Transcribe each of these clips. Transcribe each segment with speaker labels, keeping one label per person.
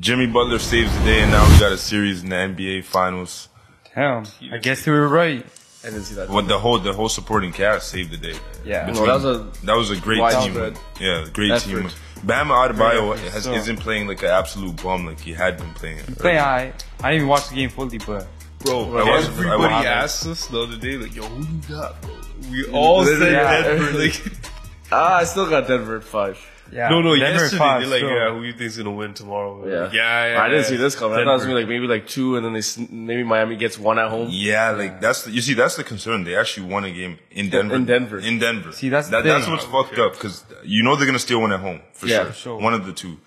Speaker 1: Jimmy Butler saves the day, and now we got a series in the NBA Finals.
Speaker 2: Damn. I guess we were right.
Speaker 3: I didn't see that.
Speaker 1: What the whole the whole supporting cast saved the day.
Speaker 2: Yeah.
Speaker 3: No, that was a
Speaker 1: That was a great
Speaker 3: Wide
Speaker 1: team.
Speaker 3: spread.
Speaker 1: Yeah, great
Speaker 3: Effort.
Speaker 1: team. Bama Adebayo
Speaker 2: effort,
Speaker 1: has,
Speaker 2: so-
Speaker 1: isn't playing like an absolute bum like he had been playing.
Speaker 2: Play I. I didn't even watch the game fully, but
Speaker 4: Bro,
Speaker 1: I was- I
Speaker 4: everybody
Speaker 1: was-
Speaker 4: asked us the other day, like, yo, who do you got, bro? We all said
Speaker 2: Yeah.
Speaker 4: Denver. Like,
Speaker 3: ah, I still got Denver at five.
Speaker 2: yeah.
Speaker 4: no, no,
Speaker 2: Denver
Speaker 4: yesterday,
Speaker 2: five,
Speaker 4: they're like,
Speaker 2: so-
Speaker 4: yeah, who you think's gonna win tomorrow?
Speaker 3: Yeah,
Speaker 4: Like, yeah, yeah.
Speaker 3: I didn't
Speaker 4: yeah.
Speaker 3: see this coming. I thought it was
Speaker 4: Denver.
Speaker 3: gonna be like maybe like two, and then they sn- maybe Miami gets one at home.
Speaker 1: Yeah, like that's the, you see that's the concern. They actually won a game in Denver.
Speaker 3: in Denver.
Speaker 1: In Denver.
Speaker 2: See, that's the
Speaker 1: that, that's
Speaker 2: thing.
Speaker 1: what's fucked up because you know they're gonna steal one at home for
Speaker 3: Yeah,
Speaker 1: sure.
Speaker 2: sure.
Speaker 1: One of the two,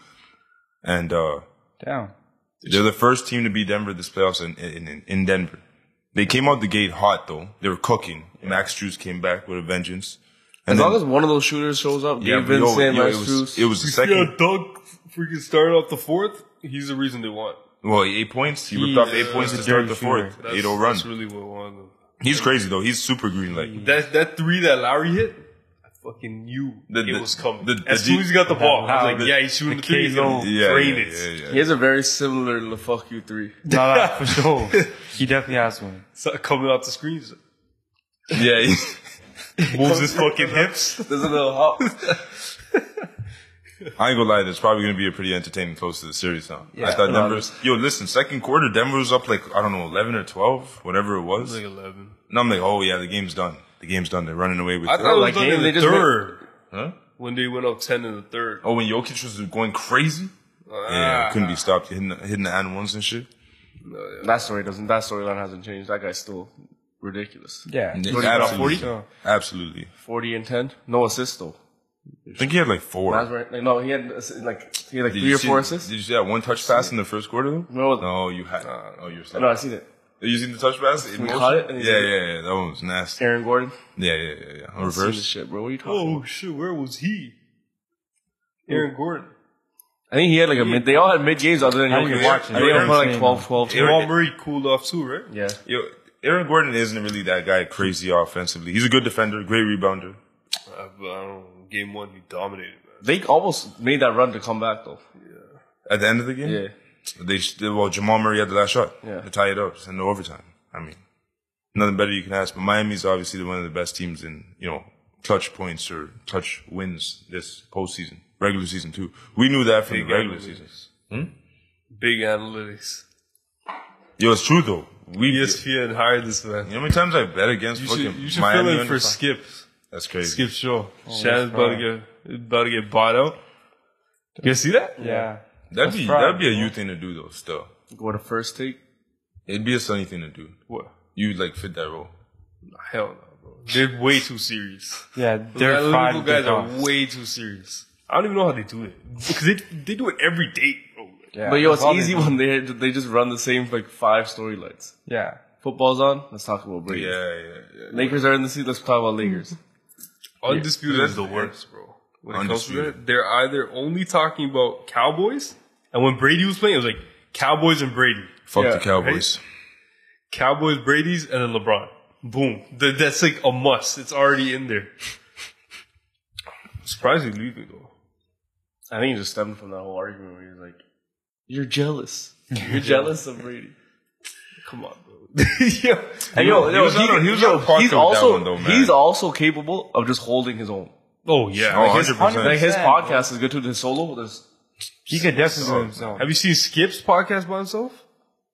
Speaker 1: and uh,
Speaker 2: Damn.
Speaker 1: they're the first team to beat Denver this playoffs in in, in Denver. They came out the gate hot though. They were cooking. Max Drews came back with a vengeance.
Speaker 3: As
Speaker 1: And
Speaker 3: long
Speaker 1: then-
Speaker 3: as one of those shooters shows up,
Speaker 1: yeah,
Speaker 3: Gabe
Speaker 1: but yo,
Speaker 3: Vincent,
Speaker 1: yo,
Speaker 3: Max
Speaker 1: it was
Speaker 3: Strus.
Speaker 1: it was the second.
Speaker 4: Yeah, Doug freaking started off the fourth. He's the reason they won.
Speaker 1: Well, eight points. He ripped
Speaker 2: He-
Speaker 1: off eight points
Speaker 2: he's
Speaker 1: to
Speaker 2: a
Speaker 1: start
Speaker 2: dirty
Speaker 1: the
Speaker 2: shooter.
Speaker 1: fourth.
Speaker 4: That's,
Speaker 1: Eight oh run.
Speaker 4: That's really what won them.
Speaker 1: He's crazy though. He's super green. Like
Speaker 4: That that three that Lowry hit, I fucking knew
Speaker 1: The-
Speaker 4: it
Speaker 1: the-
Speaker 4: was coming.
Speaker 1: the- the
Speaker 4: as soon
Speaker 1: D-
Speaker 4: as he got the ball, I was like,
Speaker 2: the-
Speaker 4: yeah, he's shooting
Speaker 2: the
Speaker 4: the three. He's gonna
Speaker 2: K-zone.
Speaker 1: yeah,
Speaker 4: drain
Speaker 1: yeah,
Speaker 4: it.
Speaker 1: yeah, yeah.
Speaker 3: He has a very similar to fuck you three.
Speaker 2: No, no, for sure. He definitely has one.
Speaker 4: So- coming off the screens,
Speaker 1: Yeah, he-
Speaker 4: moves his fucking hips.
Speaker 3: There's a little hop.
Speaker 1: I ain't gonna lie. There's probably gonna be a pretty entertaining close to the series now. I
Speaker 2: Yeah.
Speaker 1: thought
Speaker 3: No,
Speaker 1: Denver's. Yo, listen. Second quarter, Denver was up like I don't know, eleven or twelve, whatever it was.
Speaker 4: Like eleven.
Speaker 1: and I'm like, oh yeah, the game's done. The game's done. They're running away with
Speaker 4: I
Speaker 1: it.
Speaker 4: thought
Speaker 3: like,
Speaker 4: it was done
Speaker 3: they-
Speaker 4: in
Speaker 3: they
Speaker 4: the
Speaker 3: just made-
Speaker 4: third
Speaker 1: Huh?
Speaker 4: when they went up ten in the third. Ah.
Speaker 1: Oh, when Jokic was going crazy. Yeah, couldn't be stopped. Hitting the, hitting the and ones and shit.
Speaker 3: that story doesn't. That storyline hasn't changed. That guy's still ridiculous.
Speaker 2: Yeah.
Speaker 1: Absolutely.
Speaker 2: Sure.
Speaker 1: Absolutely.
Speaker 3: Forty and ten, no assists though.
Speaker 1: I think he had like four.
Speaker 3: That's right. Like, no, he had assi- like he had like
Speaker 1: Did
Speaker 3: three
Speaker 1: you
Speaker 3: or
Speaker 1: see-
Speaker 3: four assists.
Speaker 1: Did you see that one touch pass in the first quarter though?
Speaker 3: No, it wasn't.
Speaker 1: no, you had. oh, you're.
Speaker 3: no, I seen it.
Speaker 1: Are you seen the touch pass? In
Speaker 3: We
Speaker 1: motion?
Speaker 3: caught it and he's
Speaker 1: yeah,
Speaker 3: like-
Speaker 1: yeah, yeah. That one was nasty.
Speaker 3: Aaron Gordon.
Speaker 1: Yeah, yeah, yeah, yeah. On
Speaker 3: Seen this
Speaker 1: reverse.
Speaker 3: shit, bro. What are you talking?
Speaker 4: Oh
Speaker 3: about?
Speaker 4: shit, where was he? Aaron Gordon.
Speaker 3: I think he had like a mid. They all had mid games other than
Speaker 2: I didn't
Speaker 3: Jokic.
Speaker 2: watch it.
Speaker 3: I think
Speaker 1: Yeah.
Speaker 3: they put like 12, 12.
Speaker 1: Aaron-
Speaker 4: Jamal Murray cooled off too, right?
Speaker 3: Yeah.
Speaker 1: Yo, Aaron Gordon isn't really that guy crazy offensively. He's a good defender, great rebounder.
Speaker 4: I, I don't know. Game one, he dominated, man.
Speaker 3: They almost made that run to come back though.
Speaker 1: At the end of the game,
Speaker 3: Yeah.
Speaker 1: they sh- well Jamal Murray had the last shot
Speaker 3: Yeah.
Speaker 1: to tie it up, send it to overtime. I mean, nothing better you can ask. But Miami's obviously one of the best teams in you know clutch points or clutch wins this postseason, regular season too. We knew that from the regular season.
Speaker 4: Big analytics. E
Speaker 1: Yo, it's true though. We
Speaker 4: ESPN hired this man.
Speaker 1: You know how many times I bet against
Speaker 4: You
Speaker 1: fucking
Speaker 4: should, you should
Speaker 1: Miami
Speaker 4: fill in
Speaker 1: on
Speaker 4: for
Speaker 1: the-
Speaker 4: Skip.
Speaker 1: That's crazy.
Speaker 4: Skip
Speaker 3: Oh,
Speaker 4: Shaw. Shannon's about to get about to get bought out. You see that?
Speaker 2: Yeah.
Speaker 1: That'd be
Speaker 2: Friday,
Speaker 1: that'd be a you thing to do though. Still,
Speaker 3: Go to first take.
Speaker 1: it'd be a sunny thing to do.
Speaker 4: What?
Speaker 1: You'd like fit that role.
Speaker 4: Hell no, bro. They're way too serious.
Speaker 2: Yeah.
Speaker 4: Their
Speaker 2: They're five.
Speaker 4: guys
Speaker 2: big
Speaker 4: are
Speaker 2: dogs.
Speaker 4: way too serious. I don't even know how they do it because they they do it every day, bro.
Speaker 2: Yeah,
Speaker 3: But yo, it's
Speaker 2: that's all they
Speaker 3: easy
Speaker 2: do.
Speaker 3: when they they just run the same like five storylines.
Speaker 2: Yeah.
Speaker 3: Football's on. Let's talk about Brady.
Speaker 1: Yeah, yeah, yeah.
Speaker 3: Lakers are in the seat. Let's talk about Lakers.
Speaker 4: Undisputed
Speaker 1: Yeah.
Speaker 4: is the worst, bro. When it comes to
Speaker 1: Undisputed.
Speaker 4: that, they're either only talking about Cowboys, and when Brady was playing, it was like Cowboys and Brady,
Speaker 1: Fuck
Speaker 3: Yeah,
Speaker 1: the Cowboys.
Speaker 4: Cowboys, Brady's, and then LeBron. Boom. Th- that's like a must. It's already in there. Surprisingly leaving though.
Speaker 3: I think it just stemmed from that whole argument where you're like, you're jealous. You're jealous of Brady.
Speaker 4: Come on, bro. yeah.
Speaker 3: And yo,
Speaker 1: he
Speaker 3: yo,
Speaker 1: was
Speaker 3: he-
Speaker 1: on a- he was
Speaker 3: yo,
Speaker 1: on a par
Speaker 3: he's
Speaker 1: with that
Speaker 3: also
Speaker 1: one though, man.
Speaker 3: he's also capable of just holding his own.
Speaker 4: Oh yeah.
Speaker 1: Oh,
Speaker 4: Like,
Speaker 1: his- 100%.
Speaker 3: Like his
Speaker 2: Yeah,
Speaker 3: podcast is good too. His solo, there's
Speaker 2: He could definitely do himself.
Speaker 4: Oh. have you seen Skip's podcast by himself?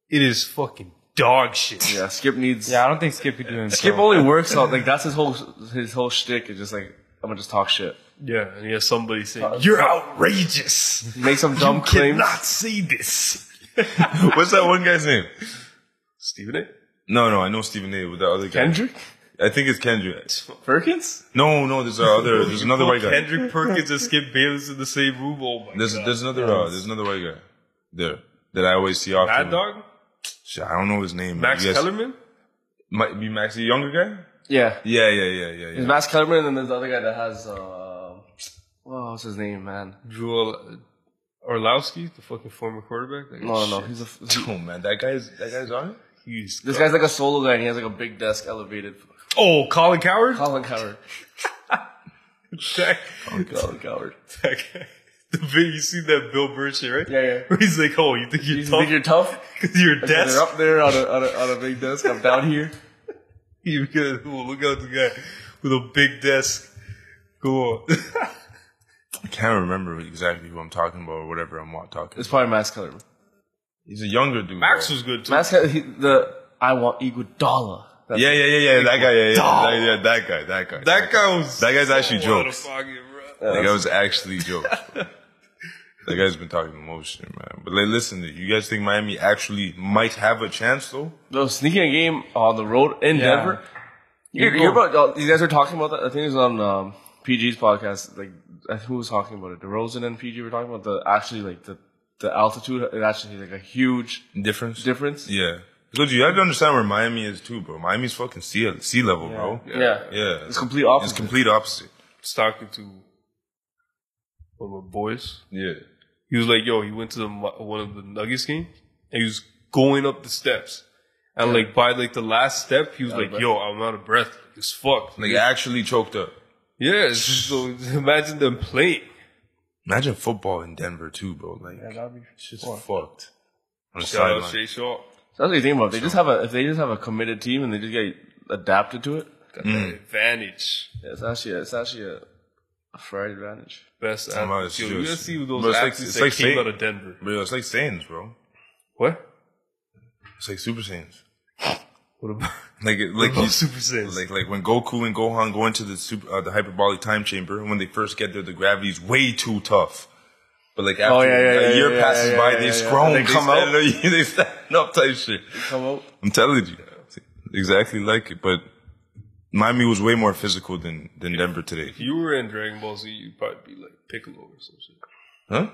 Speaker 4: It is fucking dog shit.
Speaker 3: yeah. Skip needs.
Speaker 2: Yeah, I don't think Skip could do himself.
Speaker 3: Skip only works out like that's his whole his whole shtick is just like I'm gonna just talk shit,
Speaker 4: Yeah, and he has somebody saying,
Speaker 1: Uh,
Speaker 4: "You're outrageous.
Speaker 3: make some dumb
Speaker 4: you
Speaker 3: claims.
Speaker 4: cannot say this."
Speaker 1: What's that one guy's name?
Speaker 4: Stephen A.
Speaker 1: No, no, I know Stephen A. With the other guy,
Speaker 3: Kendrick
Speaker 1: I think it's Kendrick.
Speaker 3: Perkins.
Speaker 1: No, no, there's a other. There's another white guy.
Speaker 4: Kendrick Perkins and Skip Bayless in the same room. Oh my
Speaker 1: There's
Speaker 4: god.
Speaker 1: there's another uh, there's another white guy there that I always see often.
Speaker 4: Mad Dog?
Speaker 1: Shit, I don't know his name. man.
Speaker 4: Max
Speaker 1: You guys-
Speaker 4: Kellerman?
Speaker 1: might be Max, the younger guy.
Speaker 3: Yeah,
Speaker 1: Yeah, yeah, yeah, yeah. yeah.
Speaker 3: there's Max Kellerman and then there's the other guy that has uh, what's his name, man?
Speaker 4: Joel uh, Orlowski, the fucking former quarterback? Like,
Speaker 3: No, no,
Speaker 4: shit,
Speaker 3: he's a he-
Speaker 1: Oh man, that guy's that guy's on it.
Speaker 4: He's
Speaker 3: this guy's like a solo guy and he has like a big desk elevated.
Speaker 4: oh, Colin Coward?
Speaker 3: Colin Coward.
Speaker 4: that,
Speaker 3: Colin Coward.
Speaker 4: that guy. The video, you see that Bill Burr shit, right?
Speaker 3: Yeah, yeah.
Speaker 4: Where he's like, "Oh, you think you're
Speaker 3: You
Speaker 4: tough?
Speaker 3: think you're tough?
Speaker 4: Because your
Speaker 3: Yeah,
Speaker 4: desk.
Speaker 3: They're up there on a, on a, on a big desk. I'm down here.
Speaker 4: You gotta ooh, look out the guy with a big desk. Go on.
Speaker 1: I can't remember exactly who I'm talking about or whatever I'm wa- talking.
Speaker 3: It's probably Max Kellerman.
Speaker 1: He's a younger dude.
Speaker 4: Max
Speaker 1: though.
Speaker 4: was good too.
Speaker 3: Max Keller, he, the I want Iguodala. That's
Speaker 1: Yeah, yeah, yeah, yeah. That guy. Yeah, yeah, that, yeah. That guy. That guy.
Speaker 4: that guy was.
Speaker 1: That guy's actually
Speaker 4: so out of
Speaker 1: jokes.
Speaker 4: pocket, bro.
Speaker 1: That guy was actually jokes. that guy's been talking emotion, man. But like, listen, you guys think Miami actually might have a chance though?
Speaker 3: No, sneaking a game on the road in
Speaker 2: Yeah.
Speaker 3: Denver. You're, you're about, y'all- you guys are talking about that. I think it was on um, PG's podcast. Like, I think who was talking about it? DeRozan and PG were talking about the actually like the the altitude. It actually like a huge
Speaker 1: Difference.
Speaker 3: difference.
Speaker 1: Yeah. Because you have to understand where Miami is too, bro. Miami's fucking sea, sea level, bro.
Speaker 3: Yeah,
Speaker 1: Yeah.
Speaker 3: it's complete opposite.
Speaker 1: It's complete opposite.
Speaker 4: was talking to one of my boys.
Speaker 1: Yeah.
Speaker 4: He was like, "Yo, he went to the Mu- one of the Nuggets games, and he was going up the steps, and like by like the last step, he was
Speaker 3: of
Speaker 4: like, "Yo, I'm out of breath. It's fucked."
Speaker 1: Like actually choked up.
Speaker 4: yeah, it's just, so imagine them playing.
Speaker 1: Imagine football in Denver too, bro. Like it's just fucked. On the
Speaker 4: Shout out
Speaker 1: sideline.
Speaker 4: Shea Shaw.
Speaker 3: So that's what you think about. it. They just have a if they just have a committed team and they just get adapted to it.
Speaker 4: Got that advantage.
Speaker 3: Yeah, it's actually a, it's actually a, a Friday advantage.
Speaker 4: Best
Speaker 1: I'm out,
Speaker 4: athletes. Yo,
Speaker 1: it's
Speaker 4: you gotta
Speaker 1: just-
Speaker 4: see those
Speaker 1: but it's like-
Speaker 4: athletes
Speaker 1: it's
Speaker 4: that
Speaker 1: like
Speaker 4: came
Speaker 1: saying-
Speaker 4: out of Denver.
Speaker 1: But it's like Saiyans, bro.
Speaker 4: What?
Speaker 1: It's like Super Saiyans.
Speaker 4: What about
Speaker 1: Like it- like you,
Speaker 4: about Super Saiyans?
Speaker 1: Like like when Goku and Gohan go into the super uh, the hyperbolic time chamber, and when they first get there, the gravity's way too tough. But like after
Speaker 3: Oh, yeah, yeah,
Speaker 1: a
Speaker 3: yeah,
Speaker 1: year
Speaker 3: yeah,
Speaker 1: passes
Speaker 3: yeah,
Speaker 1: by,
Speaker 3: yeah,
Speaker 1: they
Speaker 3: yeah, yeah.
Speaker 1: scrum,
Speaker 3: They
Speaker 1: they,
Speaker 3: come
Speaker 1: stand up, they stand up type shit.
Speaker 3: Come out.
Speaker 1: I'm telling you, exactly like it. But Miami was way more physical than than Denver today,
Speaker 4: if you were in Dragon Ball Z, you'd probably be like Piccolo or some shit.
Speaker 1: huh?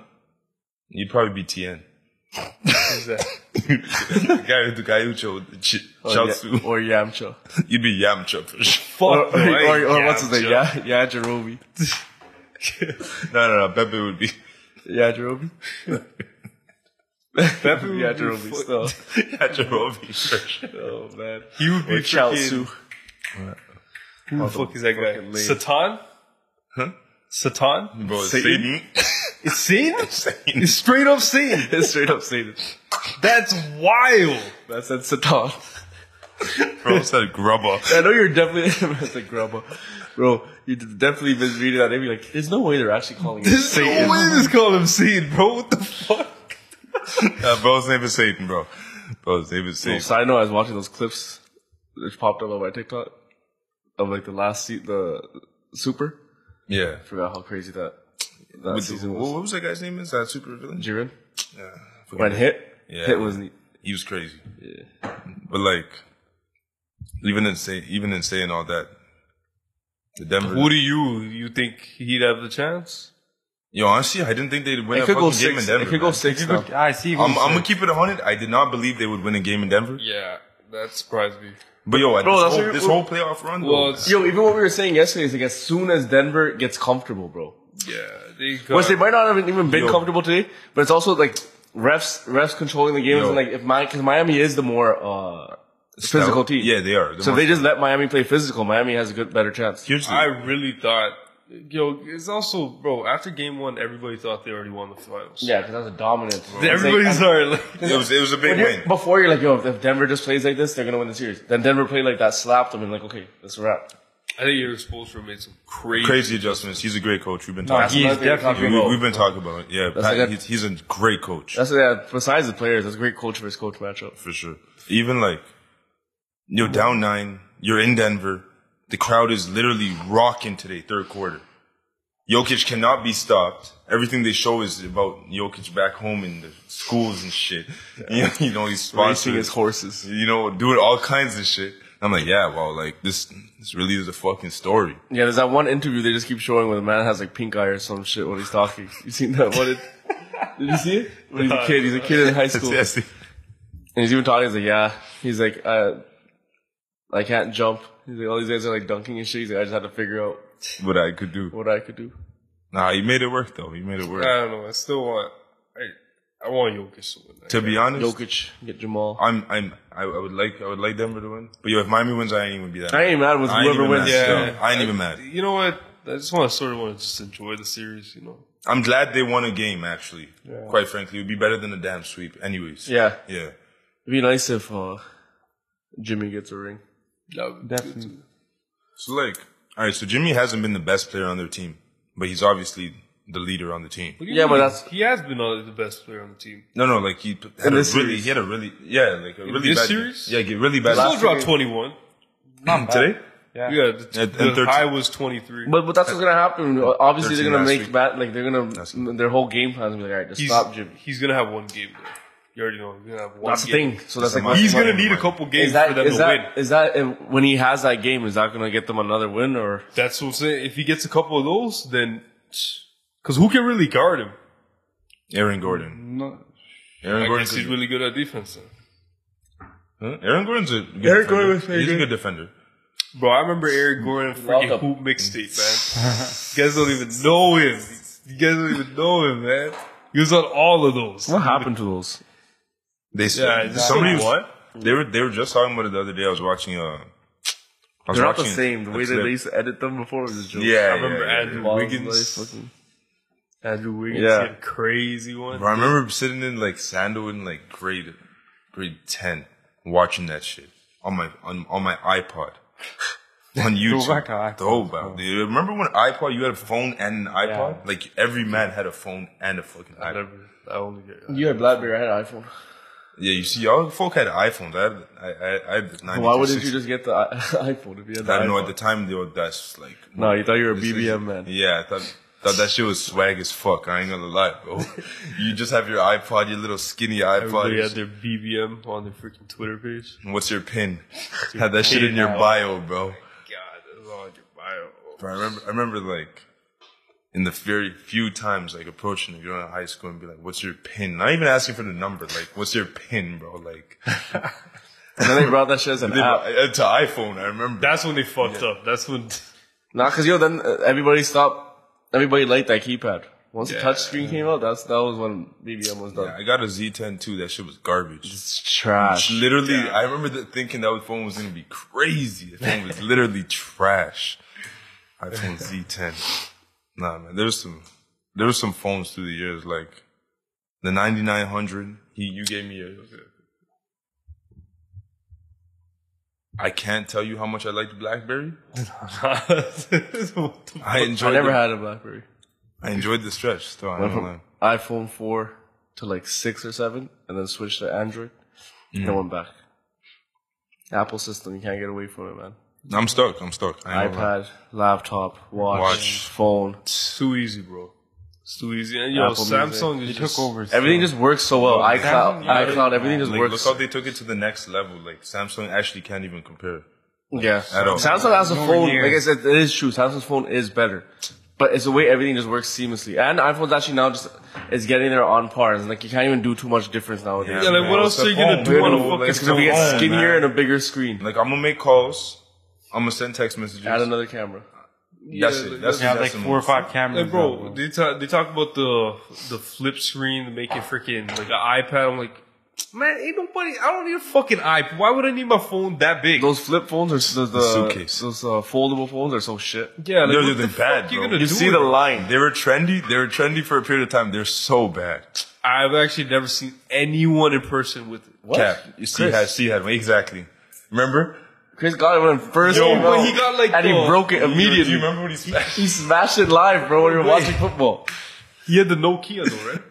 Speaker 1: You'd probably be TN.
Speaker 4: Who's that?
Speaker 1: the guy, the guy who chose
Speaker 3: Or,
Speaker 1: Chaozu.
Speaker 3: Ya- or Yamcha.
Speaker 1: You'd be Yamcha for sure.
Speaker 3: Or,
Speaker 4: Fuck,
Speaker 3: or,
Speaker 4: no, I
Speaker 3: or,
Speaker 4: ain't
Speaker 3: what's his name?
Speaker 4: Yamcha.
Speaker 3: Yeah, Yajirobe.
Speaker 1: No, no, no. Pepe would be
Speaker 3: Yajirobe?
Speaker 4: Pepe would be
Speaker 3: Yajirobe
Speaker 4: fuck-
Speaker 3: still.
Speaker 1: Yajirobe for sure.
Speaker 3: Oh, man.
Speaker 4: He would be
Speaker 3: Or
Speaker 4: freaking.
Speaker 3: Chaozu.
Speaker 4: Who the fuck is that guy?
Speaker 3: fucking lame.
Speaker 4: Satan?
Speaker 1: Huh?
Speaker 4: Satan?
Speaker 1: Bro,
Speaker 3: Satan?
Speaker 4: It's Satan?
Speaker 1: Satan.
Speaker 4: It's straight up Satan.
Speaker 3: It's straight up Satan.
Speaker 4: That's wild.
Speaker 3: That said Satan.
Speaker 1: Bro said grubber.
Speaker 3: I know you're definitely. That's like grandma. Bro, you definitely misreading that. They'd be like, there's no way they're actually calling it
Speaker 4: There's
Speaker 3: Satan.
Speaker 4: no way this call him Satan, bro. What the fuck?
Speaker 1: Uh, bro's name is Satan, bro. Bro's name is
Speaker 3: So,
Speaker 1: Satan.
Speaker 3: side note, I was watching those clips which popped up on my TikTok of like the last seat, the Super.
Speaker 1: Yeah.
Speaker 3: forgot how crazy that, that
Speaker 1: With the,
Speaker 3: season
Speaker 1: what
Speaker 3: was.
Speaker 1: what was that guy's name? Is that super villain?
Speaker 3: Jiren?
Speaker 1: Forget
Speaker 3: When
Speaker 1: it.
Speaker 3: hit?
Speaker 1: Yeah.
Speaker 3: Hit was neat.
Speaker 1: he was crazy. Yeah. But like, even in say, even in saying all that, the Denver.
Speaker 4: Who do you you think he'd have the chance?
Speaker 1: yo, honestly, I didn't think they'd win
Speaker 3: It
Speaker 1: a
Speaker 3: could go
Speaker 1: fucking game in
Speaker 3: six.
Speaker 1: Denver.
Speaker 3: it could go
Speaker 1: man.
Speaker 3: six.
Speaker 2: You
Speaker 3: now.
Speaker 2: could- I see.
Speaker 1: I'm, I'm gonna keep it hundred. I did not believe they would win a game in Denver.
Speaker 4: Yeah, that surprised me.
Speaker 1: But yo,
Speaker 3: Bro,
Speaker 1: this,
Speaker 3: that's
Speaker 1: whole,
Speaker 3: what you-
Speaker 1: this whole playoff run, though,
Speaker 4: Well,
Speaker 1: man.
Speaker 4: it's,
Speaker 3: Yo, even what we were saying yesterday is like as soon as Denver gets comfortable, bro.
Speaker 4: yeah, they got,
Speaker 3: Which they might not have even been
Speaker 1: Yo.
Speaker 3: comfortable today, but it's also like refs refs controlling the games
Speaker 1: Yo.
Speaker 3: and like if Miami because Miami is the more uh, physical team.
Speaker 1: Yeah, they are. They're
Speaker 3: so if
Speaker 1: more-
Speaker 3: they just let Miami play physical. Miami has a good better chance.
Speaker 1: Seriously.
Speaker 4: I really thought, yo, it's also, bro, after game one, everybody thought they already won the finals.
Speaker 3: Yeah, because that's a dominant. It's like-
Speaker 4: Everybody's already like,
Speaker 1: it was it was a big
Speaker 3: when you're-
Speaker 1: win.
Speaker 3: before you're like, yo, if Denver just plays like this, they're gonna win the series. Then Denver played like that, slapped them, and like, okay, that's a wrap.
Speaker 4: I think your exposure made some crazy.
Speaker 1: Crazy adjustments. He's a great coach. We've been
Speaker 2: No,
Speaker 1: talking.
Speaker 2: he's
Speaker 3: another thing
Speaker 1: we,
Speaker 2: definitely
Speaker 3: we're talking about.
Speaker 1: we've been talking about it. Yeah, Pat,
Speaker 3: like a-
Speaker 1: he's, he's a great coach
Speaker 3: That's yeah. Besides the players, that's a great coach versus coach matchup.
Speaker 1: for sure. Even like you're down nine, you're in Denver. The crowd is literally rocking today, third quarter. Jokic cannot be stopped. Everything they show is about Jokic back home in the schools and shit. You, know, he's
Speaker 3: Racing
Speaker 1: sponsoring
Speaker 3: his horses.
Speaker 1: you know, doing all kinds of shit. I'm like, yeah, well, like this, this really is a fucking story.
Speaker 3: Yeah, there's that one interview they just keep showing where the man has like pink eye or some shit when he's talking. You seen that one? It- Did you see it? When he's a kid, he's a kid in high school, and
Speaker 1: Yes.
Speaker 3: he's even talking. He's like, yeah, he's like, uh, I can't jump. He's like, all these guys are like dunking and shit. He's like, I just had to figure out
Speaker 1: What I could do.
Speaker 3: what I could do.
Speaker 1: Nah, he made it work though. He made it work.
Speaker 4: I don't know. I still want, I, I want Jokic to win that.
Speaker 1: to be honest,
Speaker 3: Jokic, get Jamal.
Speaker 1: I'm, I'm, I, I would like, I would like Denver to win. But yo, if Miami wins, I ain't even be that.
Speaker 3: I ain't mad with
Speaker 1: I ain't
Speaker 3: whoever
Speaker 1: even
Speaker 3: wins.
Speaker 1: mad.
Speaker 4: Yeah.
Speaker 1: Yo, I ain't even mad.
Speaker 4: You know what? I just want to sort of want to just enjoy the series, you know.
Speaker 1: I'm glad they won a game, actually. Quite frankly, it would be better than a damn sweep, anyways.
Speaker 3: Yeah.
Speaker 1: Yeah.
Speaker 3: It'd be nice if uh, Jimmy gets a ring.
Speaker 2: Definitely.
Speaker 1: So, like, all right, so Jimmy hasn't been the best player on their team, but he's obviously the leader on the team.
Speaker 3: Yeah, but that's-
Speaker 4: he has been uh, the best player on the team.
Speaker 1: No, no, like he p- had a really,
Speaker 3: this series?
Speaker 1: he had a really, yeah, like a really
Speaker 4: this
Speaker 1: bad
Speaker 4: series?
Speaker 1: Yeah, get really bad.
Speaker 4: Still dropped 21.
Speaker 2: Not bad.
Speaker 1: today?
Speaker 2: Yeah.
Speaker 4: Yeah, the,
Speaker 1: And-
Speaker 4: the
Speaker 1: and 13.
Speaker 4: high was 23.
Speaker 3: But but that's what's gonna happen. Obviously, they're
Speaker 1: 13
Speaker 3: gonna
Speaker 1: last
Speaker 3: make
Speaker 1: week.
Speaker 3: bat. Like they're gonna
Speaker 1: good.
Speaker 3: their whole game plan's gonna be like, all right, just
Speaker 4: he's,
Speaker 3: stop Jimmy.
Speaker 4: he's gonna have one game. Though. You already know. He's gonna have one
Speaker 3: That's the
Speaker 4: game.
Speaker 3: thing. So that's like
Speaker 1: That's
Speaker 4: He's gonna
Speaker 1: Money,
Speaker 4: need a
Speaker 1: money.
Speaker 4: couple games
Speaker 3: Is that
Speaker 4: for them
Speaker 3: is
Speaker 4: to win.
Speaker 3: that is that if, when he has that game? Is that gonna get them another win or?
Speaker 4: That's what I'm saying. If he gets a couple of those, then because who can really guard him?
Speaker 1: Aaron Gordon.
Speaker 2: No,
Speaker 1: Aaron
Speaker 4: I
Speaker 1: Gordon.
Speaker 4: guess he's really good at defense. then.
Speaker 1: Huh? Aaron Gordon's a good
Speaker 3: Aaron
Speaker 1: defender.
Speaker 3: Gordon was very
Speaker 1: he's a
Speaker 3: good.
Speaker 1: good defender.
Speaker 4: Bro, I remember Eric Gordon freaking
Speaker 3: Welcome.
Speaker 4: hoop mixtape, man. you guys don't even know him. You guys don't even know him, man. He was on all of those.
Speaker 3: What happened to those?
Speaker 1: They
Speaker 4: Yeah,
Speaker 1: yeah,
Speaker 4: it's
Speaker 1: somebody
Speaker 4: so-
Speaker 1: was, they were they were just talking about it the other day. I was watching uh, I was
Speaker 3: They're not the
Speaker 1: watching
Speaker 3: same. The
Speaker 1: a
Speaker 3: way that
Speaker 1: clip.
Speaker 3: they used to edit them before was a joke.
Speaker 1: yeah,
Speaker 4: I remember
Speaker 1: yeah, yeah.
Speaker 4: Andrew
Speaker 3: Balls
Speaker 4: Wiggins.
Speaker 3: like fucking-
Speaker 4: Andrew Wiggins
Speaker 3: Yeah.
Speaker 4: had a crazy one.
Speaker 1: Bro, I remember sitting in like Sando in like grade grade ten, watching that shit on my on, on my iPod. On YouTube,
Speaker 2: Throwback to iPod.
Speaker 1: Throwback, dude. Remember when iPod? You had a phone and an iPod.
Speaker 2: Yeah.
Speaker 1: Like every man had a phone and a fucking
Speaker 4: I
Speaker 1: iPod.
Speaker 4: never. I only get.
Speaker 3: You had BlackBerry. I had iPhone.
Speaker 1: Yeah, you see, y'all folk had iPhones. I had, I, I, I had the 90
Speaker 3: Why wouldn't you just get the i- iPhone if you had the
Speaker 1: I don't know.
Speaker 3: iPhone?
Speaker 1: At the time, they were that's like.
Speaker 3: No, you thought you were a
Speaker 1: This is-
Speaker 3: BBM man.
Speaker 1: Yeah, I thought, thought that shit was swag as fuck. I ain't gonna lie, bro. you just have your iPod, your little skinny iPod.
Speaker 4: Everybody had their BBM on their freaking Twitter page.
Speaker 1: What's your pin? Had that shit in your
Speaker 2: now.
Speaker 1: bio, bro.
Speaker 4: God, that was all in your bio.
Speaker 1: Bro, I remember, I remember like in the very few times like approaching a girl in high school and be like, "What's your pin?" Not even asking for the number. Like, "What's your pin, bro?" Like
Speaker 3: And then they brought that shit as an
Speaker 1: they-
Speaker 3: app.
Speaker 1: uh, to iPhone. I remember.
Speaker 4: That's when they fucked up. That's when.
Speaker 3: Nah, cause yo, then uh, everybody stopped. Everybody liked that keypad. Once the
Speaker 4: Yeah.
Speaker 3: touch screen came out, that's that was when BBM was done.
Speaker 1: yeah, I got a Z10 too. That shit was garbage.
Speaker 3: It's trash.
Speaker 1: Literally, I remember th- thinking that phone was gonna be crazy. The phone was literally trash. iPhone Z10. Nah, man, there was some, there was some phones through the years like the 9900. He, you gave me a. I can't tell you how much I liked BlackBerry.
Speaker 4: what the fuck?
Speaker 1: I enjoyed.
Speaker 3: I never
Speaker 1: the,
Speaker 3: had a BlackBerry.
Speaker 1: I enjoyed the stretch. Though, I
Speaker 3: Went
Speaker 1: don't
Speaker 3: from
Speaker 1: know.
Speaker 3: iPhone four to like six or seven, and then switched to Android.
Speaker 1: Mm.
Speaker 3: And then went back. Apple system, you can't get away from it, man.
Speaker 1: I'm stuck. I'm stuck. I ain't gonna lie.
Speaker 3: iPad, laptop, watch,
Speaker 1: Watch.
Speaker 3: phone.
Speaker 4: It's too easy, bro. It's too easy. And yo,
Speaker 3: Apple
Speaker 4: Samsung is
Speaker 2: they
Speaker 4: just
Speaker 2: took over. so-
Speaker 3: Everything just works so well. iCloud,
Speaker 2: yeah.
Speaker 3: iCloud, everything just
Speaker 1: Like,
Speaker 3: works.
Speaker 1: look how they took it to the next level. Like Samsung actually can't even compare.
Speaker 3: Yeah.
Speaker 1: At all.
Speaker 3: Samsung has a
Speaker 2: Nowhere
Speaker 3: phone.
Speaker 2: near.
Speaker 3: Like I said, it is true. Samsung's phone is better. But it's the way everything just works seamlessly. And iPhone's actually now just is getting there on par. It's like you can't even do too much difference nowadays.
Speaker 4: Yeah, like,
Speaker 1: man.
Speaker 4: what
Speaker 1: It's
Speaker 4: else
Speaker 1: a
Speaker 4: are you gonna
Speaker 1: phone,
Speaker 4: do on a
Speaker 1: bro.
Speaker 4: fucking
Speaker 1: Like,
Speaker 3: It's gonna be
Speaker 1: phone,
Speaker 3: skinnier
Speaker 1: man.
Speaker 3: and a bigger screen.
Speaker 1: Like I'm gonna make calls. I'm gonna send text messages.
Speaker 3: Add another camera.
Speaker 1: That's
Speaker 4: Yeah,
Speaker 1: it. That's,
Speaker 2: They have like
Speaker 1: that's the
Speaker 2: four or
Speaker 1: move.
Speaker 2: five cameras.
Speaker 4: Like, bro,
Speaker 2: now,
Speaker 4: they talk, they talk about the the flip screen, making freaking like an iPad. I'm like, man, ain't nobody. I don't need a fucking iPad. Why would I need my phone that big?
Speaker 3: Those flip phones are the, the
Speaker 1: suitcase.
Speaker 3: Those uh, foldable phones are so shit.
Speaker 4: yeah, like,
Speaker 1: They're-
Speaker 4: what
Speaker 1: they're
Speaker 4: the
Speaker 1: bad,
Speaker 4: fuck you
Speaker 1: bro.
Speaker 4: gonna
Speaker 1: You
Speaker 4: do
Speaker 3: See
Speaker 4: with
Speaker 3: the
Speaker 4: it?
Speaker 3: line.
Speaker 1: They were trendy. They were trendy for a period of time. They're so bad.
Speaker 4: I've actually never seen anyone in person with it.
Speaker 3: What?
Speaker 1: Cap, you see,
Speaker 3: Chris.
Speaker 1: had see had one exactly. Remember?
Speaker 3: Chris got it when it first
Speaker 4: Yo,
Speaker 3: came
Speaker 4: but
Speaker 3: out,
Speaker 4: he got, like,
Speaker 3: and
Speaker 4: the-
Speaker 3: he broke it
Speaker 1: Do you
Speaker 3: immediately.
Speaker 1: remember what he smashed?
Speaker 3: He smashed it live, bro, when you were
Speaker 4: Wait.
Speaker 3: watching football.
Speaker 4: He had the Nokia though, right?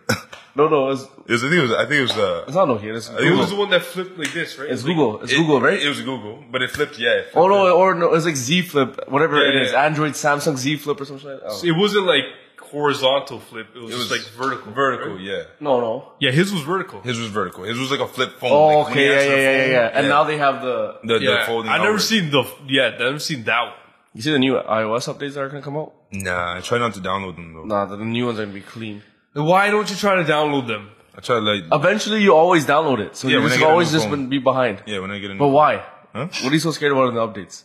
Speaker 3: No, no, it's,
Speaker 1: It was, I think it was. I think it was. Uh,
Speaker 3: it's not Nokia. It's
Speaker 1: it
Speaker 4: He
Speaker 3: Google.
Speaker 4: was the one that flipped like this, right?
Speaker 3: It's
Speaker 4: Like,
Speaker 3: Google. It's
Speaker 1: it-
Speaker 3: Google, right?
Speaker 1: It was Google, but it flipped. Yeah. It flipped.
Speaker 3: Oh no, or no, it's like Z Flip, whatever
Speaker 4: Yeah,
Speaker 3: it is,
Speaker 4: yeah.
Speaker 3: Android, Samsung Z Flip or something. Like that. Oh.
Speaker 4: It wasn't like horizontal flip. It was,
Speaker 1: It was
Speaker 4: just like vertical.
Speaker 1: Vertical.
Speaker 4: right?
Speaker 1: Yeah.
Speaker 3: No, no.
Speaker 4: Yeah, his was vertical.
Speaker 1: His was vertical. His was like a flip phone.
Speaker 3: Oh,
Speaker 1: like when
Speaker 3: okay,
Speaker 1: you
Speaker 3: yeah,
Speaker 1: answer the
Speaker 3: yeah, yeah, yeah,
Speaker 1: phone,
Speaker 3: yeah. And now they have the.
Speaker 1: the, the
Speaker 4: yeah,
Speaker 1: folding.
Speaker 4: I never
Speaker 1: outward.
Speaker 4: seen the yeah. I never seen that one.
Speaker 3: You see the new iOS updates that are gonna come out?
Speaker 1: Nah, I try not to download them though.
Speaker 3: Nah, the new ones are gonna be clean.
Speaker 4: Why don't you try to download them?
Speaker 1: I try like.
Speaker 3: Eventually, you always download it, so
Speaker 1: Yeah,
Speaker 3: you
Speaker 1: when I
Speaker 3: just
Speaker 1: get a
Speaker 3: always
Speaker 1: new
Speaker 3: just
Speaker 1: phone.
Speaker 3: been be behind.
Speaker 1: yeah, when I get in.
Speaker 3: But why?
Speaker 1: Huh?
Speaker 3: What are you so scared about in the updates?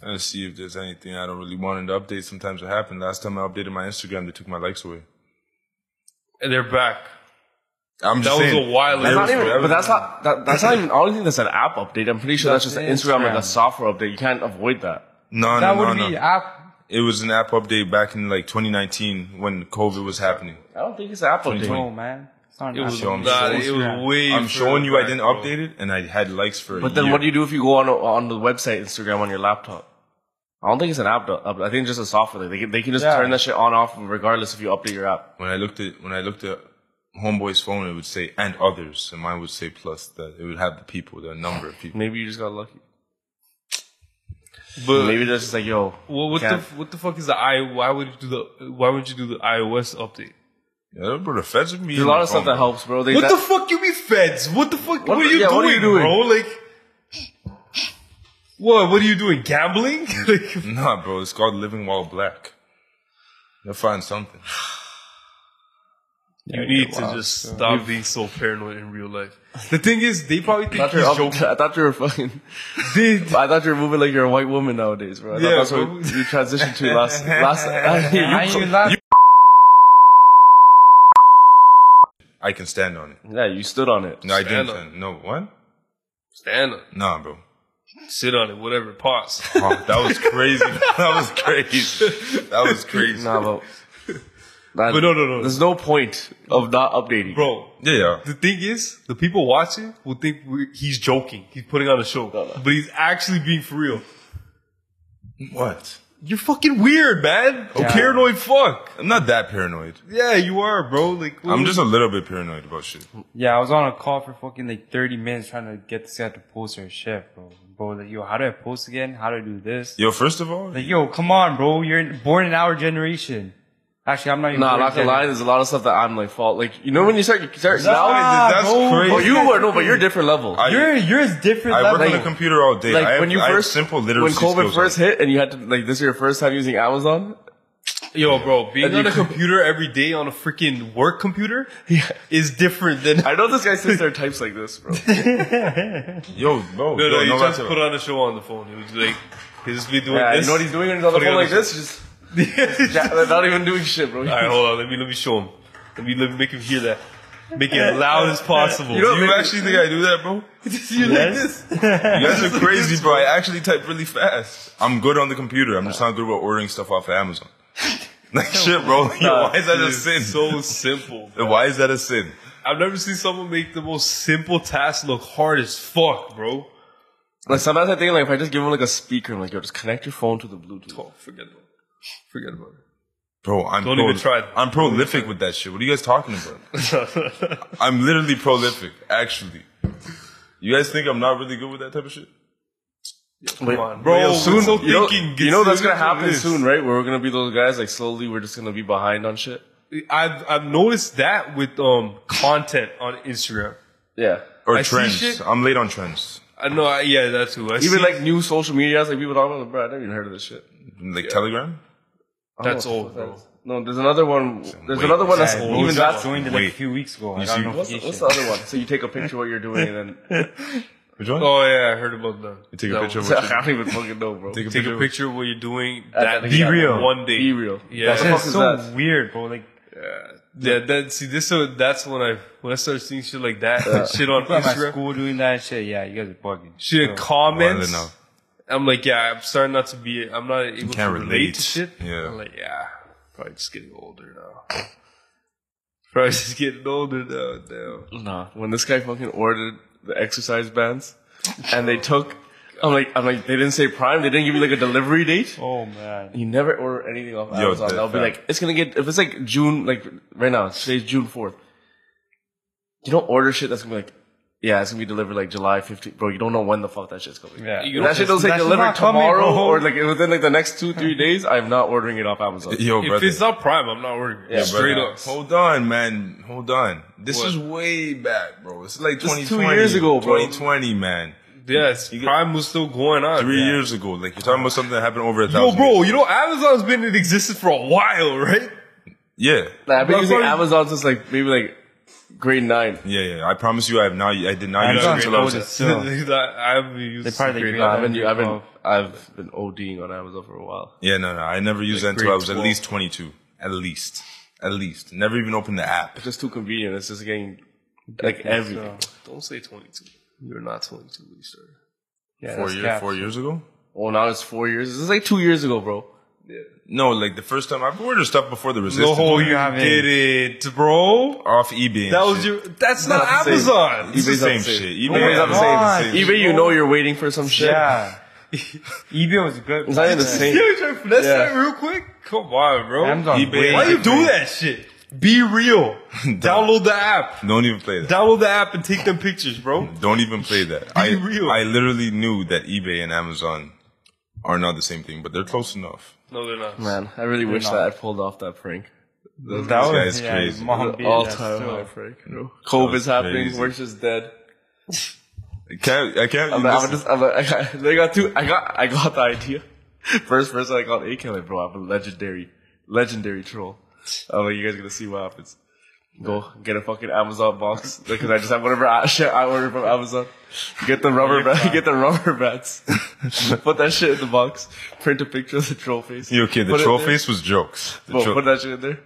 Speaker 1: Let's see if there's anything I don't really want in the update. Sometimes it happened. Last time I updated my Instagram, they took my likes away.
Speaker 4: And they're back.
Speaker 1: I'm
Speaker 4: That
Speaker 1: just
Speaker 4: was
Speaker 1: saying,
Speaker 4: a while
Speaker 1: That's
Speaker 4: ago.
Speaker 3: That's not even,
Speaker 1: forever.
Speaker 3: but that's not that, that's not even. I don't think that's an app update. I'm pretty sure that's,
Speaker 2: That's
Speaker 3: just an Instagram like a
Speaker 2: Instagram.
Speaker 3: software update. You can't avoid that.
Speaker 1: No,
Speaker 2: that
Speaker 1: no,
Speaker 2: would
Speaker 1: no,
Speaker 2: be
Speaker 1: no.
Speaker 2: app.
Speaker 1: It was an app update back in like 2019 when COVID was happening.
Speaker 3: I don't think it's an Apple thing.
Speaker 2: No, man. It's not
Speaker 4: It was,
Speaker 1: showing
Speaker 4: not,
Speaker 1: you.
Speaker 4: it was way.
Speaker 1: I'm showing you I didn't
Speaker 4: update.
Speaker 1: update it and I had likes for.
Speaker 3: But then, what do you do if you go on on the website Instagram on your laptop? I don't think it's an app. though. I think it's just a software. thing. They can, they can just
Speaker 2: Yeah.
Speaker 3: turn that shit on off regardless if you update your app.
Speaker 1: When I looked at when I looked at homeboy's phone, it would say and others, and mine would say plus that it would have the people, the number of people.
Speaker 3: Maybe you just got lucky.
Speaker 4: But
Speaker 3: Maybe that's just like yo.
Speaker 4: well, what the
Speaker 3: can't-
Speaker 4: what the fuck is the i? Why would you do the Why would you do the iOS update?
Speaker 1: Yeah, bro, the feds would be.
Speaker 3: There's a lot of stuff that helps, bro. They,
Speaker 4: What
Speaker 3: that-
Speaker 4: the fuck you be feds? What the fuck?
Speaker 3: What-
Speaker 4: What, are you
Speaker 3: yeah,
Speaker 4: doing,
Speaker 3: what are you doing?
Speaker 4: bro? Like, what? What are you doing? Gambling? like,
Speaker 1: Nah, bro, it's called living while black. You'll find something.
Speaker 4: you need to just stop being so paranoid in real life. The thing is, they probably
Speaker 3: I
Speaker 4: think
Speaker 3: thought you were
Speaker 4: he's
Speaker 3: up-
Speaker 4: joking.
Speaker 3: I thought you were fucking.
Speaker 4: They-
Speaker 3: I thought you were moving like you're a white woman nowadays, bro. I
Speaker 4: Yeah,
Speaker 3: thought that's
Speaker 4: bro.
Speaker 3: what you transitioned to last last. you-
Speaker 2: I
Speaker 3: you-
Speaker 2: ain't laugh-
Speaker 1: I can stand on it.
Speaker 3: yeah, you stood on it.
Speaker 1: No, I didn't.
Speaker 4: Stand on
Speaker 1: Stand. No, what?
Speaker 4: Stand up,
Speaker 1: Nah, bro.
Speaker 4: sit on it, whatever. Pause.
Speaker 1: Oh, that was crazy. that was crazy. That was crazy.
Speaker 3: Nah, but. Nah,
Speaker 4: But no, no, no.
Speaker 3: There's no point of not updating,
Speaker 4: bro.
Speaker 1: Yeah, yeah.
Speaker 4: The thing is, the people watching will think we he's joking. He's putting on a show, but he's actually being for real.
Speaker 1: What?
Speaker 4: You're fucking weird, man. A Paranoid fuck.
Speaker 1: I'm not that paranoid.
Speaker 4: Yeah, you are, bro. Like,
Speaker 1: I'm just a little bit paranoid about shit.
Speaker 2: Yeah, I was on a call for fucking like 30 minutes trying to get this guy to post her shit, bro. Bro, like, yo, how do I post again? How do I do this?
Speaker 1: Yo, first of all,
Speaker 2: Like, yo, come on, bro. You're in- born in our generation. Actually, I'm not even
Speaker 3: Nah,
Speaker 2: born
Speaker 3: not gonna
Speaker 2: gen-
Speaker 3: lie, there's a lot of stuff that I'm like fault. Like you know when you start, you start now.
Speaker 2: Nah,
Speaker 1: that's
Speaker 2: bro.
Speaker 1: crazy.
Speaker 3: Oh, you are no, but you're a different level.
Speaker 1: I-
Speaker 2: You're, you're a different
Speaker 1: I work
Speaker 2: level.
Speaker 1: on the computer all day.
Speaker 3: like
Speaker 1: I have,
Speaker 3: when you
Speaker 1: I have
Speaker 3: first
Speaker 1: simple
Speaker 3: when
Speaker 1: literacy
Speaker 3: COVID
Speaker 1: skills
Speaker 3: first hit and you had to like this is your first time using Amazon.
Speaker 4: Yo, bro, being
Speaker 3: And
Speaker 4: on
Speaker 3: you
Speaker 4: a
Speaker 3: could-
Speaker 4: computer every day on a freaking work computer is different than.
Speaker 3: I know this guy sits there and types like this, bro.
Speaker 1: Yo, bro. yo,
Speaker 4: No, no, he
Speaker 1: no,
Speaker 4: just
Speaker 1: that's-
Speaker 4: put on a show on the phone. He was like, he'll just be doing
Speaker 3: Yeah,
Speaker 4: this.
Speaker 3: you know what he's doing when he's on the
Speaker 4: Putting
Speaker 3: phone like
Speaker 4: on the-
Speaker 3: this? Just ja- not even doing shit, bro.
Speaker 4: All right, hold on. Let me let me show him. Let me let me make him hear that. Make it loud as possible.
Speaker 3: You know-
Speaker 1: you actually think I do that, bro?
Speaker 4: you like this?
Speaker 1: You guys are crazy, bro. I actually type really fast. I'm good on the computer. I'm just not good about ordering stuff off of Amazon. Like shit, bro. Yo, why is that a sin?
Speaker 4: So simple.
Speaker 1: Why is that a sin?
Speaker 4: I've never seen someone make the most simple task look hard as fuck, bro.
Speaker 3: Like sometimes I think like if I just give him like a speaker, I'm like yo, just connect your phone to the Bluetooth.
Speaker 4: Oh, forget about it. Forget about it.
Speaker 1: Bro, I'm
Speaker 4: Don't even try it.
Speaker 1: I'm prolific with that shit. What are you guys talking about? I'm literally prolific, actually. You guys think I'm not really good with that type of shit?
Speaker 3: Wait,
Speaker 4: Bro,
Speaker 1: Yo,
Speaker 4: soon,
Speaker 1: soon-
Speaker 4: so
Speaker 3: You know,
Speaker 4: thinking.
Speaker 3: you know that's
Speaker 4: soon
Speaker 3: gonna happen
Speaker 4: this.
Speaker 3: soon, right? Where we're gonna be those guys like slowly we're just gonna be behind on shit.
Speaker 4: I've I've noticed that with um content on Instagram.
Speaker 3: Yeah.
Speaker 1: Or
Speaker 4: I see
Speaker 1: trends.
Speaker 4: shit-
Speaker 1: I'm late on trends.
Speaker 4: I know, I, yeah, that's who. I
Speaker 3: Even
Speaker 4: see-
Speaker 3: like new social media, like people talking about, bro, I never even heard of this shit.
Speaker 1: Like Telegram?
Speaker 3: I don't
Speaker 4: That's
Speaker 3: know what
Speaker 4: old,
Speaker 3: the fuck
Speaker 4: bro.
Speaker 3: that is. No, there's another one. There's
Speaker 1: Wait,
Speaker 3: another one that's
Speaker 2: Yeah,
Speaker 3: old.
Speaker 2: even
Speaker 3: Even
Speaker 2: that
Speaker 3: that's
Speaker 2: joined it like a
Speaker 1: Wait.
Speaker 2: few weeks ago. I
Speaker 1: see-
Speaker 2: got a
Speaker 3: what's, the- what's
Speaker 2: notification.
Speaker 3: the other one? So you take a picture of what you're doing and then
Speaker 1: Which one?
Speaker 4: oh yeah, I heard about that.
Speaker 1: You take a
Speaker 4: That
Speaker 1: picture
Speaker 4: one.
Speaker 1: of what
Speaker 3: I don't even fucking know, bro.
Speaker 1: you
Speaker 4: Take a picture of what you're doing.
Speaker 3: At
Speaker 4: That
Speaker 3: the
Speaker 4: be
Speaker 3: exact
Speaker 4: real
Speaker 3: moment.
Speaker 4: one day.
Speaker 3: Be real.
Speaker 4: Yeah,
Speaker 3: That's
Speaker 4: yeah.
Speaker 3: fuck
Speaker 2: That's
Speaker 3: is
Speaker 2: so
Speaker 3: that?
Speaker 2: weird, bro. Like,
Speaker 4: yeah that, see, this uh, that's when I when I started seeing shit like that, shit on
Speaker 2: people at my
Speaker 4: Instagram,
Speaker 2: school doing that shit. Yeah, you guys are bugging.
Speaker 4: shit
Speaker 2: Yo.
Speaker 4: comments.
Speaker 1: Oh, enough.
Speaker 4: I'm like, yeah, I'm starting not to be. I'm not able to
Speaker 1: can't
Speaker 4: relate.
Speaker 1: relate.
Speaker 4: to shit.
Speaker 1: Yeah.
Speaker 4: I'm like, yeah, probably just getting older now. probably just getting older now. Damn.
Speaker 3: Nah. When this guy fucking ordered the exercise bands and they took, I'm like, I'm like, they didn't say prime. They didn't give me like a delivery date.
Speaker 2: Oh, man.
Speaker 3: You never order anything off
Speaker 1: Yo,
Speaker 3: Amazon.
Speaker 1: the
Speaker 3: They'll be
Speaker 1: fact.
Speaker 3: like, it's gonna get if it's like June, like right now, today's June fourth. You don't order shit that's gonna be like, yeah, it's gonna be delivered like July fifteenth, bro. You don't know when the fuck that shit's coming.
Speaker 2: Yeah.
Speaker 3: If that shit doesn't say
Speaker 2: That's
Speaker 3: delivered
Speaker 2: not coming,
Speaker 3: tomorrow
Speaker 2: bro.
Speaker 3: or like within like the next two three days. I'm not ordering it off Amazon.
Speaker 1: Yo,
Speaker 4: If
Speaker 1: brother.
Speaker 4: it's not prime, I'm not ordering. it.
Speaker 1: Brother,
Speaker 4: Straight up.
Speaker 1: Hold on, man. Hold on. This
Speaker 4: What?
Speaker 1: is way back, bro. It's like
Speaker 3: This is
Speaker 1: 2020.
Speaker 3: two years ago, bro.
Speaker 1: 2020, man.
Speaker 4: Yes, prime was still going on.
Speaker 1: Three
Speaker 4: Yeah.
Speaker 1: years ago. Like, you're talking about something that happened over a
Speaker 4: Yo,
Speaker 1: thousand
Speaker 4: bro,
Speaker 1: years
Speaker 4: you know Amazon's been in existence for a while, right?
Speaker 1: Yeah.
Speaker 3: Nah, I've been
Speaker 4: That's
Speaker 3: using
Speaker 4: why-
Speaker 3: Amazon since like maybe like grade nine.
Speaker 1: Yeah, yeah. I promise you I have not, I did not
Speaker 2: I'm
Speaker 1: use it
Speaker 2: sorry,
Speaker 1: until
Speaker 2: bro,
Speaker 1: I was
Speaker 2: this-
Speaker 1: at
Speaker 2: So-
Speaker 4: I've been using
Speaker 2: They probably
Speaker 4: Secret
Speaker 2: agree
Speaker 3: Nah,
Speaker 2: on
Speaker 4: Lab.
Speaker 3: I've been, I've been,
Speaker 2: Oh.
Speaker 3: I've been ODing on Amazon for a while.
Speaker 1: Yeah, no, no. I never used
Speaker 4: Like
Speaker 1: that until I
Speaker 4: grade
Speaker 1: was at
Speaker 4: 12.
Speaker 1: least 22. At least. At least. Never even opened the app.
Speaker 3: It's just too convenient. It's just getting like everything.
Speaker 4: Don't say 22. You're not 22 when you started.
Speaker 2: Yeah,
Speaker 1: Four,
Speaker 2: that's
Speaker 1: year,
Speaker 2: cap.
Speaker 1: four years ago?
Speaker 3: Well, now it's four years. This is like two years ago, bro.
Speaker 1: No, like the first time I've ordered stuff before the
Speaker 4: No,
Speaker 1: resistance.
Speaker 4: you
Speaker 2: haven't.
Speaker 4: didn't, bro.
Speaker 1: off eBay. and
Speaker 4: That was
Speaker 1: shit.
Speaker 4: your. That's not,
Speaker 3: not the same.
Speaker 4: Amazon.
Speaker 1: It's the
Speaker 3: eBay's not
Speaker 1: same
Speaker 3: the same.
Speaker 1: shit.
Speaker 3: eBay's not the same.
Speaker 1: not the
Speaker 2: Come
Speaker 1: same.
Speaker 2: on.
Speaker 3: eBay, you know you're waiting for some shit.
Speaker 2: Yeah. eBay was good.
Speaker 3: It's not even the
Speaker 4: Yeah,
Speaker 3: same.
Speaker 4: you trying to finesse
Speaker 3: Yeah.
Speaker 4: that real quick? Come on, bro.
Speaker 2: Amazon.
Speaker 1: eBay.
Speaker 2: way-
Speaker 4: Why you do that shit? Be real. Download the app.
Speaker 1: Don't even play that.
Speaker 4: Download the app and take them pictures, bro.
Speaker 1: Don't even play that. I
Speaker 4: real.
Speaker 1: I literally knew that eBay and Amazon are not the same thing, but they're close enough.
Speaker 4: No, they're not.
Speaker 3: Man, I really wish
Speaker 2: not.
Speaker 3: that I pulled off that prank.
Speaker 1: That
Speaker 2: That
Speaker 1: guy
Speaker 2: was
Speaker 1: is
Speaker 2: yeah,
Speaker 1: crazy.
Speaker 2: Mom beat
Speaker 3: All
Speaker 2: us,
Speaker 3: time
Speaker 2: so-
Speaker 3: high prank. Bro. COVID's
Speaker 1: That was
Speaker 3: happening.
Speaker 1: crazy.
Speaker 3: We're just dead.
Speaker 1: I can't. I can't.
Speaker 3: I'm,
Speaker 1: listen.
Speaker 3: I'm just. I'm, I got. I got two. I got. I got the idea. First person I got AK like, bro. I'm a legendary, legendary troll. I'm like, you guys gonna see what happens. Go get a fucking Amazon box because I just have whatever I, shit I ordered from Amazon. Get the rubber band. Get the rubber bands. put that shit in the box. Print a picture of the troll face.
Speaker 1: You okay? The
Speaker 3: Put it
Speaker 1: troll
Speaker 3: there.
Speaker 1: face was jokes. The
Speaker 3: Bro,
Speaker 1: troll-
Speaker 3: put that shit in there.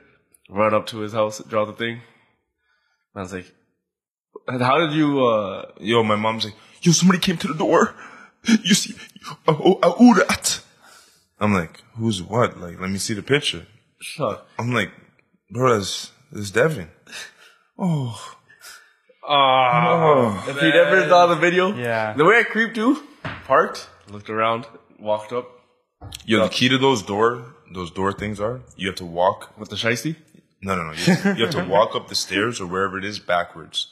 Speaker 3: Run up to his house, draw the thing. And I was like, how did you, uh,
Speaker 1: Yo, my mom's like, yo, somebody came to the door. You see, a, a urat. I'm like, who's what? Like, let me see the picture.
Speaker 3: shut?
Speaker 1: I'm like, bro, that's, that's Devin. Oh,
Speaker 4: Ah,
Speaker 1: oh.
Speaker 3: If you never saw the video,
Speaker 2: Yeah.
Speaker 3: The way I creeped you, parked, looked around, walked up
Speaker 1: Yo, the key to those door, those door things are, you have to walk.
Speaker 3: with the shiesty.
Speaker 1: No, no, no. You have, you have to walk up the stairs or wherever it is backwards.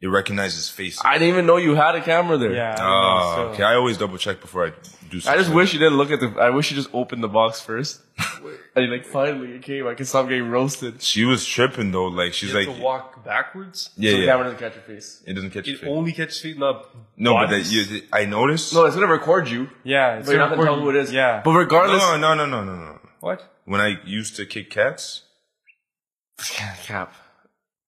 Speaker 1: It recognizes faces.
Speaker 3: I didn't even know you had a camera there.
Speaker 2: Yeah.
Speaker 1: Ah,
Speaker 2: so-
Speaker 1: okay. I always double check before I do something.
Speaker 3: I just wish you didn't look at the. I wish you just opened the box first. and you're like, finally, it came. I can stop getting roasted.
Speaker 1: She was tripping though. Like, she's
Speaker 4: you have
Speaker 1: like,
Speaker 4: to walk backwards.
Speaker 1: yeah,
Speaker 3: The
Speaker 1: yeah.
Speaker 3: camera doesn't catch your face.
Speaker 1: It doesn't catch your
Speaker 4: It
Speaker 1: face.
Speaker 4: only catches feet, not
Speaker 1: No, but that,
Speaker 4: bodies.
Speaker 1: you, I noticed.
Speaker 3: No, it's gonna record you.
Speaker 2: Yeah. It's
Speaker 3: But you're not gonna tell
Speaker 2: important.
Speaker 3: who it is.
Speaker 2: Yeah.
Speaker 3: But regardless,
Speaker 1: No, no, no, no, no, no.
Speaker 2: what?
Speaker 1: When I used to kick cats,
Speaker 3: cap.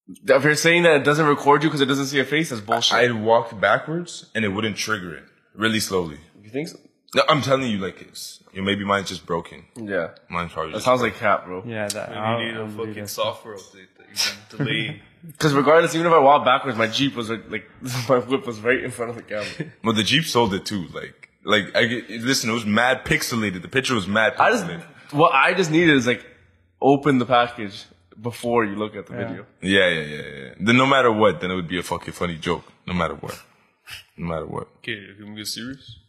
Speaker 3: If you're saying that it doesn't record you because it doesn't see a face, that's bullshit.
Speaker 1: I'd walk backwards and it wouldn't trigger it really slowly.
Speaker 3: you think so?
Speaker 1: No, I'm telling you, like it's you know, maybe mine's just broken.
Speaker 3: Yeah.
Speaker 1: Mine's probably
Speaker 3: That
Speaker 1: just
Speaker 3: sounds like cap, bro.
Speaker 2: Yeah. That.
Speaker 4: You
Speaker 2: I'll-
Speaker 4: need
Speaker 2: I'll
Speaker 4: a
Speaker 2: do
Speaker 4: fucking
Speaker 2: that.
Speaker 4: software update that you can delay.
Speaker 3: Because regardless, even if I walk backwards, my Jeep was like, like my whip was right in front of the camera.
Speaker 1: Well, the Jeep sold it too. Like, like I get- listen, it was mad pixelated. The picture was mad
Speaker 3: I just,
Speaker 1: pixelated.
Speaker 3: what I just needed is like, open the package before you look at the video.
Speaker 1: yeah, yeah, yeah, yeah. Then no matter what, then it would be a fucking funny joke. No matter what, no matter what.
Speaker 4: okay, can we get serious?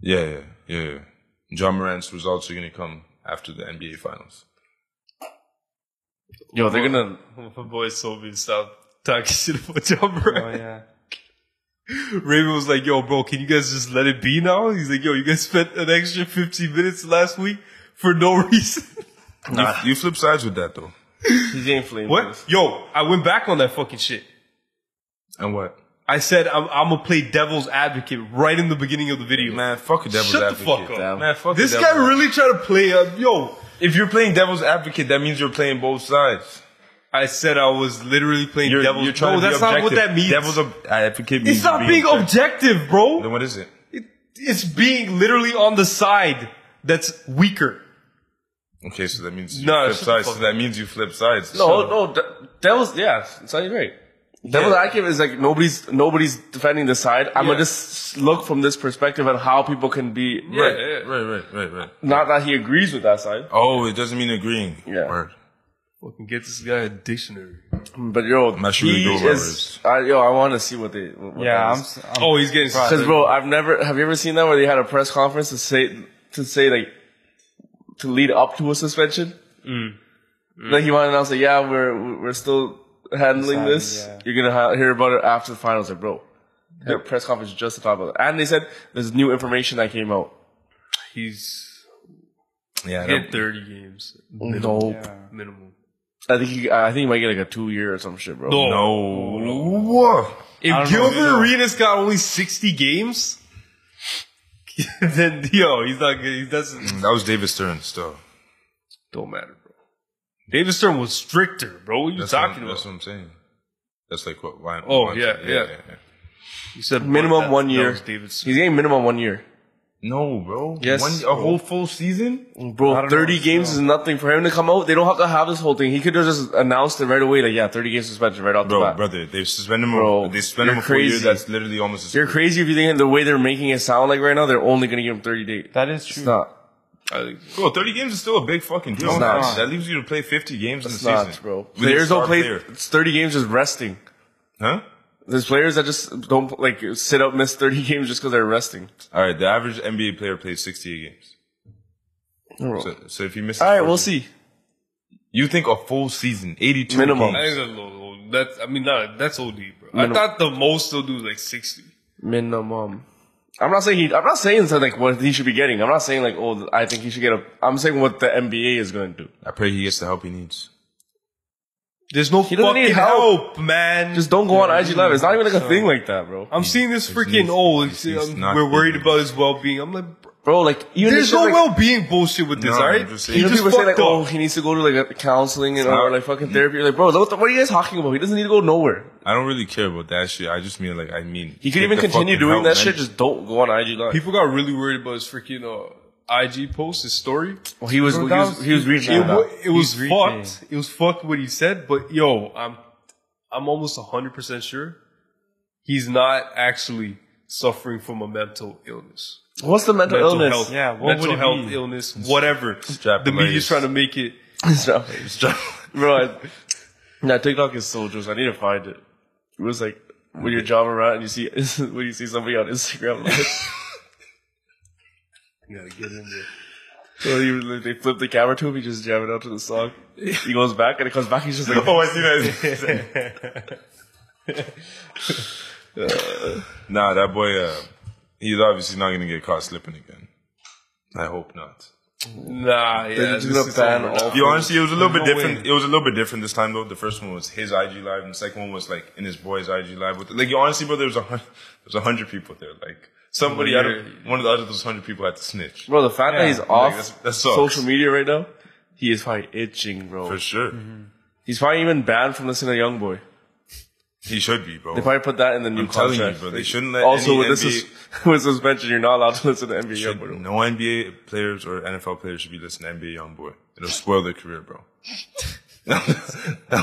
Speaker 1: Yeah, yeah, yeah. yeah. John Morant's results are gonna come after the NBA finals.
Speaker 3: Yo, they're gonna,
Speaker 4: My boy Sylvie stopped talking shit about John Brown.
Speaker 2: Oh yeah.
Speaker 4: Raymond was like, yo, bro, can you guys just let it be now? He's like, yo, you guys spent an extra 15 minutes last week for no reason.
Speaker 1: You, you flip sides with that though.
Speaker 3: he's getting flamed. for
Speaker 4: what?
Speaker 3: this.
Speaker 4: Yo, I went back on that fucking shit.
Speaker 1: And what?
Speaker 4: I said, I'm, I'm gonna play devil's advocate right in the beginning of the video.
Speaker 1: Man, fuck a devil's
Speaker 4: Shut the
Speaker 1: advocate.
Speaker 4: fuck up.
Speaker 3: Damn.
Speaker 1: Man, fuck
Speaker 4: This
Speaker 1: the
Speaker 4: guy
Speaker 1: devil's
Speaker 4: really tried to play, uh, yo,
Speaker 1: If you're playing devil's advocate, that means you're playing both sides.
Speaker 4: I said I was literally playing
Speaker 1: You're,
Speaker 4: devil's.
Speaker 1: you're trying
Speaker 4: no,
Speaker 1: to be
Speaker 4: that's not what
Speaker 1: objective.
Speaker 4: that means.
Speaker 1: Devil's ob- advocate means
Speaker 4: it's not
Speaker 1: you're
Speaker 4: being objective, bro.
Speaker 1: Then what is it?
Speaker 4: It, it's being literally on the side that's weaker.
Speaker 1: Okay, so that means you flip
Speaker 4: No, shut the
Speaker 1: sides.
Speaker 4: fuck
Speaker 1: So that means you flip sides.
Speaker 3: No, no, de- devil's, yeah, it's not right. Devil's advocate is like, nobody's, nobody's defending the side. I'm gonna
Speaker 4: Yeah.
Speaker 3: just look from this perspective on how people can be,
Speaker 1: right,
Speaker 3: right.
Speaker 1: right, right, right, right.
Speaker 3: Not that he agrees with that side,
Speaker 1: Oh, it doesn't mean agreeing.
Speaker 3: Yeah.
Speaker 1: Word.
Speaker 4: Fucking get this guy a dictionary.
Speaker 3: but yo,
Speaker 1: not sure we
Speaker 3: he
Speaker 1: go about
Speaker 3: is, I, yo, I want to see what they, what
Speaker 2: Yeah.
Speaker 3: that
Speaker 2: I'm.
Speaker 3: is.
Speaker 2: s- I'm
Speaker 4: Oh, he's getting.
Speaker 3: Because bro, I've never. Have you ever seen that where they had a press conference to say to say like to lead up to a suspension? Mm. Like he wanted to announce like, yeah, we're we're still handling
Speaker 2: Deciding,
Speaker 3: this.
Speaker 2: yeah.
Speaker 3: You're gonna ha- hear about it after the finals, like bro. Their press conference just to talk about it, and they said there's new information that came out.
Speaker 4: He's
Speaker 1: Yeah. I
Speaker 4: get
Speaker 1: don't-
Speaker 4: 30 games
Speaker 3: Nope.
Speaker 2: yeah.
Speaker 4: minimum.
Speaker 3: I think he, I think he might get like a two year or some shit, bro.
Speaker 4: No.
Speaker 1: No. Whoa.
Speaker 4: If
Speaker 2: don't know,
Speaker 4: Gilbert Arenas got only 60 games, then yo, he's not good. He doesn't.
Speaker 1: That was David Stern still.
Speaker 4: Don't matter, bro. David Stern was stricter, bro. What are you
Speaker 1: That's
Speaker 4: talking
Speaker 1: what, That's
Speaker 4: about?
Speaker 1: what I'm saying. That's like what? Why?
Speaker 4: Oh,
Speaker 1: why-
Speaker 4: yeah, yeah. He said
Speaker 3: Minimum
Speaker 4: that-
Speaker 3: one
Speaker 4: that
Speaker 3: year.
Speaker 4: was David Stern.
Speaker 3: He's getting minimum one year,
Speaker 1: No, bro.
Speaker 3: Yes,
Speaker 1: One, a
Speaker 3: bro.
Speaker 1: whole full season.
Speaker 3: bro. Thirty games is nothing for him to come out. They don't have to have this whole thing. He could have just announced it right away, like yeah, thirty game suspension right off the
Speaker 1: Bro,
Speaker 3: bat.
Speaker 1: brother, they suspend him.
Speaker 3: Bro,
Speaker 1: they suspend him
Speaker 3: you're
Speaker 1: for a year.
Speaker 3: crazy.
Speaker 1: That's literally almost. A
Speaker 3: You're crazy if you think the way they're making it sound like right now, they're only going to give him 30 days. Hmm.
Speaker 2: That is
Speaker 3: It's
Speaker 2: true.
Speaker 3: not.
Speaker 4: I think so.
Speaker 1: Bro, 30 games is still a big fucking deal.
Speaker 3: not.
Speaker 1: That leaves you to play 50 games in
Speaker 3: It's
Speaker 1: the
Speaker 3: not,
Speaker 1: season.
Speaker 3: bro.
Speaker 1: With your
Speaker 3: Players don't
Speaker 1: star
Speaker 3: play.
Speaker 1: player.
Speaker 3: It's thirty games just resting.
Speaker 1: Huh?
Speaker 3: There's players that just don't like sit up, miss thirty games just because they're resting.
Speaker 1: All right, the average NBA player plays 68 games.
Speaker 3: All
Speaker 1: So, so if he misses.
Speaker 3: right, we'll
Speaker 1: 14
Speaker 3: see.
Speaker 1: You think a full season, 82
Speaker 3: Minimum.
Speaker 1: games.
Speaker 4: I think that's a little. low. That's I mean, nah, that's OD, bro. I
Speaker 3: Minimum.
Speaker 4: thought the most they'll do is like sixty.
Speaker 3: Minimum. I'm not saying he. I'm not saying something like what he should be getting. I'm not saying like oh I think he should get a. I'm saying what the NBA is going to do.
Speaker 1: I pray he gets the help he needs.
Speaker 4: There's no
Speaker 3: doesn't
Speaker 4: fucking
Speaker 3: need help.
Speaker 4: help. man.
Speaker 3: Just don't go on IG Live. It's not even like a thing like that, bro.
Speaker 4: I'm seeing this freaking
Speaker 1: needs-
Speaker 4: oh, it's,
Speaker 1: this needs
Speaker 4: um,
Speaker 1: not
Speaker 4: we're
Speaker 1: being
Speaker 4: worried
Speaker 1: like
Speaker 4: about his well being. I'm like, bro,
Speaker 3: Bro, like even
Speaker 4: there's
Speaker 3: if it's
Speaker 4: no
Speaker 3: like,
Speaker 4: well being bullshit with this,
Speaker 1: No,
Speaker 4: alright?
Speaker 1: I'm just saying-
Speaker 4: He
Speaker 3: You know,
Speaker 4: just
Speaker 3: people say like,
Speaker 4: fucked
Speaker 3: "Oh,
Speaker 4: up.
Speaker 3: he needs to go to like a counseling and or
Speaker 1: not-
Speaker 3: like fucking therapy." You're like, bro, what, the, what are you guys talking about? He doesn't need to go nowhere.
Speaker 1: I don't really care about that shit. I just mean, like, I mean.
Speaker 3: He could
Speaker 1: get
Speaker 3: even
Speaker 1: the
Speaker 3: continue
Speaker 1: fucking
Speaker 3: doing
Speaker 1: help,
Speaker 3: that
Speaker 1: man.
Speaker 3: shit. Just don't go on IG live.
Speaker 4: People got really worried about his freaking uh, IG post, his story.
Speaker 3: Well, he was
Speaker 2: Bro,
Speaker 3: he
Speaker 2: that
Speaker 3: was
Speaker 2: was
Speaker 3: he was
Speaker 2: stupid,
Speaker 3: reaching
Speaker 4: It,
Speaker 2: man.
Speaker 3: out.
Speaker 4: wa- it was
Speaker 2: He's reaching.
Speaker 4: fucked. It was fucked what he said, but yo, I'm I'm almost hundred percent sure he's not actually suffering from a mental illness.
Speaker 3: What's the mental,
Speaker 4: Mental
Speaker 3: illness?
Speaker 4: health,
Speaker 2: Yeah, what
Speaker 4: mental
Speaker 2: would it
Speaker 4: health
Speaker 2: be?
Speaker 4: illness, whatever.
Speaker 1: Strap
Speaker 4: the
Speaker 1: the
Speaker 4: media's
Speaker 1: latest.
Speaker 4: trying to make it.
Speaker 3: So- bro, I, that TikTok is so juice. I need to find it. It was like when you're jobbing around and you see when you see somebody on Instagram live.
Speaker 4: gotta get in there.
Speaker 3: so he- they flip the camera to him. He just jamming out to the song. He goes back and it comes back. He's just like,
Speaker 1: Oh, I see that. nah, that boy, uh, he's obviously not going to get caught slipping again. I hope not.
Speaker 4: Nah, yeah,
Speaker 3: They're
Speaker 4: this
Speaker 3: just gonna
Speaker 4: is
Speaker 3: ban
Speaker 4: over.
Speaker 3: all-
Speaker 1: Yo, honestly, it was a little
Speaker 4: There's
Speaker 1: bit
Speaker 4: no
Speaker 1: different. It was a little bit different this time, though. The first one was his IG live, and the second one was like in his boy's IG live. With like, yo, honestly, bro, there was a hun- there was a hundred people there. Like somebody, out of, one of the other those hundred people had to snitch
Speaker 3: bro, the fact that he's
Speaker 1: like,
Speaker 3: off
Speaker 1: that's- that sucks.
Speaker 3: social media right now, he is probably itching, bro.
Speaker 1: for sure.
Speaker 3: He's probably even banned from listening to YoungBoy.
Speaker 1: He should be, bro.
Speaker 3: They probably put that in the new
Speaker 1: I'm telling
Speaker 3: contract.
Speaker 1: you, bro. They shouldn't let
Speaker 3: also,
Speaker 1: any
Speaker 3: with this
Speaker 1: NBA
Speaker 3: is with suspension, you're not allowed to listen to NBA
Speaker 1: should-
Speaker 3: YoungBoy.
Speaker 1: no NBA players or NFL players should be listening to NBA young boy. It'll spoil their career, bro.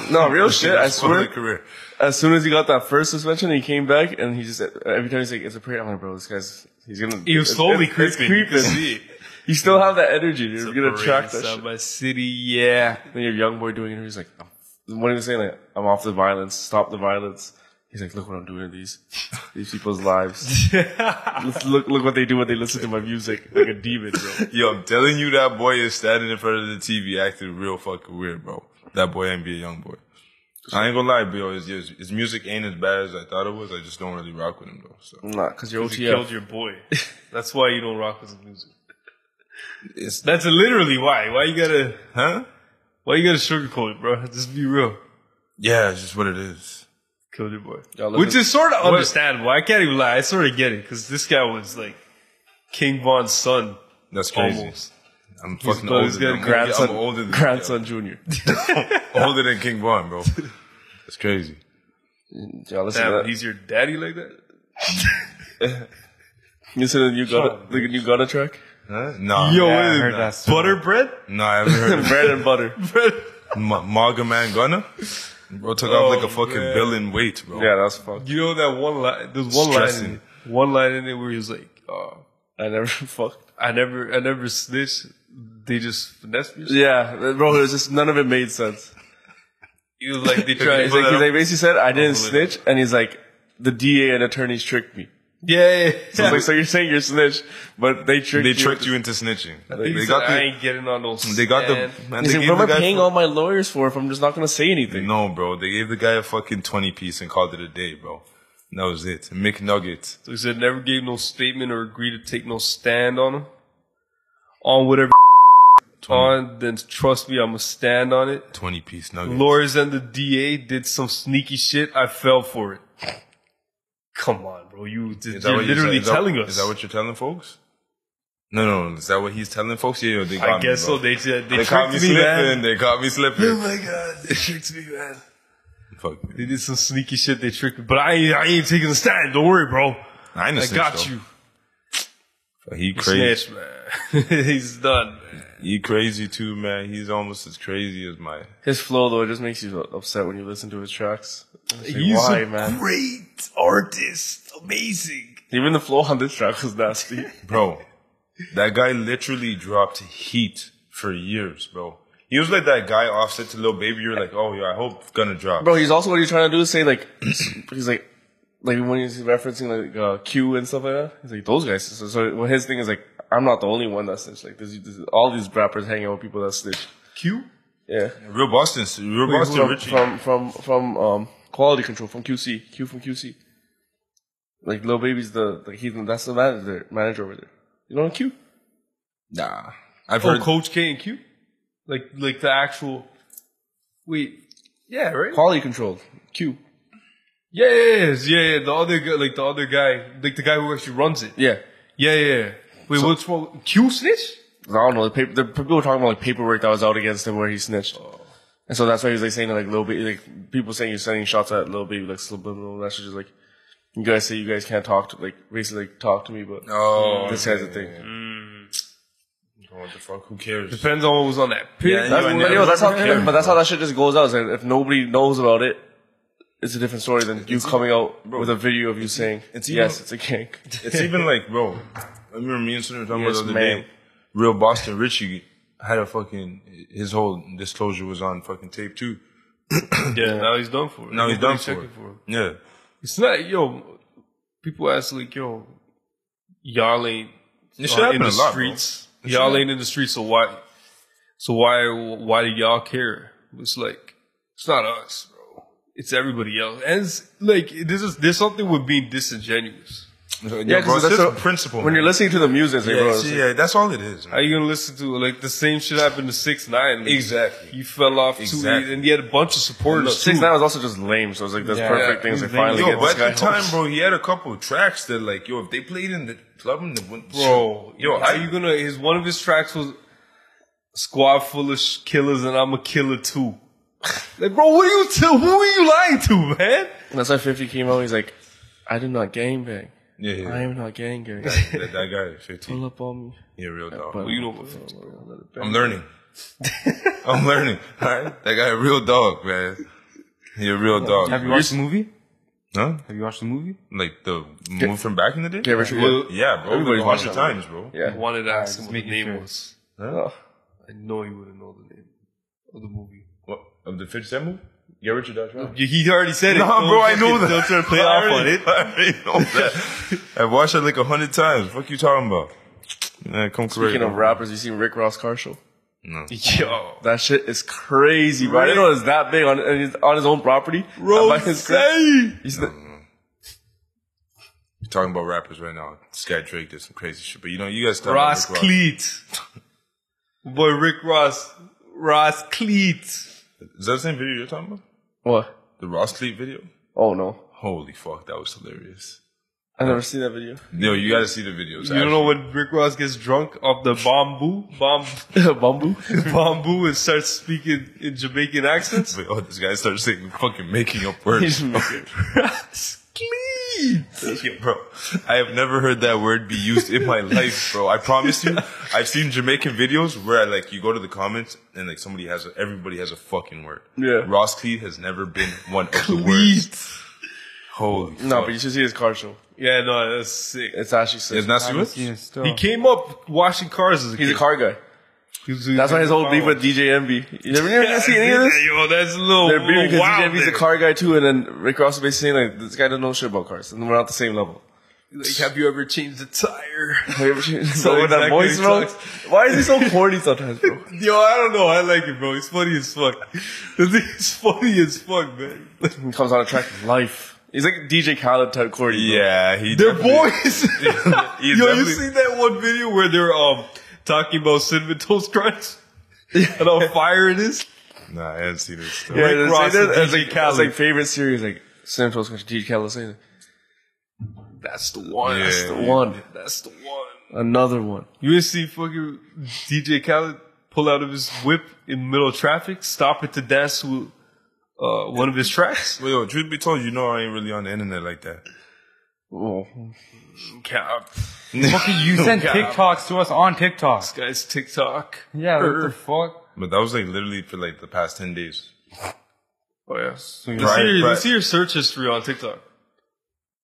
Speaker 3: No, real shit. I
Speaker 1: It'll spoil
Speaker 3: swear.
Speaker 1: their career.
Speaker 3: As soon as he got that first suspension, he came back and he just every time he's like, "It's a prayer." I'm like, "Bro, this guy's he's gonna."
Speaker 4: He was
Speaker 3: it's-
Speaker 4: slowly
Speaker 3: it's- it's
Speaker 4: creeping. You could
Speaker 3: creeping.
Speaker 4: see.
Speaker 3: You still have that energy. Dude. You're
Speaker 4: It's a
Speaker 3: gonna
Speaker 4: parade
Speaker 3: attract that.
Speaker 4: inside
Speaker 3: Shit.
Speaker 4: my city, yeah.
Speaker 3: Then your young boy doing it. He's like, I'm, "What are you saying? Like, I'm off the violence. Stop the violence." He's like, "Look what I'm doing to these these people's lives. Let's look look what they do when they listen to my music like a demon, bro."
Speaker 1: Yo, I'm telling you, that boy is standing in front of the TV acting real fucking weird, bro. That boy ain't be a young boy. I ain't gonna lie, bro. His, his, his music ain't as bad as I thought it was. I just don't really rock with him, though. So
Speaker 3: Nah, because you're
Speaker 4: You killed
Speaker 3: OTF.
Speaker 4: your boy. That's why you don't rock with the music.
Speaker 1: it's
Speaker 4: That's literally why. Why you gotta?
Speaker 1: huh?
Speaker 4: Why you gotta sugarcoat it, bro? Just be real.
Speaker 1: Yeah, it's just what it is.
Speaker 4: Killed your boy.
Speaker 3: Y'all listen-
Speaker 4: Which is sort of understandable. I can't even lie. I sort of get it because this guy was like King Von's son,
Speaker 1: That's crazy.
Speaker 4: almost.
Speaker 1: I'm fucking
Speaker 4: but
Speaker 1: older.
Speaker 4: he's got
Speaker 1: Than,
Speaker 4: a
Speaker 1: grandson,
Speaker 3: grandson,
Speaker 1: I'm older than
Speaker 3: grandson junior.
Speaker 1: older than King Von, bro. That's crazy.
Speaker 3: Y'all listen to
Speaker 4: Damn,
Speaker 3: that.
Speaker 4: he's your daddy like that.
Speaker 3: Listen to the new Gunna, the new Gunna track.
Speaker 1: Huh? Nah,
Speaker 4: Yo,
Speaker 2: Yeah, I
Speaker 4: what is
Speaker 2: heard
Speaker 4: that?
Speaker 2: that song.
Speaker 4: butter bread.
Speaker 1: nah, I haven't heard of
Speaker 3: Bread and butter.
Speaker 1: Ma- Maga Man Gunna. Bro took
Speaker 4: Oh,
Speaker 1: off like a fucking
Speaker 4: man.
Speaker 1: villain weight, bro.
Speaker 3: Yeah, that's fucked.
Speaker 4: You know that one line. There's one
Speaker 1: Stressing.
Speaker 4: line. In it, one line in it where he was like, uh,
Speaker 3: I never fucked.
Speaker 4: "I never, I never snitched. They just finessed me."
Speaker 3: Yeah, bro, it was just none of it made sense.
Speaker 4: He was like, "They tried."
Speaker 3: He's like, he's like, basically said, I didn't
Speaker 4: Unbelievable.
Speaker 3: snitch, and he's like, the DA and attorneys tricked me.
Speaker 4: yeah, yeah,
Speaker 3: So, I was like, so you're saying you're snitched, but they tricked
Speaker 1: They
Speaker 3: you.
Speaker 1: tricked you into snitching.
Speaker 4: He
Speaker 1: They
Speaker 4: said,
Speaker 1: got
Speaker 4: I
Speaker 1: the.
Speaker 4: ain't getting on those.
Speaker 1: They got the.
Speaker 4: stand."
Speaker 1: Man,
Speaker 3: He's
Speaker 1: they
Speaker 3: like,
Speaker 1: gave
Speaker 3: what am
Speaker 1: the
Speaker 3: I
Speaker 1: guy
Speaker 3: paying
Speaker 1: fu-
Speaker 3: all my lawyers for if I'm just not gonna say anything?
Speaker 1: No, bro. They gave the guy a fucking 20 piece and called it a day, bro. And that was it. McNugget.
Speaker 4: So he said, never gave no statement or agreed to take no stand on him. On whatever on, then trust me, I'ma stand on it.
Speaker 1: 20 piece nugget.
Speaker 4: Lawyers and the DA did some sneaky shit. I fell for it. Come on, bro. You,
Speaker 1: Is that
Speaker 4: you're
Speaker 1: what you-
Speaker 4: literally
Speaker 1: is that-
Speaker 4: telling us.
Speaker 1: Is that what you're telling folks? No, no, no. Is that what he's telling folks? Yeah, yo, they got
Speaker 4: I guess
Speaker 1: me, bro.
Speaker 4: so. They, said- they,
Speaker 1: They caught
Speaker 4: tricked
Speaker 1: me
Speaker 4: me,
Speaker 1: slipping.
Speaker 4: man.
Speaker 1: They caught me
Speaker 4: Oh
Speaker 1: slipping.
Speaker 4: my god, they tricked me, man.
Speaker 1: Fuck.
Speaker 4: They
Speaker 1: man.
Speaker 4: did some sneaky shit. They tricked me. But I ain't, I ain't taking a stand. Don't worry, bro.
Speaker 1: I, ain't a
Speaker 4: I
Speaker 1: snitch,
Speaker 4: got
Speaker 1: though.
Speaker 4: you.
Speaker 1: He crazy.
Speaker 4: Snitch, man. He's done, man.
Speaker 1: He crazy too, man. He's almost as crazy as my.
Speaker 3: His flow though, it just makes you upset when you listen to his tracks. It's like,
Speaker 4: He's
Speaker 3: why,
Speaker 4: a
Speaker 3: man?
Speaker 4: great artist, amazing.
Speaker 3: Even the flow on this track was nasty.
Speaker 1: Bro, That guy literally dropped heat for years, bro. He was like that guy offset to Lil Baby. You're like, oh yeah, I hope gonna drop.
Speaker 3: Bro, he's also what he's trying to do is say like he's like like when he's referencing like uh, Q and stuff like that. He's like those guys. So, so well, his thing is like I'm not the only one that snitched. Like this, this, all these rappers hang out with people that snitch.
Speaker 4: Q?
Speaker 3: Yeah,
Speaker 1: Real Boston, real Boston
Speaker 3: from,
Speaker 1: Richie.
Speaker 3: from from from um quality control from QC Q from QC. Like Lil Baby's the like he's that's the manager manager over there. You know Q?
Speaker 1: nah, I've
Speaker 4: Oh,
Speaker 1: heard.
Speaker 4: Coach K and Q? Like like the actual Wait. Yeah, right?
Speaker 3: Quality control Q.
Speaker 4: Yeah, yeah, yeah, yeah, yeah. The other guy, like the other guy, like the guy who actually runs it.
Speaker 3: Yeah,
Speaker 4: Yeah, yeah. yeah. Wait, what's wrong? Q snitch?
Speaker 3: I don't know. The paper, the people were talking about like paperwork that was out against him where he snitched, and so that's why he was like saying like little baby, like people saying you're sending shots at little baby, like subliminal. That's just like you guys say you guys can't talk to like basically like, talk to me, but
Speaker 1: oh,
Speaker 3: this guy's the thing.
Speaker 1: Oh, what the fuck? Who cares?
Speaker 4: Depends on what was on that pig.
Speaker 1: Yeah,
Speaker 3: That's,
Speaker 1: You
Speaker 3: but,
Speaker 1: and
Speaker 3: yo,
Speaker 1: them.
Speaker 3: that's how,
Speaker 1: Yeah.
Speaker 3: but that's how that shit just goes out. It's like, if nobody knows about it, it's a different story than you coming out with a video of you saying
Speaker 1: it's even-
Speaker 3: yes, it's a kink.
Speaker 1: It's even like, bro. I remember me and Sunil were talking
Speaker 3: Yes,
Speaker 1: about the other
Speaker 3: ma'am.
Speaker 1: day. Real Boston Richie had a fucking. His whole disclosure was on fucking tape too.
Speaker 4: Yeah, now he's done for.
Speaker 1: Now he's done
Speaker 4: Nobody's
Speaker 1: for.
Speaker 4: checking
Speaker 1: it. Yeah,
Speaker 4: It's not, yo, people ask like, yo, y'all ain't
Speaker 1: This
Speaker 4: uh,
Speaker 1: shit
Speaker 4: in
Speaker 1: happened
Speaker 4: the
Speaker 1: a lot, bro.
Speaker 4: streets. Y'all ain't in the streets, so why, so why, why do y'all care? It's like, it's not us, bro. It's everybody else. And it's like, this is, there's something with being disingenuous.
Speaker 1: yeah,
Speaker 3: 'cause
Speaker 1: bro. That's
Speaker 3: that's
Speaker 1: just
Speaker 3: a-
Speaker 1: principle.
Speaker 3: When you're
Speaker 1: man.
Speaker 3: listening to the music, it's like, bro,
Speaker 1: yeah,
Speaker 3: it's
Speaker 1: see,
Speaker 3: like-
Speaker 1: yeah, that's all it is. man.
Speaker 4: How you gonna listen to like the same shit happened to Six Nine? Like,
Speaker 1: Exactly.
Speaker 4: He fell off
Speaker 1: Exactly.
Speaker 4: too, and he had a bunch of supporters.
Speaker 3: Six
Speaker 4: too.
Speaker 3: Nine was also just lame, so it's like that's
Speaker 2: Yeah.
Speaker 3: perfect
Speaker 2: Yeah.
Speaker 3: things. Like
Speaker 2: He's lame.
Speaker 3: finally
Speaker 1: Yo,
Speaker 3: get this
Speaker 1: but
Speaker 3: guy
Speaker 1: at the time,
Speaker 3: home.
Speaker 1: bro, he had a couple of tracks that, like, yo, if they played in the club in the win-
Speaker 4: bro.
Speaker 1: yo,
Speaker 4: how
Speaker 1: I,
Speaker 4: you gonna? His one of his tracks was "Squad Full of sh- Killers" and "I'm a Killer Too." like, bro, what are you? T- who are you lying to, man?
Speaker 3: That's why 50 came out. He's like, I do not gangbang.
Speaker 1: yeah, yeah,
Speaker 3: I
Speaker 1: yeah.
Speaker 3: am not gangbang.
Speaker 1: that, that guy, fifteen,
Speaker 3: Pull up on me.
Speaker 1: yeah, real dog.
Speaker 3: But
Speaker 4: you know what?
Speaker 1: I'm learning. I'm learning. All right, that guy, a real dog, man. He a real dog.
Speaker 2: Have you watched the movie?
Speaker 1: Huh?
Speaker 2: Have you watched the movie?
Speaker 1: Like the move from back in the day?
Speaker 3: Get rich or
Speaker 1: yeah,
Speaker 3: die.
Speaker 1: yeah, bro.
Speaker 3: Everybody
Speaker 1: Everybody watch the
Speaker 3: watched
Speaker 1: times, bro.
Speaker 3: Yeah.
Speaker 4: I wanted to ask
Speaker 2: just
Speaker 4: him what the
Speaker 2: making
Speaker 4: name
Speaker 2: sure.
Speaker 4: was.
Speaker 3: Oh.
Speaker 4: I know he wouldn't know the name of the movie.
Speaker 1: What, of the 50 Cent move? Get rich or die trying.
Speaker 4: Yeah, He already said it.
Speaker 1: Nah,
Speaker 4: so
Speaker 1: bro, I know
Speaker 4: fucking
Speaker 1: that.
Speaker 4: Don't try to play
Speaker 1: I
Speaker 4: off on
Speaker 1: already-
Speaker 4: it.
Speaker 1: I already know that. I've watched it like a hundred times. What you talking about? Man, come
Speaker 3: Speaking
Speaker 1: correct.
Speaker 3: of rappers, you seen Rick Ross car show?
Speaker 1: No.
Speaker 4: Yo,
Speaker 3: That shit is crazy, bro. I didn't know it was that big on and it's on his own property.
Speaker 4: bro,
Speaker 3: By his crib.
Speaker 4: insane.
Speaker 3: He's the-
Speaker 1: We're talking about rappers right now. This guy Drake did some crazy shit, but you know, you guys talking about
Speaker 4: Ross
Speaker 1: Rick Ross.
Speaker 4: Cleat. Boy, Rick Ross. Ross Cleat.
Speaker 1: Is that the same video you're talking about?
Speaker 3: What?
Speaker 1: The Ross Cleat video?
Speaker 3: Oh no,
Speaker 1: Holy fuck, that was hilarious.
Speaker 3: I've never seen that video.
Speaker 1: Yo, you gotta see the videos.
Speaker 4: You don't know when Rick Ross gets drunk off the bamboo, bam,
Speaker 3: Bamboo.
Speaker 4: bamboo, and starts speaking in Jamaican accents.
Speaker 1: Wait, oh, this guy starts saying fucking making up words.
Speaker 4: Ross Cleat.
Speaker 1: Yo, bro, I have never heard that word be used in my life, bro. I promise you, I've seen Jamaican videos where like you go to the comments and like somebody has a, everybody has a fucking word.
Speaker 3: Yeah.
Speaker 1: Ross Cleat has never been one of the words. Holy
Speaker 3: no,
Speaker 1: fuck.
Speaker 3: but you should see his car show.
Speaker 4: Yeah, no, that's sick.
Speaker 3: It's actually sick.
Speaker 1: It's not
Speaker 2: I haven't seen it
Speaker 1: serious.
Speaker 2: still.
Speaker 4: He came up washing cars as a
Speaker 3: He's a
Speaker 4: kid.
Speaker 3: car guy.
Speaker 4: He was- he was
Speaker 3: That's why his whole
Speaker 4: car
Speaker 3: beef with
Speaker 4: wash.
Speaker 3: DJ Envy. You never, you never see any of this?
Speaker 4: Yo, that's a little,
Speaker 1: Oh,
Speaker 3: They're beefing
Speaker 4: little
Speaker 3: because
Speaker 4: wild.
Speaker 3: DJ Envy's a
Speaker 4: there.
Speaker 3: car guy too, and then Rick Ross is basically saying like, this guy doesn't know shit about cars, and we're not the same level.
Speaker 4: Like, have you ever changed a tire?
Speaker 3: so with
Speaker 4: exactly
Speaker 3: that voice,
Speaker 4: what
Speaker 3: bro.
Speaker 4: he
Speaker 3: Why is he so corny sometimes, bro?
Speaker 4: Yo, I don't know. I like it, bro. It's funny as fuck. The thing is funny as fuck, man.
Speaker 3: He comes on a track with life. He's like DJ Khaled type corny. bro.
Speaker 1: Yeah, he
Speaker 4: They're
Speaker 1: definitely-
Speaker 4: boys.
Speaker 1: Yo,
Speaker 4: Yo, you seen that one video where they're um talking about cinnamon toast crunch and how fire it is?
Speaker 1: Nah, I haven't seen this stuff.
Speaker 3: Yeah,
Speaker 4: Rick
Speaker 3: it's
Speaker 4: Ross
Speaker 3: like,
Speaker 4: and
Speaker 3: that's
Speaker 4: DJ
Speaker 3: like, that's
Speaker 4: Khaled.
Speaker 3: like favorite series, like Sam Toast Country, DJ Khaled saying it.
Speaker 4: That's the one.
Speaker 1: Yeah.
Speaker 4: That's the one.
Speaker 3: One,
Speaker 4: That's the one.
Speaker 3: another one.
Speaker 4: You didn't see fucking DJ Khaled pull out of his whip in the middle of traffic, stop it to dance to uh, one of his tracks?
Speaker 1: Well, yo, truth be told, you know I ain't really on the internet like that.
Speaker 3: Oh.
Speaker 4: Cap.
Speaker 1: Fucking
Speaker 2: You sent TikToks to us on TikTok.
Speaker 4: This guy's TikTok.
Speaker 2: Yeah, what the
Speaker 4: Er.
Speaker 2: fuck?
Speaker 1: But that was like literally for like the past ten days.
Speaker 3: Oh yes.
Speaker 2: So you're
Speaker 1: Right.
Speaker 4: Let's see, your,
Speaker 1: but-
Speaker 4: let's see your search history on TikTok.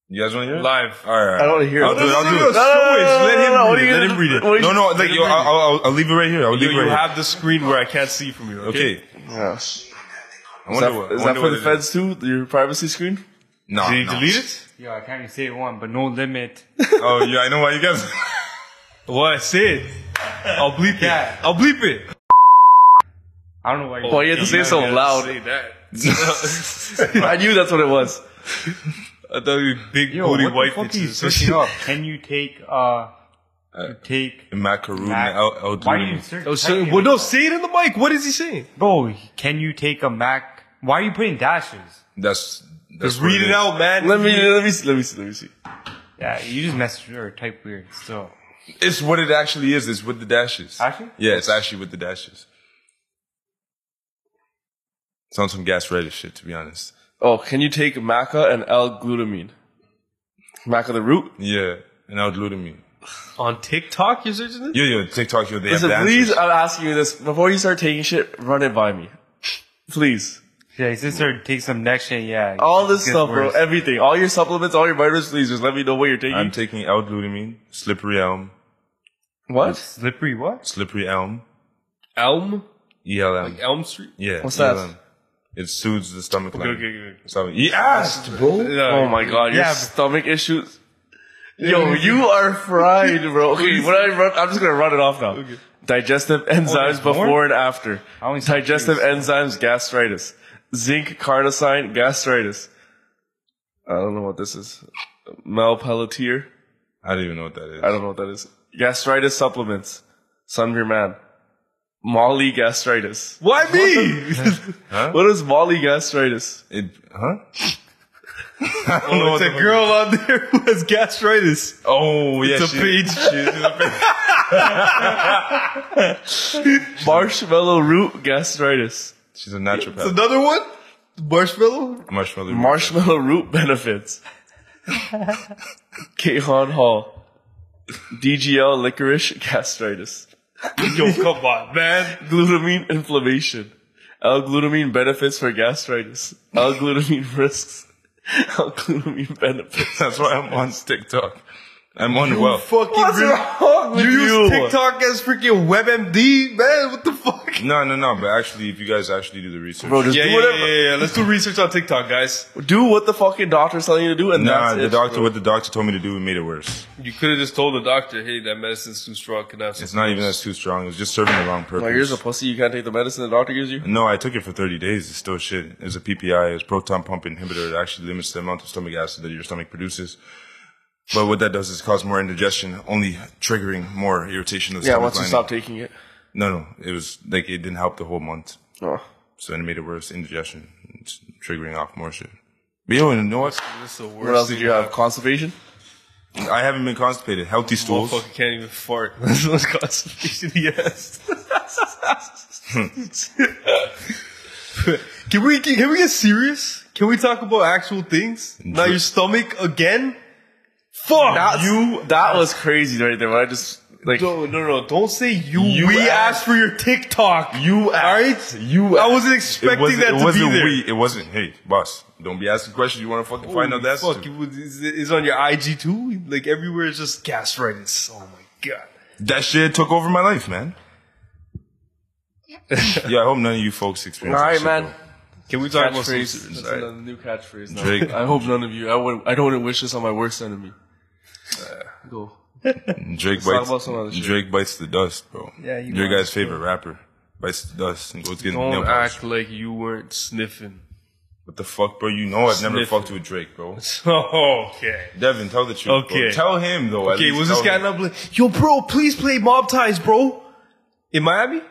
Speaker 1: You guys want to hear it?
Speaker 4: Live.
Speaker 1: All right.
Speaker 3: I don't wanna hear it.
Speaker 1: I'll do it. I'll do it.
Speaker 3: No, no, no, no,
Speaker 4: Let
Speaker 3: no,
Speaker 4: him
Speaker 3: no, what are
Speaker 4: read it.
Speaker 3: you
Speaker 4: Let
Speaker 3: gonna
Speaker 4: him
Speaker 3: do?
Speaker 4: read it.
Speaker 3: What are you-
Speaker 1: No, no, like, yo, I'll, I'll, I'll leave it right here. I'll
Speaker 4: You,
Speaker 1: leave it
Speaker 4: you
Speaker 1: right here.
Speaker 4: have the screen where I can't see from you. Okay.
Speaker 1: Okay.
Speaker 3: Yeah.
Speaker 1: I
Speaker 3: Is
Speaker 1: wonder
Speaker 3: that,
Speaker 1: what-
Speaker 3: is
Speaker 1: I
Speaker 3: that
Speaker 1: wonder
Speaker 3: for
Speaker 1: what
Speaker 3: the
Speaker 1: it
Speaker 3: feds too? Your privacy screen?
Speaker 1: No.
Speaker 4: Did he
Speaker 1: no.
Speaker 4: delete it?
Speaker 2: Yo, I can't even say one, but no limit.
Speaker 1: Oh, yeah, I know why you guys.
Speaker 4: What? Say it. I'll bleep
Speaker 2: Yeah.
Speaker 4: it. I'll bleep it.
Speaker 2: I don't know why.
Speaker 3: Oh, you had to say it so
Speaker 4: Yeah,
Speaker 3: loud.
Speaker 4: Say that.
Speaker 3: I knew that's what it was.
Speaker 4: I thought you big
Speaker 2: Yo,
Speaker 4: booty
Speaker 2: what
Speaker 4: white
Speaker 2: the fuck are you
Speaker 4: bitches.
Speaker 2: searching up? Can you take uh, you take?
Speaker 1: Macaroon.
Speaker 2: Mac-
Speaker 1: I'll, I'll
Speaker 2: why are you searching?
Speaker 4: Oh, so, well, no, say it in the mic. What is he saying?
Speaker 2: bro. Can you take a Mac? Why are you putting dashes?
Speaker 1: That's, that's
Speaker 4: Just
Speaker 1: what
Speaker 4: read it
Speaker 1: is.
Speaker 4: out, man.
Speaker 3: Let me let me see let me see let me see.
Speaker 2: Yeah, you just messed or type weird. So
Speaker 1: It's what it actually is. It's with the dashes.
Speaker 2: Actually?
Speaker 1: Yeah, it's actually with the dashes. It's on some gas reddish shit, to be honest.
Speaker 3: Oh, can you take maca and L-glutamine? Maca the root.
Speaker 1: Yeah, and I'll glutamine. me.
Speaker 4: On TikTok, you're searching this?
Speaker 1: Yo, yo, TikTok, yo, they
Speaker 3: Listen,
Speaker 1: have the
Speaker 3: please,
Speaker 1: answers.
Speaker 3: I'm asking you this before you start taking shit. Run it by me, please.
Speaker 2: yeah, his sister take some next shit. Yeah,
Speaker 3: All
Speaker 2: it
Speaker 3: this
Speaker 2: gets
Speaker 3: stuff, bro.
Speaker 2: worse.
Speaker 3: Everything. All your supplements, all your vitamins. Please, just let me know what you're taking.
Speaker 1: I'm taking L glutamine, slippery elm,
Speaker 3: what?
Speaker 2: Slippery what?
Speaker 1: slippery elm,
Speaker 4: Elm?
Speaker 1: ELM.
Speaker 4: Like Elm Street?
Speaker 1: yeah,
Speaker 3: What's that?
Speaker 1: ELM. It soothes the stomach
Speaker 4: Okay,
Speaker 1: lining.
Speaker 4: okay, okay.
Speaker 1: So you asked, bro.
Speaker 3: Oh my god, your
Speaker 2: Yeah, but-
Speaker 3: stomach issues. Yo, you are fried, bro. Okay, when I run, I'm just gonna run it off now. Digestive enzymes
Speaker 2: Oh, there's more?
Speaker 3: before and after.
Speaker 2: I only saw
Speaker 3: Digestive
Speaker 2: trees.
Speaker 3: enzymes, gastritis. Zinc, carnosine, gastritis. I don't know what this is. Malpelletier.
Speaker 1: I don't even know what that is.
Speaker 3: I don't know what that is. Gastritis supplements. Son of your man. Molly gastritis.
Speaker 4: Why me?
Speaker 3: What is Molly gastritis?
Speaker 1: It, huh?
Speaker 4: I don't know. It's a girl out there who has gastritis.
Speaker 1: Oh, yeah,
Speaker 4: It's a
Speaker 1: she-
Speaker 4: page.
Speaker 3: Marshmallow root gastritis.
Speaker 1: she's a naturopath.
Speaker 4: Another one? Marshmallow?
Speaker 1: Marshmallow.
Speaker 3: Marshmallow root benefits. Kahan Hall. DGL licorice gastritis.
Speaker 4: Yo, come on, man.
Speaker 3: Glutamine inflammation. L-glutamine benefits for gastritis. L-glutamine risks. L-glutamine benefits.
Speaker 1: That's why I'm on TikTok. I'm on
Speaker 4: You
Speaker 1: well.
Speaker 4: fucking really-
Speaker 3: wrong
Speaker 4: you use TikTok as freaking WebMD, man. What the fuck?
Speaker 1: No, no, no. But actually, if you guys actually do the research,
Speaker 3: Bro, just
Speaker 4: Yeah,
Speaker 3: do
Speaker 4: yeah,
Speaker 3: whatever.
Speaker 4: yeah, yeah, yeah. Let's do research on TikTok, guys.
Speaker 3: Do what the fucking doctor's telling you to do, and
Speaker 1: nah,
Speaker 3: that's
Speaker 1: the
Speaker 3: it.
Speaker 1: doctor, what the doctor told me to do, made it worse.
Speaker 4: You could have just told the doctor, "Hey, that medicine's too strong. Can I have some?"
Speaker 1: It's not even that's too strong. It was just serving the wrong purpose.
Speaker 3: Like, Oh, you're just a pussy. You can't take the medicine the doctor gives you.
Speaker 1: no, I took it for 30 days. It's still shit. It's a PPI. It's proton pump inhibitor. It actually limits the amount of stomach acid that your stomach produces. But what that does is cause more indigestion, only triggering more irritation of the
Speaker 3: Yeah,
Speaker 1: stomach
Speaker 3: once you
Speaker 1: lining.
Speaker 3: stop taking it.
Speaker 1: No, no. It was like it didn't help the whole month.
Speaker 3: Oh.
Speaker 1: So then it made it worse. Indigestion, it's triggering off more shit. But yo, you know what?
Speaker 4: This is the
Speaker 3: What else
Speaker 4: worst.
Speaker 3: did you have? Constipation?
Speaker 1: I haven't been constipated. Healthy stools.
Speaker 4: Motherfucker can't even fart. That's the most constipation he has. Hmm. can we can, can we get serious? Can we talk about actual things? Not your stomach again? Fuck
Speaker 3: That's,
Speaker 4: you.
Speaker 3: you. That was crazy right there. When I just like
Speaker 4: No, no, no! Don't say you.
Speaker 1: You
Speaker 4: we asked,
Speaker 1: asked
Speaker 4: for your TikTok.
Speaker 1: You
Speaker 4: asked.
Speaker 1: All right? You
Speaker 4: I wasn't expecting that to
Speaker 1: it wasn't
Speaker 4: be there.
Speaker 1: we. It wasn't. Hey, boss, don't be asking questions. You want to fucking find out
Speaker 4: Holy
Speaker 1: that
Speaker 4: fuck, it
Speaker 1: stuff.
Speaker 4: was, is, is on your IG too? Like everywhere is just gastritis. Oh my god.
Speaker 1: That shit took over my life, man. yeah, I hope none of you folks
Speaker 3: All
Speaker 1: experience. that
Speaker 3: right,
Speaker 1: shit,
Speaker 3: man.
Speaker 4: Can we talk about some
Speaker 3: Catchphrase.
Speaker 4: serious?
Speaker 3: That's
Speaker 4: all right.
Speaker 3: another new catchphrase. Now.
Speaker 1: Drake.
Speaker 3: I hope none of you. I would. I don't want to wish this on my worst enemy. Uh, Go.
Speaker 1: bro. Drake
Speaker 3: talk
Speaker 1: bites.
Speaker 3: about some other shit.
Speaker 1: Drake bites the dust, bro.
Speaker 2: Yeah, you
Speaker 1: your
Speaker 2: might
Speaker 1: guy's favorite rapper bites the dust and goes get nail
Speaker 4: Don't
Speaker 1: polish.
Speaker 4: act like you weren't sniffing.
Speaker 1: What the fuck, bro? You know I've never
Speaker 4: Sniff
Speaker 1: fucked with Drake, bro.
Speaker 4: okay.
Speaker 1: Devin, tell the truth. bro.
Speaker 4: Okay.
Speaker 1: Tell him though. at
Speaker 4: Okay,
Speaker 1: least
Speaker 4: was this
Speaker 1: tell
Speaker 4: guy
Speaker 1: him.
Speaker 4: not bla- Yo, bro, please play Mob Ties, bro. In Miami? Ah,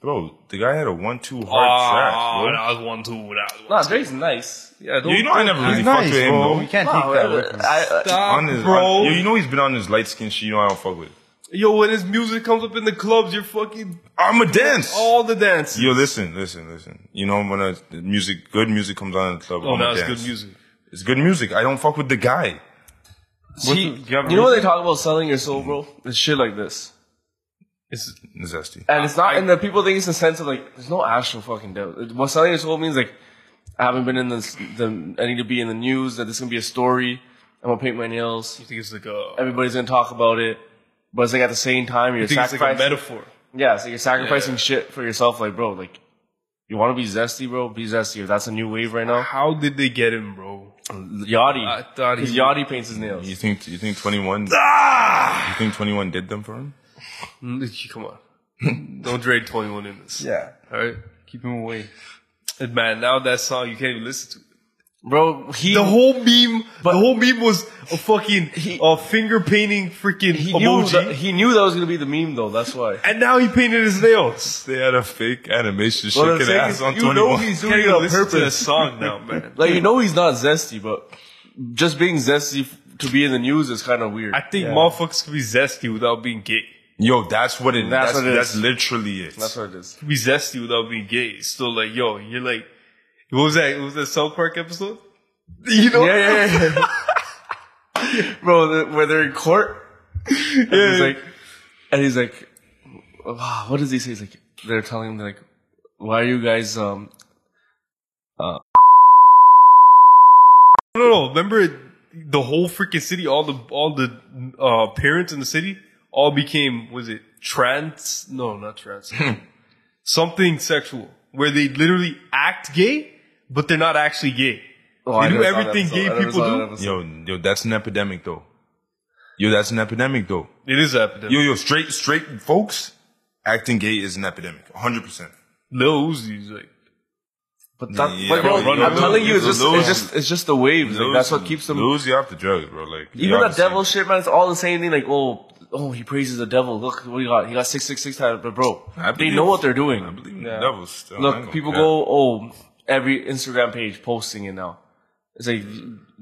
Speaker 1: Bro, the guy had a one-two hard track, bro.
Speaker 4: was one too. That
Speaker 3: Nah, Drake's Ah, nice. Yeah. Don't,
Speaker 1: You know I never really
Speaker 2: He's
Speaker 1: fucked
Speaker 2: nice,
Speaker 1: with him,
Speaker 2: bro.
Speaker 1: bro.
Speaker 2: You can't
Speaker 3: Nah,
Speaker 2: take that. away
Speaker 3: whatever.
Speaker 2: from him.
Speaker 3: I- I-
Speaker 1: on his,
Speaker 4: bro.
Speaker 1: on- yo, you know he's been on his light skin shit. You know I don't fuck with.
Speaker 4: Yo, when his music comes up in the clubs, you're fucking
Speaker 1: I'm a dance.
Speaker 4: all the dance.
Speaker 1: Yo, listen, listen, listen. You know when a the music, good music comes on in the club.
Speaker 4: oh,
Speaker 1: I'm a
Speaker 4: now it's
Speaker 1: dance.
Speaker 4: good music.
Speaker 1: It's good music. I don't fuck with the guy.
Speaker 3: See,
Speaker 2: What the- you have a
Speaker 3: you know when they
Speaker 2: reason?
Speaker 3: talk about selling your soul, bro? It's shit like this.
Speaker 4: It's
Speaker 1: Zesty.
Speaker 3: And it's not,
Speaker 4: I-
Speaker 3: and the people think it's the sense of like, there's no actual fucking doubt. It- What selling your soul means like, I haven't been in this, the, I need to be in the news, that this is gonna be a story. I'm gonna paint my nails.
Speaker 4: You think it's like a?
Speaker 3: Everybody's gonna talk about it, but it's like at the same time you're
Speaker 4: You think it's like a
Speaker 3: sacrificing.
Speaker 4: metaphor?
Speaker 3: yeah, so you're sacrificing
Speaker 4: Yeah.
Speaker 3: shit for yourself. Like, bro, like you want to be zesty, bro. Be zesty. If that's a new wave right now,
Speaker 4: How did they get him, bro?
Speaker 3: Yachty.
Speaker 4: I thought he
Speaker 3: Because Yachty paints his nails.
Speaker 1: You think you think twenty one? You think twenty one did them for him?
Speaker 4: Mm, Come on, don't drag Twenty One in this.
Speaker 3: Yeah,
Speaker 4: All right,
Speaker 2: Keep him away.
Speaker 4: and man, now that song you can't even listen to. it.
Speaker 3: bro. He
Speaker 4: The whole meme, the whole meme was a fucking uh, finger painting freaking
Speaker 3: he knew
Speaker 4: emoji,
Speaker 3: that, he knew that was gonna be the meme though. That's why.
Speaker 4: and now he painted his nails.
Speaker 1: They had a fake animation
Speaker 3: Well, the
Speaker 1: shaking
Speaker 3: thing
Speaker 1: ass
Speaker 3: is,
Speaker 1: on
Speaker 3: you
Speaker 1: twenty
Speaker 3: know
Speaker 1: one.
Speaker 3: he's
Speaker 4: Can't
Speaker 3: doing it
Speaker 4: even
Speaker 3: on
Speaker 4: listen to the
Speaker 3: purpose.
Speaker 4: song now, man.
Speaker 3: Like you know he's not zesty, but just being zesty f- to be in the news is kind of weird.
Speaker 4: I think motherfuckers can be zesty without being gay.
Speaker 1: Yo, that's what it. That's
Speaker 3: That's
Speaker 1: that's,
Speaker 3: what it is.
Speaker 1: literally it.
Speaker 3: That's what it is.
Speaker 4: Can be zesty without being gay. It's still like, yo, you're like, what was that? What was that South Park episode? You know,
Speaker 3: Yeah, yeah, yeah. Bro, the, where they're in court, and he's like, and he's like, wow, what does he say? He's like, they're telling him they're like, why are you guys um
Speaker 4: no, no. Remember it- the whole freaking city, all the all the uh, parents in the city all became was it trans? No, not trans. Something sexual where they literally act gay, but they're not actually gay.
Speaker 3: oh,
Speaker 4: They
Speaker 3: I
Speaker 4: do
Speaker 3: never saw that
Speaker 4: everything
Speaker 3: episode.
Speaker 4: gay
Speaker 3: I never
Speaker 4: people
Speaker 3: saw that
Speaker 4: do.
Speaker 3: episode.
Speaker 1: Yo, yo, that's an epidemic though. Yo, that's an epidemic though.
Speaker 4: It is an epidemic.
Speaker 1: Yo, yo, straight, straight folks, acting gay is an epidemic. 100. percent
Speaker 4: Lil Uzi's like,
Speaker 3: But that,
Speaker 1: Yeah,
Speaker 3: but bro,
Speaker 1: bro,
Speaker 3: I'm
Speaker 1: you
Speaker 3: telling you, it's
Speaker 1: lose-
Speaker 3: just, it's just, it's just the waves. Like, that's what keeps them.
Speaker 1: Lose you off the drugs, bro. Like you
Speaker 3: Even
Speaker 1: off
Speaker 3: that
Speaker 1: the
Speaker 3: devil
Speaker 1: scene.
Speaker 3: shit, man. It's all the same thing. Like, oh, oh, he praises the devil. Look what he got. He got six six six times. But bro,
Speaker 1: I
Speaker 3: they
Speaker 1: believe-
Speaker 3: know what they're doing.
Speaker 1: I believe in the devils. Still. I ain't
Speaker 3: Look,
Speaker 1: gonna
Speaker 3: people
Speaker 1: care.
Speaker 3: go, oh, every Instagram page posting it now. It's like,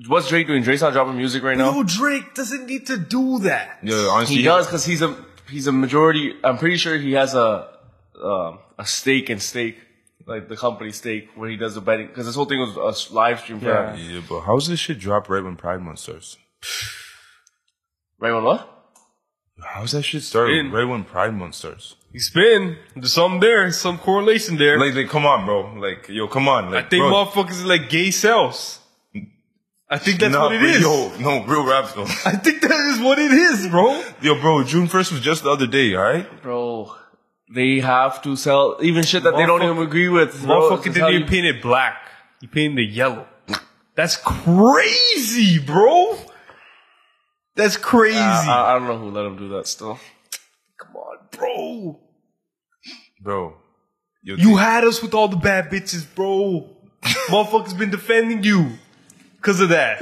Speaker 3: what's Drake doing? Drake's not dropping music right now.
Speaker 4: no, Drake doesn't need to do that.
Speaker 1: Yo, honestly,
Speaker 3: He does because he's a he's a majority. I'm pretty sure he has a um, a stake in stake, like the company stake where he does the betting. Because this whole thing was a s- live stream. For
Speaker 2: Yeah.
Speaker 1: Yeah, but how's this shit drop right when Pride Month starts?
Speaker 3: Right on what?
Speaker 1: How's that shit start
Speaker 4: In-
Speaker 1: right when Pride Month starts?
Speaker 4: He's been there's some there, some correlation there.
Speaker 1: Like, like, come on, bro. Like, yo, come on. Like,
Speaker 4: I think
Speaker 1: bro,
Speaker 4: motherfuckers are like gay cells. I think that's
Speaker 1: nah,
Speaker 4: what it
Speaker 1: but
Speaker 4: is.
Speaker 1: Yo, no, real rap though.
Speaker 4: I think that is what it is, bro.
Speaker 1: yo, bro, June first was just the other day. All right.
Speaker 3: Bro, they have to sell even shit that they don't
Speaker 4: Motherfuck-
Speaker 3: even agree with. Bro,
Speaker 4: Motherfucker
Speaker 3: It's
Speaker 4: didn't
Speaker 3: how
Speaker 4: even
Speaker 3: you-
Speaker 4: paint it black. He painted it yellow. That's crazy, bro. That's crazy.
Speaker 3: I,
Speaker 1: Uh,
Speaker 3: I- I don't know who let them do that still.
Speaker 4: Come on, bro.
Speaker 1: bro. Yo,
Speaker 4: You had us with all the bad bitches, bro. Motherfucker's been defending you because of that.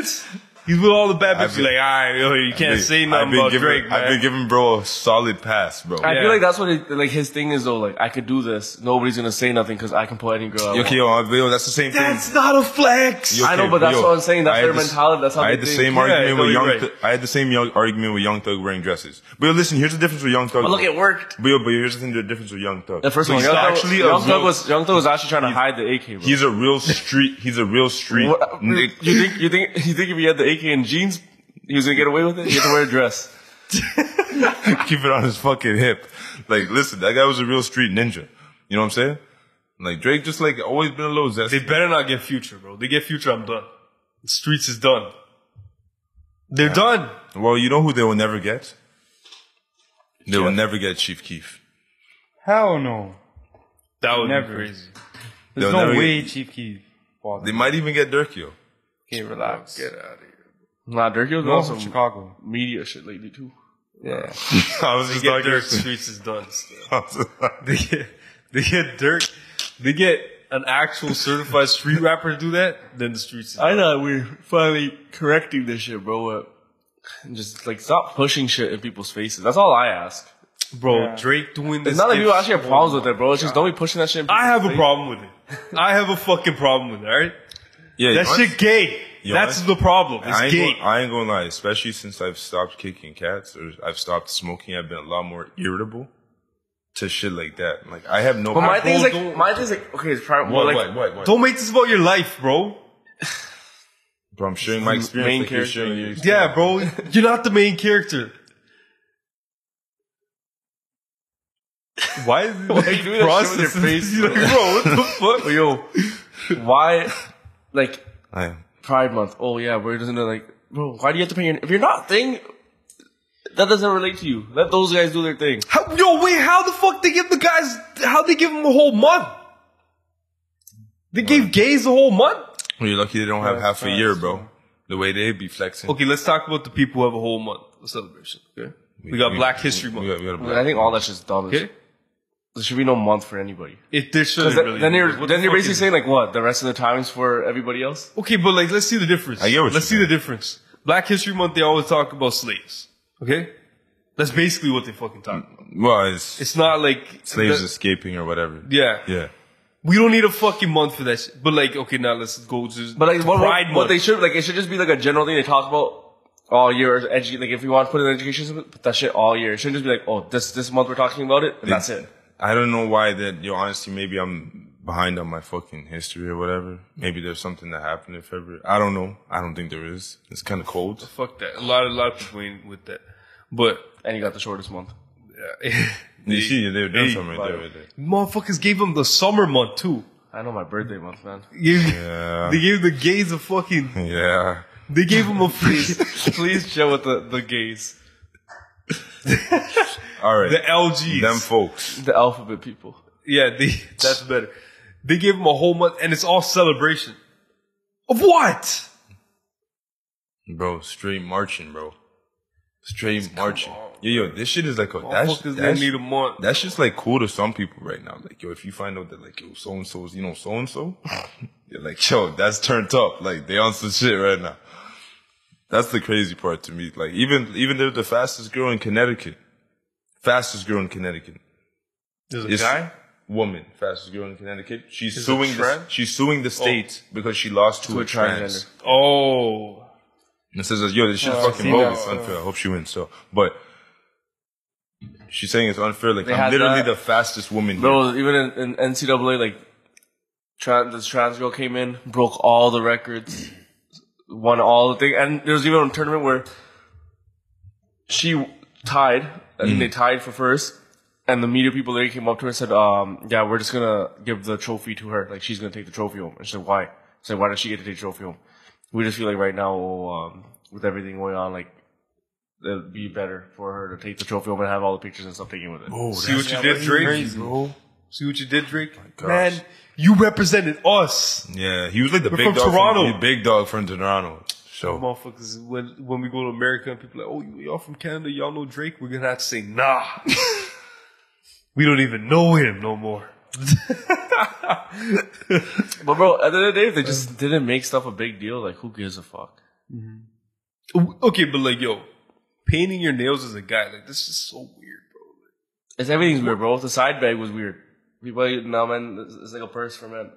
Speaker 4: He's with all the bad
Speaker 1: I've
Speaker 4: bitches.
Speaker 1: been-
Speaker 4: like, all right, yo, you can't say nothing about
Speaker 1: giving,
Speaker 4: Drake, man.
Speaker 1: I've been giving bro a solid pass, bro.
Speaker 3: I
Speaker 4: Yeah.
Speaker 3: feel like that's what it, like his thing is though. Like I could do this, nobody's gonna say nothing because I can pull any girl. I,
Speaker 1: okay,
Speaker 3: want.
Speaker 1: yo, uh, yo, that's the same
Speaker 4: That's
Speaker 1: thing.
Speaker 4: not a flex.
Speaker 1: Yo,
Speaker 3: I know,
Speaker 1: okay,
Speaker 3: but that's
Speaker 1: yo,
Speaker 3: what I'm saying.
Speaker 1: I
Speaker 3: That's
Speaker 1: had
Speaker 3: their
Speaker 1: the s-
Speaker 3: mentality. That's how
Speaker 1: I
Speaker 3: they
Speaker 1: had the
Speaker 3: think.
Speaker 1: same
Speaker 4: Yeah,
Speaker 1: argument
Speaker 4: no,
Speaker 1: with
Speaker 4: you're
Speaker 1: young.
Speaker 4: right.
Speaker 1: Thug- I had the same young argument with Young Thug wearing dresses. But yo, listen, here's the difference with Young Thug.
Speaker 3: But look,
Speaker 1: though.
Speaker 3: it worked.
Speaker 1: But yo, but here's the thing: the difference with Young Thug.
Speaker 3: The first
Speaker 1: So
Speaker 3: one,
Speaker 1: he's
Speaker 3: Young, Thug-
Speaker 1: actually a
Speaker 3: Young Thug
Speaker 1: real-
Speaker 3: was Young Thug was actually trying to hide the AK. Bro.
Speaker 1: He's a real street. He's a real street.
Speaker 3: What- you
Speaker 1: Nick.
Speaker 3: think you think you think if he had the AK in jeans, he was gonna get away with it? He had to wear a dress.
Speaker 1: keep it on his fucking hip. Like, listen, that guy was a real street ninja. You know what I'm saying? Like Drake, just like always been a little
Speaker 4: They
Speaker 1: zesty.
Speaker 4: better not get future, bro. They get future, I'm done. The streets is done. They're done.
Speaker 1: Well, you know who they will never get? They will never get Chief Keef.
Speaker 2: Hell no.
Speaker 4: That would
Speaker 2: Never.
Speaker 4: be crazy.
Speaker 1: They'll
Speaker 2: There's no
Speaker 1: never
Speaker 2: way Chief Keef. bought
Speaker 1: They
Speaker 2: them.
Speaker 1: might even get Durkio.
Speaker 2: Okay, relax.
Speaker 4: Get out of here.
Speaker 3: Nah, Drake was
Speaker 2: Go
Speaker 3: also
Speaker 2: from Chicago.
Speaker 3: media shit lately too.
Speaker 2: Yeah.
Speaker 1: I was
Speaker 4: They
Speaker 1: just
Speaker 4: get
Speaker 1: talking.
Speaker 4: Dirk. Streets is done. Still.
Speaker 1: I was just like-
Speaker 4: They get they get Dirk. They get an actual certified street rapper to do that. Then the streets. Is
Speaker 3: I
Speaker 4: done.
Speaker 3: thought we are finally correcting this shit, bro. Uh, Just like stop pushing shit in people's faces. That's all I ask.
Speaker 4: bro.
Speaker 2: Yeah.
Speaker 4: Drake doing this.
Speaker 3: It's not that
Speaker 4: is-
Speaker 3: people actually have problems with it, bro. It's just don't be pushing that shit. In
Speaker 4: I
Speaker 3: people's
Speaker 4: have a
Speaker 3: face.
Speaker 4: problem with it. I have a fucking problem with it. All right.
Speaker 1: yeah, you
Speaker 4: That
Speaker 1: know
Speaker 4: shit gay.
Speaker 1: You
Speaker 4: That's
Speaker 1: know
Speaker 4: the problem.
Speaker 1: I
Speaker 4: It's
Speaker 1: ain't,
Speaker 4: gay.
Speaker 1: gonna, I ain't gonna lie, especially since I've stopped kicking cats or I've stopped smoking, I've been a lot more irritable to shit like that. Like I have no.
Speaker 3: But my thing is
Speaker 4: Don't-
Speaker 3: like my thing is like okay, it's probably well,
Speaker 1: what,
Speaker 3: like
Speaker 1: what, what, what?
Speaker 4: Don't make this about your life, bro.
Speaker 1: Bro, I'm sharing my experience.
Speaker 3: main
Speaker 1: like you're
Speaker 3: character.
Speaker 1: sharing your experience.
Speaker 4: Yeah, bro. You're not the main character. Why is it
Speaker 3: are you
Speaker 4: like
Speaker 3: doing that shit with your
Speaker 4: processing-
Speaker 3: face,
Speaker 4: You're like, bro, what the fuck? Yo,
Speaker 3: why like
Speaker 1: I am.
Speaker 3: Pride Month? Oh yeah, we're just gonna like bro, why do you have to pay your if you're not a thing? That doesn't relate to you. Let those guys do their thing.
Speaker 4: How, yo, wait, how the fuck they give the guys, how they give them a whole month? They gave gays a whole month?
Speaker 1: Well, you're lucky they don't have half a year, bro. The way they be flexing.
Speaker 4: Okay, let's talk about the people who have a whole month of celebration. Okay? We got Black History
Speaker 1: We got,
Speaker 4: Month.
Speaker 1: we got a
Speaker 3: I
Speaker 1: black.
Speaker 3: think all that's just dumb.
Speaker 4: Okay?
Speaker 3: There should be no month for anybody.
Speaker 4: It, there should
Speaker 3: Because
Speaker 4: really
Speaker 3: then
Speaker 4: be.
Speaker 3: you're
Speaker 4: What the
Speaker 3: then you're
Speaker 4: fuck
Speaker 3: basically
Speaker 4: is-
Speaker 3: saying like what the rest of the times for everybody else.
Speaker 4: Okay, but like, let's see the difference.
Speaker 1: I get what
Speaker 4: let's see
Speaker 1: you're
Speaker 4: the difference. Black History Month, they always talk about slaves. Okay? That's basically what they fucking talk about.
Speaker 1: Well, it's,
Speaker 4: It's not like
Speaker 1: Mm. slaves
Speaker 4: the-
Speaker 1: escaping or whatever.
Speaker 4: yeah.
Speaker 1: Yeah.
Speaker 4: We don't need a fucking month for that shit. But like, okay, now let's go to
Speaker 3: But like what,
Speaker 4: Pride
Speaker 3: what,
Speaker 4: Month.
Speaker 3: they should like it should just be like a general thing they talk about all year. Edu- like if you want to put it in education, system, put that shit all year. It shouldn't just be like oh this this month we're talking about it and that's it.
Speaker 1: I don't know why that, you know, honestly, maybe I'm behind on my fucking history or whatever. Maybe there's something that happened in February. I don't know. I don't think there is. It's kind of cold.
Speaker 4: Fuck that. A lot, a lot of people ain't with that. But
Speaker 3: And you got the shortest month.
Speaker 4: yeah.
Speaker 1: You see, they're doing
Speaker 4: Hey,
Speaker 1: something right there, right there.
Speaker 4: motherfuckers gave them the summer month too.
Speaker 3: I know my birthday month, man.
Speaker 1: Yeah.
Speaker 4: They gave the gays a fucking.
Speaker 1: Yeah.
Speaker 4: They gave them a freaking
Speaker 3: Please chill with the the gays,
Speaker 1: All right.
Speaker 4: the LGs.
Speaker 1: Them folks.
Speaker 3: the alphabet people.
Speaker 4: yeah, they, that's better. They gave them a whole month, and it's all celebration of what?
Speaker 1: Bro, straight marching, bro. Straight marching. Yo, yo, this shit is like a, that's,
Speaker 4: Motherfuckers didn't
Speaker 1: that's,
Speaker 4: need a month.
Speaker 1: that's just like cool to some people right now. Like, yo, if you find out that like, yo, so and so's, you know, so and so, you're like, yo, that's turned up. Like, they on some shit right now. That's the crazy part to me. Like, even, even they're the fastest girl in Connecticut. Fastest girl in Connecticut.
Speaker 4: There's a
Speaker 1: It's-
Speaker 4: guy.
Speaker 1: Woman, fastest girl in Connecticut. She's
Speaker 4: Is it Oh.
Speaker 1: suing the,
Speaker 4: trans?
Speaker 1: she's suing the state because she lost to, a, trans.
Speaker 4: Oh,
Speaker 1: And it says, yo, this shit's
Speaker 3: Oh,
Speaker 2: I've
Speaker 1: fucking
Speaker 2: seen
Speaker 1: bogus.
Speaker 2: that.
Speaker 1: unfair. I hope she wins. So, but she's saying it's unfair. Like,
Speaker 3: They
Speaker 1: I'm
Speaker 3: had
Speaker 1: literally
Speaker 3: that.
Speaker 1: the fastest woman. here.
Speaker 3: Bro, even in, in NCAA, like trans, this trans girl came in, broke all the records, won all the thing, and there was even a tournament where she tied. I think they tied for first, and the media people later came up to her and said, um, "Yeah, we're just gonna give the trophy to her. Like she's gonna take the trophy home." And she said, "Why?" I said, "Why does she get to take the trophy home?" We just feel like right now, oh, um, with everything going on, like. It'd be better for her to take the trophy home and have all the pictures and stuff taken with it.
Speaker 4: see what you did,
Speaker 2: that's
Speaker 4: Drake.
Speaker 2: crazy.
Speaker 4: Bro. See what you did, Drake.
Speaker 1: gosh.
Speaker 4: Man, you represented us.
Speaker 1: Yeah, he was like the
Speaker 4: We're
Speaker 1: big
Speaker 4: from
Speaker 1: dog.
Speaker 4: Toronto.
Speaker 1: From, the big dog from Toronto. So
Speaker 4: motherfuckers when when we go to America and people are like, oh, you- y'all from Canada, y'all know Drake. We're gonna have to say, nah, we don't even know him no more.
Speaker 3: But bro, at the end of the day, if they
Speaker 1: Um,
Speaker 3: just didn't make stuff a big deal, like who gives a fuck?
Speaker 4: okay, but like, yo, painting your nails as a guy, like, this is so weird, bro.
Speaker 3: It's everything's weird, bro. The side bag was weird. People now, man, it's- it's like a purse for men.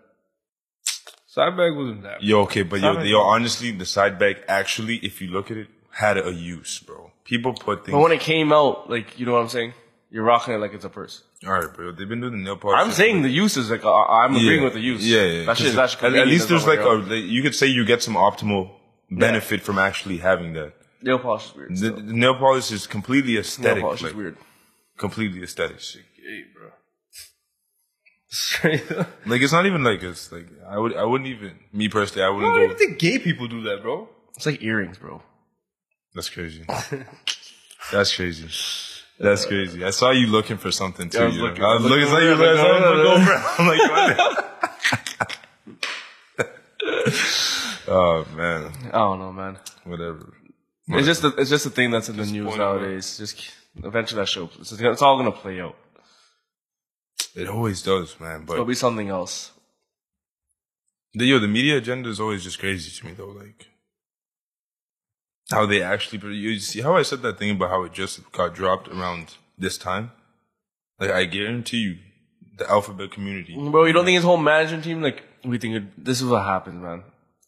Speaker 4: Side bag wasn't that.
Speaker 1: yo, okay, but yo, yo, honestly, the side bag actually, if you look at it, had a use, bro. People put things.
Speaker 3: But when it came out, like you know what I'm saying, you're rocking it like it's a purse.
Speaker 1: all right, bro. They've been doing the nail polish.
Speaker 3: I'm saying the use is like uh, I'm agreeing with the use.
Speaker 1: Yeah, yeah.
Speaker 3: That
Speaker 1: 'cause
Speaker 3: shit, that
Speaker 1: at-
Speaker 3: shit
Speaker 1: at, least
Speaker 3: convenient,
Speaker 1: there's like
Speaker 3: that's
Speaker 1: a.
Speaker 3: all
Speaker 1: like, You could say you get some optimal benefit from actually having that.
Speaker 3: weird. nail polish is weird.
Speaker 1: The,
Speaker 3: still.
Speaker 1: the nail polish is completely aesthetic.
Speaker 3: Nail polish
Speaker 1: like,
Speaker 3: is weird.
Speaker 1: Completely aesthetic.
Speaker 4: Hey, bro. Straight up.
Speaker 1: Like it's not even like it's like I would I wouldn't even me personally I
Speaker 4: I
Speaker 1: wouldn't
Speaker 4: don't
Speaker 1: go.
Speaker 4: even think gay people do that, bro.
Speaker 3: It's like earrings, bro.
Speaker 1: That's crazy. That's crazy. That's crazy. I saw you looking for something too.
Speaker 3: I
Speaker 1: I was
Speaker 3: was
Speaker 1: you know?
Speaker 3: looking-
Speaker 1: I was looking. I saw you
Speaker 3: looking-
Speaker 1: looking. I saw you
Speaker 3: no, no,
Speaker 1: looking over. I'm like, what the- oh man,
Speaker 3: I don't know, man.
Speaker 1: whatever.
Speaker 3: It's just a, it's just a thing that's in the news
Speaker 4: Disappointing, bro.
Speaker 3: nowadays. Just eventually that show. It's, it's all gonna play out.
Speaker 1: It always does, man.
Speaker 3: It'll
Speaker 1: But
Speaker 3: be something else.
Speaker 1: the, yo, the media agenda is always just crazy to me though. Like how they actually. You see how I said that thing about how it just got dropped around this time. Like I guarantee you, the alphabet community.
Speaker 4: Mm.
Speaker 3: Bro, you don't think his whole management team, like, we think it, this is what happens, man.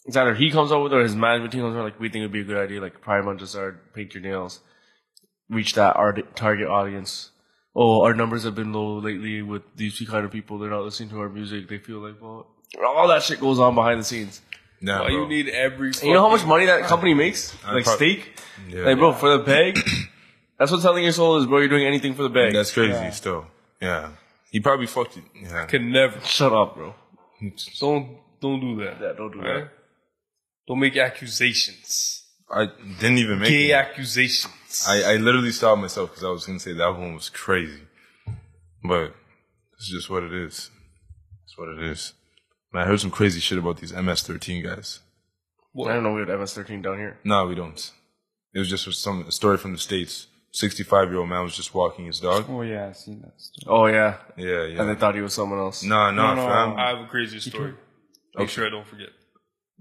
Speaker 3: It's either he comes up with it or his management team comes up with, like, we think it would be a good idea, like, Pride Month just start, paint your nails, reach that our target audience. Oh, our numbers have been low lately with these two kind of people. They're not listening to our music. They feel like, well, all that shit goes on behind the scenes.
Speaker 1: Nah,
Speaker 4: Why
Speaker 1: bro.
Speaker 4: you need every.
Speaker 3: And you know how much money that company makes? Like,
Speaker 1: prob-
Speaker 3: steak?
Speaker 1: Uh, Yeah.
Speaker 3: Like, bro, for the bag? That's what selling your soul is, bro. You're doing anything for the bag.
Speaker 1: That's crazy still. Yeah. He probably fucked it. Yeah.
Speaker 4: Can never.
Speaker 3: Shut up, bro.
Speaker 4: Don't don't do that.
Speaker 3: Yeah, don't do
Speaker 4: All right? Don't make accusations.
Speaker 1: I didn't even make
Speaker 4: Gay
Speaker 1: it.
Speaker 4: accusations.
Speaker 1: I, I literally stopped myself because I was gonna say that one was crazy, but it's just what it is. It's what it is. And I heard some crazy shit about these MS-13 guys.
Speaker 3: I don't know. We had MS-13 down here.
Speaker 1: No, we don't. It was just some a story from the states. Sixty-five-year-old man was just walking his dog.
Speaker 2: Oh yeah, I seen that. Story.
Speaker 3: Oh yeah,
Speaker 1: Yeah, yeah.
Speaker 3: and they thought he was someone else.
Speaker 1: nah, nah,
Speaker 2: No, no,
Speaker 1: fam.
Speaker 4: I have a crazy story. Make sure I don't forget.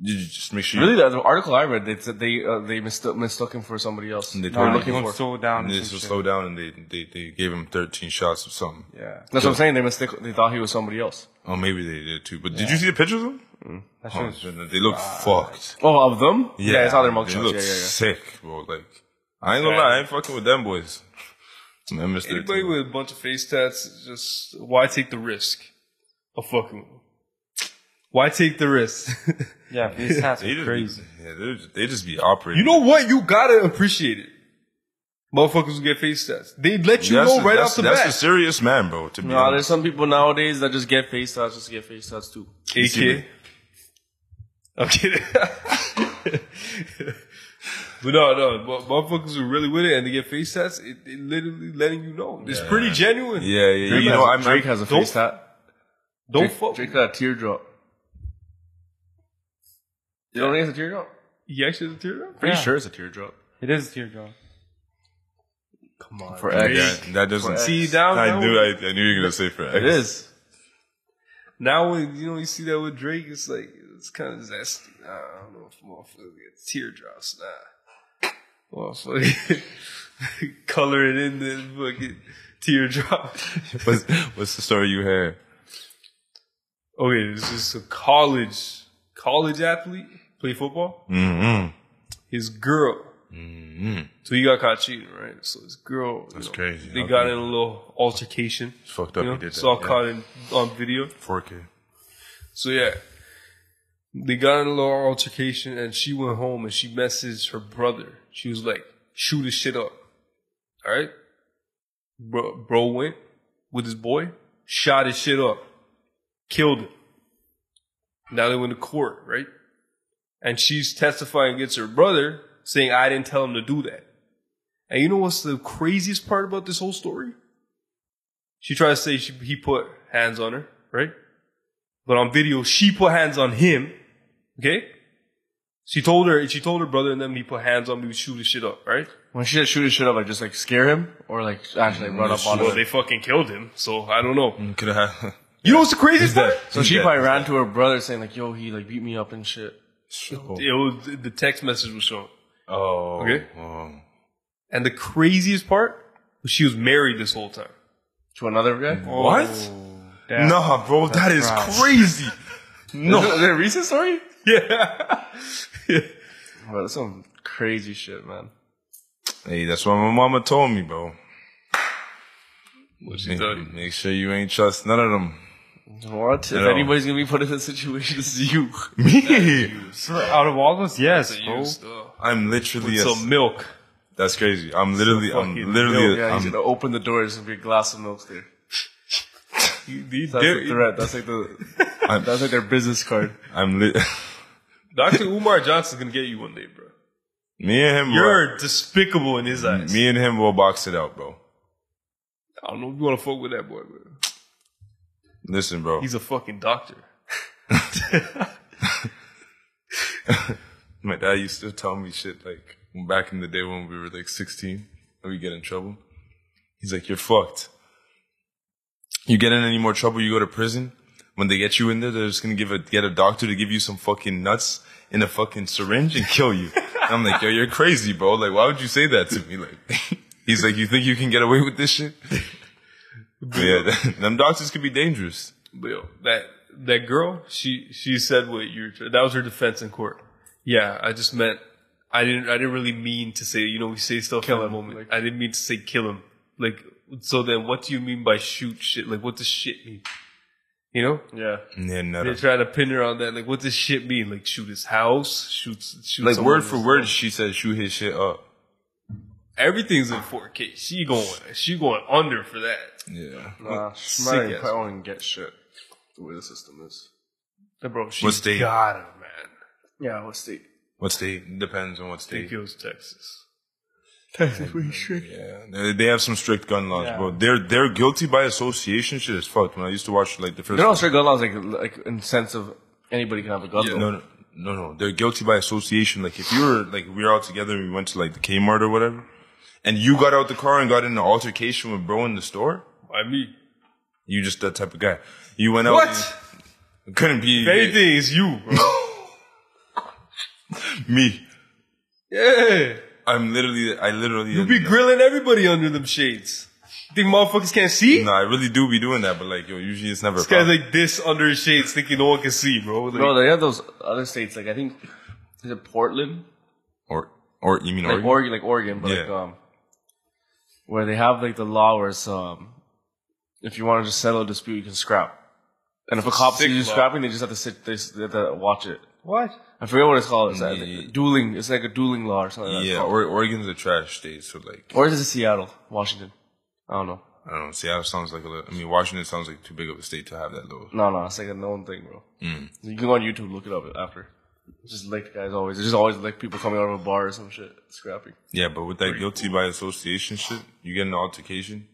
Speaker 1: You just make sure.
Speaker 3: Really, the the article I read, they said they uh, they mistook, mistook him for somebody else.
Speaker 1: You, they
Speaker 2: No,
Speaker 1: told
Speaker 2: no,
Speaker 1: him
Speaker 3: looking
Speaker 2: he was
Speaker 3: for-
Speaker 2: so down.
Speaker 1: and
Speaker 2: or
Speaker 1: they
Speaker 2: some
Speaker 1: just
Speaker 2: shit.
Speaker 1: slow down, and they, they they gave him thirteen shots or something.
Speaker 2: Yeah,
Speaker 3: That's what I'm saying. They mistake. They thought he was somebody else.
Speaker 1: Oh, maybe they did too. But did you see the pictures of them?
Speaker 2: that shit
Speaker 1: Oh,
Speaker 2: was
Speaker 1: they look fucked.
Speaker 3: Oh, of them? Yeah, it's all their
Speaker 1: They
Speaker 3: mugshots.
Speaker 1: look
Speaker 3: Yeah, yeah, yeah.
Speaker 1: sick, bro. Like, I ain't gonna lie, I ain't fucking with them boys. Man, Mr.
Speaker 4: Anybody with a bunch of face tats, just why take the risk of fucking with them? Why take the risk?
Speaker 2: yeah, these hats
Speaker 1: they
Speaker 2: are
Speaker 1: just
Speaker 2: crazy.
Speaker 1: Be, yeah, they just, they just be operating.
Speaker 4: you know what? You gotta appreciate it. Motherfuckers who get face tats. They let you know
Speaker 1: a-
Speaker 4: right
Speaker 1: that's,
Speaker 4: off the
Speaker 1: that's
Speaker 4: bat.
Speaker 1: a serious man, bro. To be
Speaker 3: No, there's
Speaker 1: honest,
Speaker 3: some people nowadays that just get face tats just to get face tats too.
Speaker 4: AK. I'm kidding. but no, no, mu- motherfuckers are really with it and they get face tats. It, it literally letting you know. It's pretty genuine.
Speaker 1: yeah, yeah. yeah. You know, I'm
Speaker 3: Drake has a
Speaker 4: don't-
Speaker 3: face tat.
Speaker 4: Don't
Speaker 3: Drake,
Speaker 4: fuck.
Speaker 3: Drake got a teardrop. You don't think it's a teardrop?
Speaker 4: He actually has a teardrop?
Speaker 3: Pretty
Speaker 2: Yeah.
Speaker 3: sure it's a teardrop.
Speaker 2: It is a teardrop.
Speaker 4: Come on.
Speaker 3: For
Speaker 1: Drake.
Speaker 3: X.
Speaker 1: That, that doesn't.
Speaker 4: See, now,
Speaker 1: I
Speaker 4: now,
Speaker 1: knew, I, I knew you were gonna say for X.
Speaker 3: It is.
Speaker 4: now when you know you see that with Drake, it's like it's kind of zesty. Nah, I don't know if motherfucker get teardrops. Nah, motherfucker, color it in this fucking teardrop.
Speaker 1: What's, what's the story you had?
Speaker 4: Okay, this is a college college athlete play football.
Speaker 1: Mm-hmm.
Speaker 4: His girl,
Speaker 1: Mm-hmm.
Speaker 4: so he got caught cheating, right? So his girl, you
Speaker 1: That's
Speaker 4: know,
Speaker 1: crazy.
Speaker 4: They
Speaker 1: How
Speaker 4: got
Speaker 1: can-
Speaker 4: in a little altercation.
Speaker 1: It's fucked
Speaker 4: You
Speaker 1: up.
Speaker 4: know,
Speaker 1: you did
Speaker 4: it's
Speaker 1: that.
Speaker 4: all
Speaker 1: yeah.
Speaker 4: caught in on video.
Speaker 1: 4K.
Speaker 4: So yeah, they got in a little altercation, and she went home and she messaged her brother. She was like, "Shoot his shit up." All right, bro, bro went with his boy, shot his shit up, killed it. Now they went to court, right? And she's testifying against her brother, saying, "I didn't tell him to do that." And you know what's the craziest part about this whole story? She tried to say she, he put hands on her, right? But on video, she put hands on him. Okay? She told her, she told her brother and then he put hands on me, we shoot his shit up, right?
Speaker 3: When she said shoot his shit up, I just like scare him or like actually like, run up on
Speaker 4: Well,
Speaker 3: him.
Speaker 4: they fucking killed him, so I don't know.
Speaker 1: Could have.
Speaker 4: You know what's the craziest part?
Speaker 3: So she probably ran to her brother saying like, "Yo, he like beat me up and shit."
Speaker 4: It was, the text message was shown.
Speaker 1: Oh.
Speaker 4: Okay.
Speaker 1: Oh.
Speaker 4: And the craziest part was she was married this whole time. Oh.
Speaker 3: To another
Speaker 4: Mm-hmm.
Speaker 3: guy.
Speaker 1: What?
Speaker 2: Yeah.
Speaker 1: Nah, bro, that is
Speaker 2: right.
Speaker 1: crazy.
Speaker 3: No, is that a recent story?
Speaker 4: Yeah.
Speaker 3: Bro, that's some crazy shit, man.
Speaker 1: Hey, that's what my mama told me, bro.
Speaker 4: What she
Speaker 1: Make,
Speaker 4: told you.
Speaker 1: make sure you ain't trust none of them.
Speaker 3: What? If
Speaker 1: No.
Speaker 3: anybody's gonna be put in this situation, it's you.
Speaker 1: Me,
Speaker 2: Out of all of us, yes, Oh,
Speaker 4: That's a
Speaker 2: bro.
Speaker 4: used, uh,
Speaker 1: I'm literally.
Speaker 4: with
Speaker 1: A,
Speaker 4: some milk.
Speaker 1: that's crazy. I'm literally. I'm
Speaker 4: fucking
Speaker 1: literally. um,
Speaker 3: Yeah, he's
Speaker 1: I'm-
Speaker 3: gonna open the door. There's gonna be a glass of milk there.
Speaker 4: You- you
Speaker 3: That's
Speaker 4: dare-
Speaker 3: the threat. That's like the.
Speaker 1: I'm,
Speaker 3: That's like their business card.
Speaker 1: I'm li-
Speaker 4: Dr. Umar Johnson's gonna get you one day, bro.
Speaker 1: me and him.
Speaker 4: You're despicable in his eyes.
Speaker 1: me and him will box it out, bro.
Speaker 4: I don't know if you wanna fuck with that boy, bro.
Speaker 1: Listen, bro.
Speaker 4: He's a fucking doctor.
Speaker 1: My dad used to tell me shit like back in the day when we were like 16 and we get in trouble. He's like, you're fucked. You get in any more trouble, you go to prison. When they get you in there, they're just gonna give a, get a doctor to give you some fucking nuts in a fucking syringe and kill you. And I'm like, yo, you're crazy, bro. Like, why would you say that to me? Like, he's like, you think you can get away with this shit? But yeah, them doctors could be dangerous.
Speaker 4: But yo, that that girl, she she said what you were, that was her defense in court. Yeah, I just meant I didn't I didn't really mean to say you know we say stuff in the moment. I didn't mean to say kill him. Like so then what do you mean by shoot shit? Like what does shit mean? You know?
Speaker 3: Yeah.
Speaker 1: Yeah,
Speaker 4: They're
Speaker 1: nutter.
Speaker 4: trying to pin her on that. Like what does shit mean? Like shoot his house, shoot shoot
Speaker 1: Like,
Speaker 4: someone
Speaker 1: word
Speaker 4: in
Speaker 1: for
Speaker 4: his-
Speaker 1: word, she said, shoot his shit up.
Speaker 4: Everything's in 4K. She going she going under for that.
Speaker 1: Yeah.
Speaker 3: Nah, she
Speaker 4: Sick
Speaker 3: might
Speaker 4: ass.
Speaker 3: probably won't even get shit. The way the system is.
Speaker 4: Bro, she
Speaker 1: What state?
Speaker 4: got him, man.
Speaker 3: Yeah, what state?
Speaker 1: What state? Depends on what state.
Speaker 4: think it was Texas.
Speaker 1: Yeah, they- they have some strict gun laws, bro. They're they're guilty by association. Shit is fucked. When I used to watch like the 1st
Speaker 3: They're not strict gun laws, like, like in the sense of anybody can have a gun. though.
Speaker 1: no, no, no, no. They're guilty by association. Like if you were like we were all together and we went to like the Kmart or whatever, and you got out the car and got in an altercation with bro in the store,
Speaker 4: I mean,
Speaker 1: you just that type of guy. You went out.
Speaker 4: What?
Speaker 1: and- couldn't be
Speaker 4: if anything, it's you, bro.
Speaker 1: me.
Speaker 4: yeah.
Speaker 1: I'm literally, I literally.
Speaker 4: You be grilling everybody under them shades. Think motherfuckers can't see?
Speaker 1: No, I really do be doing that, but like, yo, usually it's never. a
Speaker 4: This guy's
Speaker 1: problem.
Speaker 4: like this under his shades, thinking no one can see, bro. Like,
Speaker 3: Bro, they have those other states, like I think, is it Portland?
Speaker 1: or, or you mean
Speaker 3: Like
Speaker 1: Oregon?
Speaker 3: Oregon, like Oregon, but like,
Speaker 1: Yeah.
Speaker 3: um, where they have like the law where it's, um, if you want to just settle a dispute, you can scrap. And if a cop
Speaker 4: Sick
Speaker 3: sees you
Speaker 4: law.
Speaker 3: scrapping, they just have to sit, they, s- they have to watch it.
Speaker 4: what?
Speaker 3: I forget what it's called. It's uh, like-
Speaker 1: Yeah.
Speaker 3: dueling. It's like a dueling law or something. like that.
Speaker 1: yeah, or, Oregon's a trash state, so like,
Speaker 3: Or is it Seattle, Washington? I don't know.
Speaker 1: I don't know. Seattle sounds like a. li- I mean, Washington sounds like too big of a state to have that low.
Speaker 3: No, no, it's like a known thing, bro.
Speaker 1: Mm.
Speaker 3: You can go on YouTube, look it up after. Just lick guys always. There's just always like people coming out of a bar or some shit, scrapping.
Speaker 1: Yeah, but with that guilty by association shit, you get an altercation,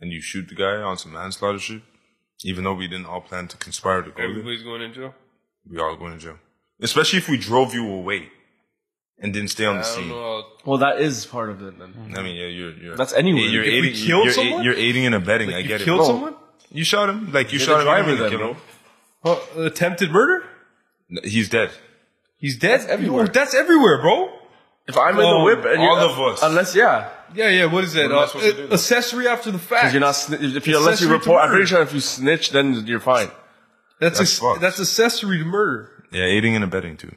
Speaker 1: and you shoot the guy on some manslaughter shit. Even though we didn't all plan to conspire to go there,
Speaker 4: Everybody's going in jail?
Speaker 1: we all going to jail. Especially if we drove you away, and didn't stay on the
Speaker 4: I don't
Speaker 1: scene.
Speaker 4: know. Hmm.
Speaker 3: Well, that is part of it then.
Speaker 1: I mean, yeah, you're you're
Speaker 3: That's anywhere.
Speaker 1: You're
Speaker 3: If we
Speaker 1: aiding,
Speaker 4: killed
Speaker 1: you're, a-
Speaker 4: someone?
Speaker 1: you're aiding and abetting. I get
Speaker 4: you
Speaker 1: it.
Speaker 4: killed
Speaker 1: Bro,
Speaker 4: someone?
Speaker 1: You shot him. Like you
Speaker 3: You're
Speaker 1: shot
Speaker 3: the
Speaker 1: him.
Speaker 3: driver
Speaker 1: you didn't
Speaker 3: then,
Speaker 1: kill him.
Speaker 4: Huh? Uh, attempted murder?
Speaker 1: No, He's dead.
Speaker 4: He's dead? That's
Speaker 3: everywhere.
Speaker 4: that's everywhere, bro.
Speaker 3: If I'm in the
Speaker 4: Um,
Speaker 3: whip and you're,
Speaker 1: all of us.
Speaker 3: unless yeah,
Speaker 4: Yeah, yeah, what is that?
Speaker 1: am I
Speaker 4: Uh,
Speaker 1: supposed to do then?
Speaker 4: accessory after the fact.
Speaker 3: because you're not sni- if, if you, unless you
Speaker 4: Accessory to
Speaker 3: report. I'm
Speaker 4: murder.
Speaker 3: pretty sure if you snitch, then you're fine.
Speaker 4: That's
Speaker 1: That's
Speaker 4: ac-
Speaker 1: fucked.
Speaker 4: that's accessory to murder.
Speaker 1: Yeah, aiding and abetting too.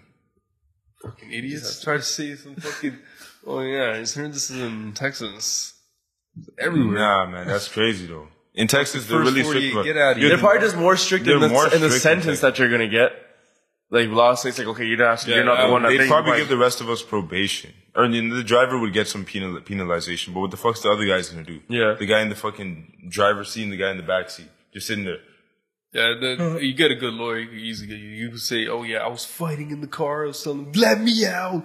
Speaker 4: Fucking idiots. Try to say some fucking. Oh yeah, I just heard this is in Texas. Everywhere.
Speaker 1: Nah, man, that's crazy though. In Texas, they're
Speaker 4: first
Speaker 1: really
Speaker 4: 48,
Speaker 1: strict. about-
Speaker 4: get outta
Speaker 1: You're-
Speaker 4: here.
Speaker 3: They're probably just more strict
Speaker 1: They're
Speaker 3: in the,
Speaker 1: more
Speaker 3: in the
Speaker 1: strict in
Speaker 3: sentence
Speaker 1: Texas.
Speaker 3: that you're gonna get. Like law states, like okay, you're not
Speaker 1: Yeah,
Speaker 3: you're not the
Speaker 1: um,
Speaker 3: one that
Speaker 1: They'd
Speaker 3: thinks
Speaker 1: probably
Speaker 3: about
Speaker 1: give
Speaker 3: it.
Speaker 1: the rest of us probation. Or I mean, the driver would get some penal- penalization, but what the fuck's the other guy's gonna do?
Speaker 3: Yeah.
Speaker 1: The guy in the fucking driver's seat and the guy in the back seat. Just sitting there.
Speaker 4: Yeah, the, you get a good lawyer, you can easily get you. You can say, "Oh yeah, I was fighting in the car. I was telling, them, let me out,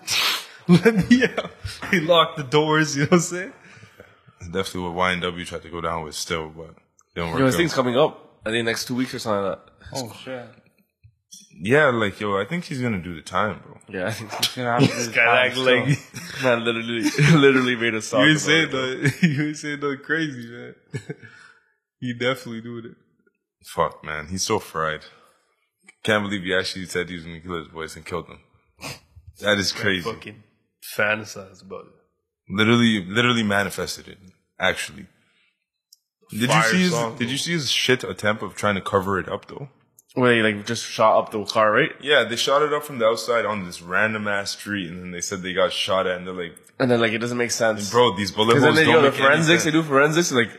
Speaker 4: let me out." They locked the doors. You know what I'm saying?
Speaker 1: That's definitely what YNW tried to go down with still, but don't work
Speaker 3: Yo, this
Speaker 1: out.
Speaker 3: thing's coming up. I think next two weeks or something. Like
Speaker 2: Oh shit.
Speaker 1: Yeah, like, yo, I think he's gonna do the time, bro.
Speaker 3: that. Yeah, I think
Speaker 2: It's gonna have to
Speaker 4: act like you
Speaker 3: man literally literally made us talk.
Speaker 4: ain't
Speaker 3: about it,
Speaker 4: saying
Speaker 3: bro.
Speaker 4: nothing. You ain't saying nothing crazy, man. you definitely doing it.
Speaker 1: Fuck, man. He's so fried. Can't believe he actually said he was going to kill his boys and killed them. That is crazy.
Speaker 4: Fucking fantasize about it.
Speaker 1: Literally, literally manifested it, actually. Did you
Speaker 4: Fire
Speaker 1: see his,
Speaker 4: song,
Speaker 1: did you see his shit attempt of trying to cover it up though?
Speaker 3: Where they like just shot up the car, right?
Speaker 1: Yeah, they shot it up from the outside on this random ass street and then they said they got shot at and they're like,
Speaker 3: And then like it doesn't make sense.
Speaker 1: bro, these bullet
Speaker 3: Because
Speaker 1: holes
Speaker 3: then they
Speaker 1: don't
Speaker 3: go to
Speaker 1: make any
Speaker 3: forensics. They
Speaker 1: sense.
Speaker 3: do forensics. Like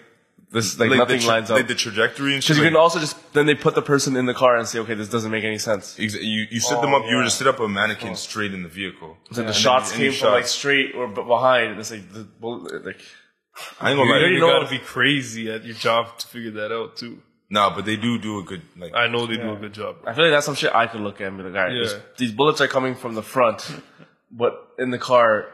Speaker 3: this, like,
Speaker 1: Like,
Speaker 3: nothing
Speaker 1: the tra-
Speaker 3: lines up.
Speaker 1: Like the trajectory and shit.
Speaker 3: Because you
Speaker 1: like-
Speaker 3: can also just then they put the person in the car and say, okay, this doesn't make any sense.
Speaker 1: exa- you, you
Speaker 3: Oh,
Speaker 1: sit them up, you were to sit up a mannequin straight in the vehicle.
Speaker 3: So the shots
Speaker 1: and
Speaker 3: came
Speaker 1: the
Speaker 3: from Oh. like
Speaker 1: shots.
Speaker 3: straight or b- behind, and it's like the bullet, like
Speaker 1: I ain't gonna lie.
Speaker 4: you
Speaker 1: to you.
Speaker 4: gotta be crazy at your job to figure that out too.
Speaker 1: Nah, but they do do a good, like,
Speaker 4: I know they do a good job.
Speaker 3: I feel like that's some shit I could look at and be like, all right,
Speaker 4: Yeah.
Speaker 3: this, these bullets are coming from the front, but in the car,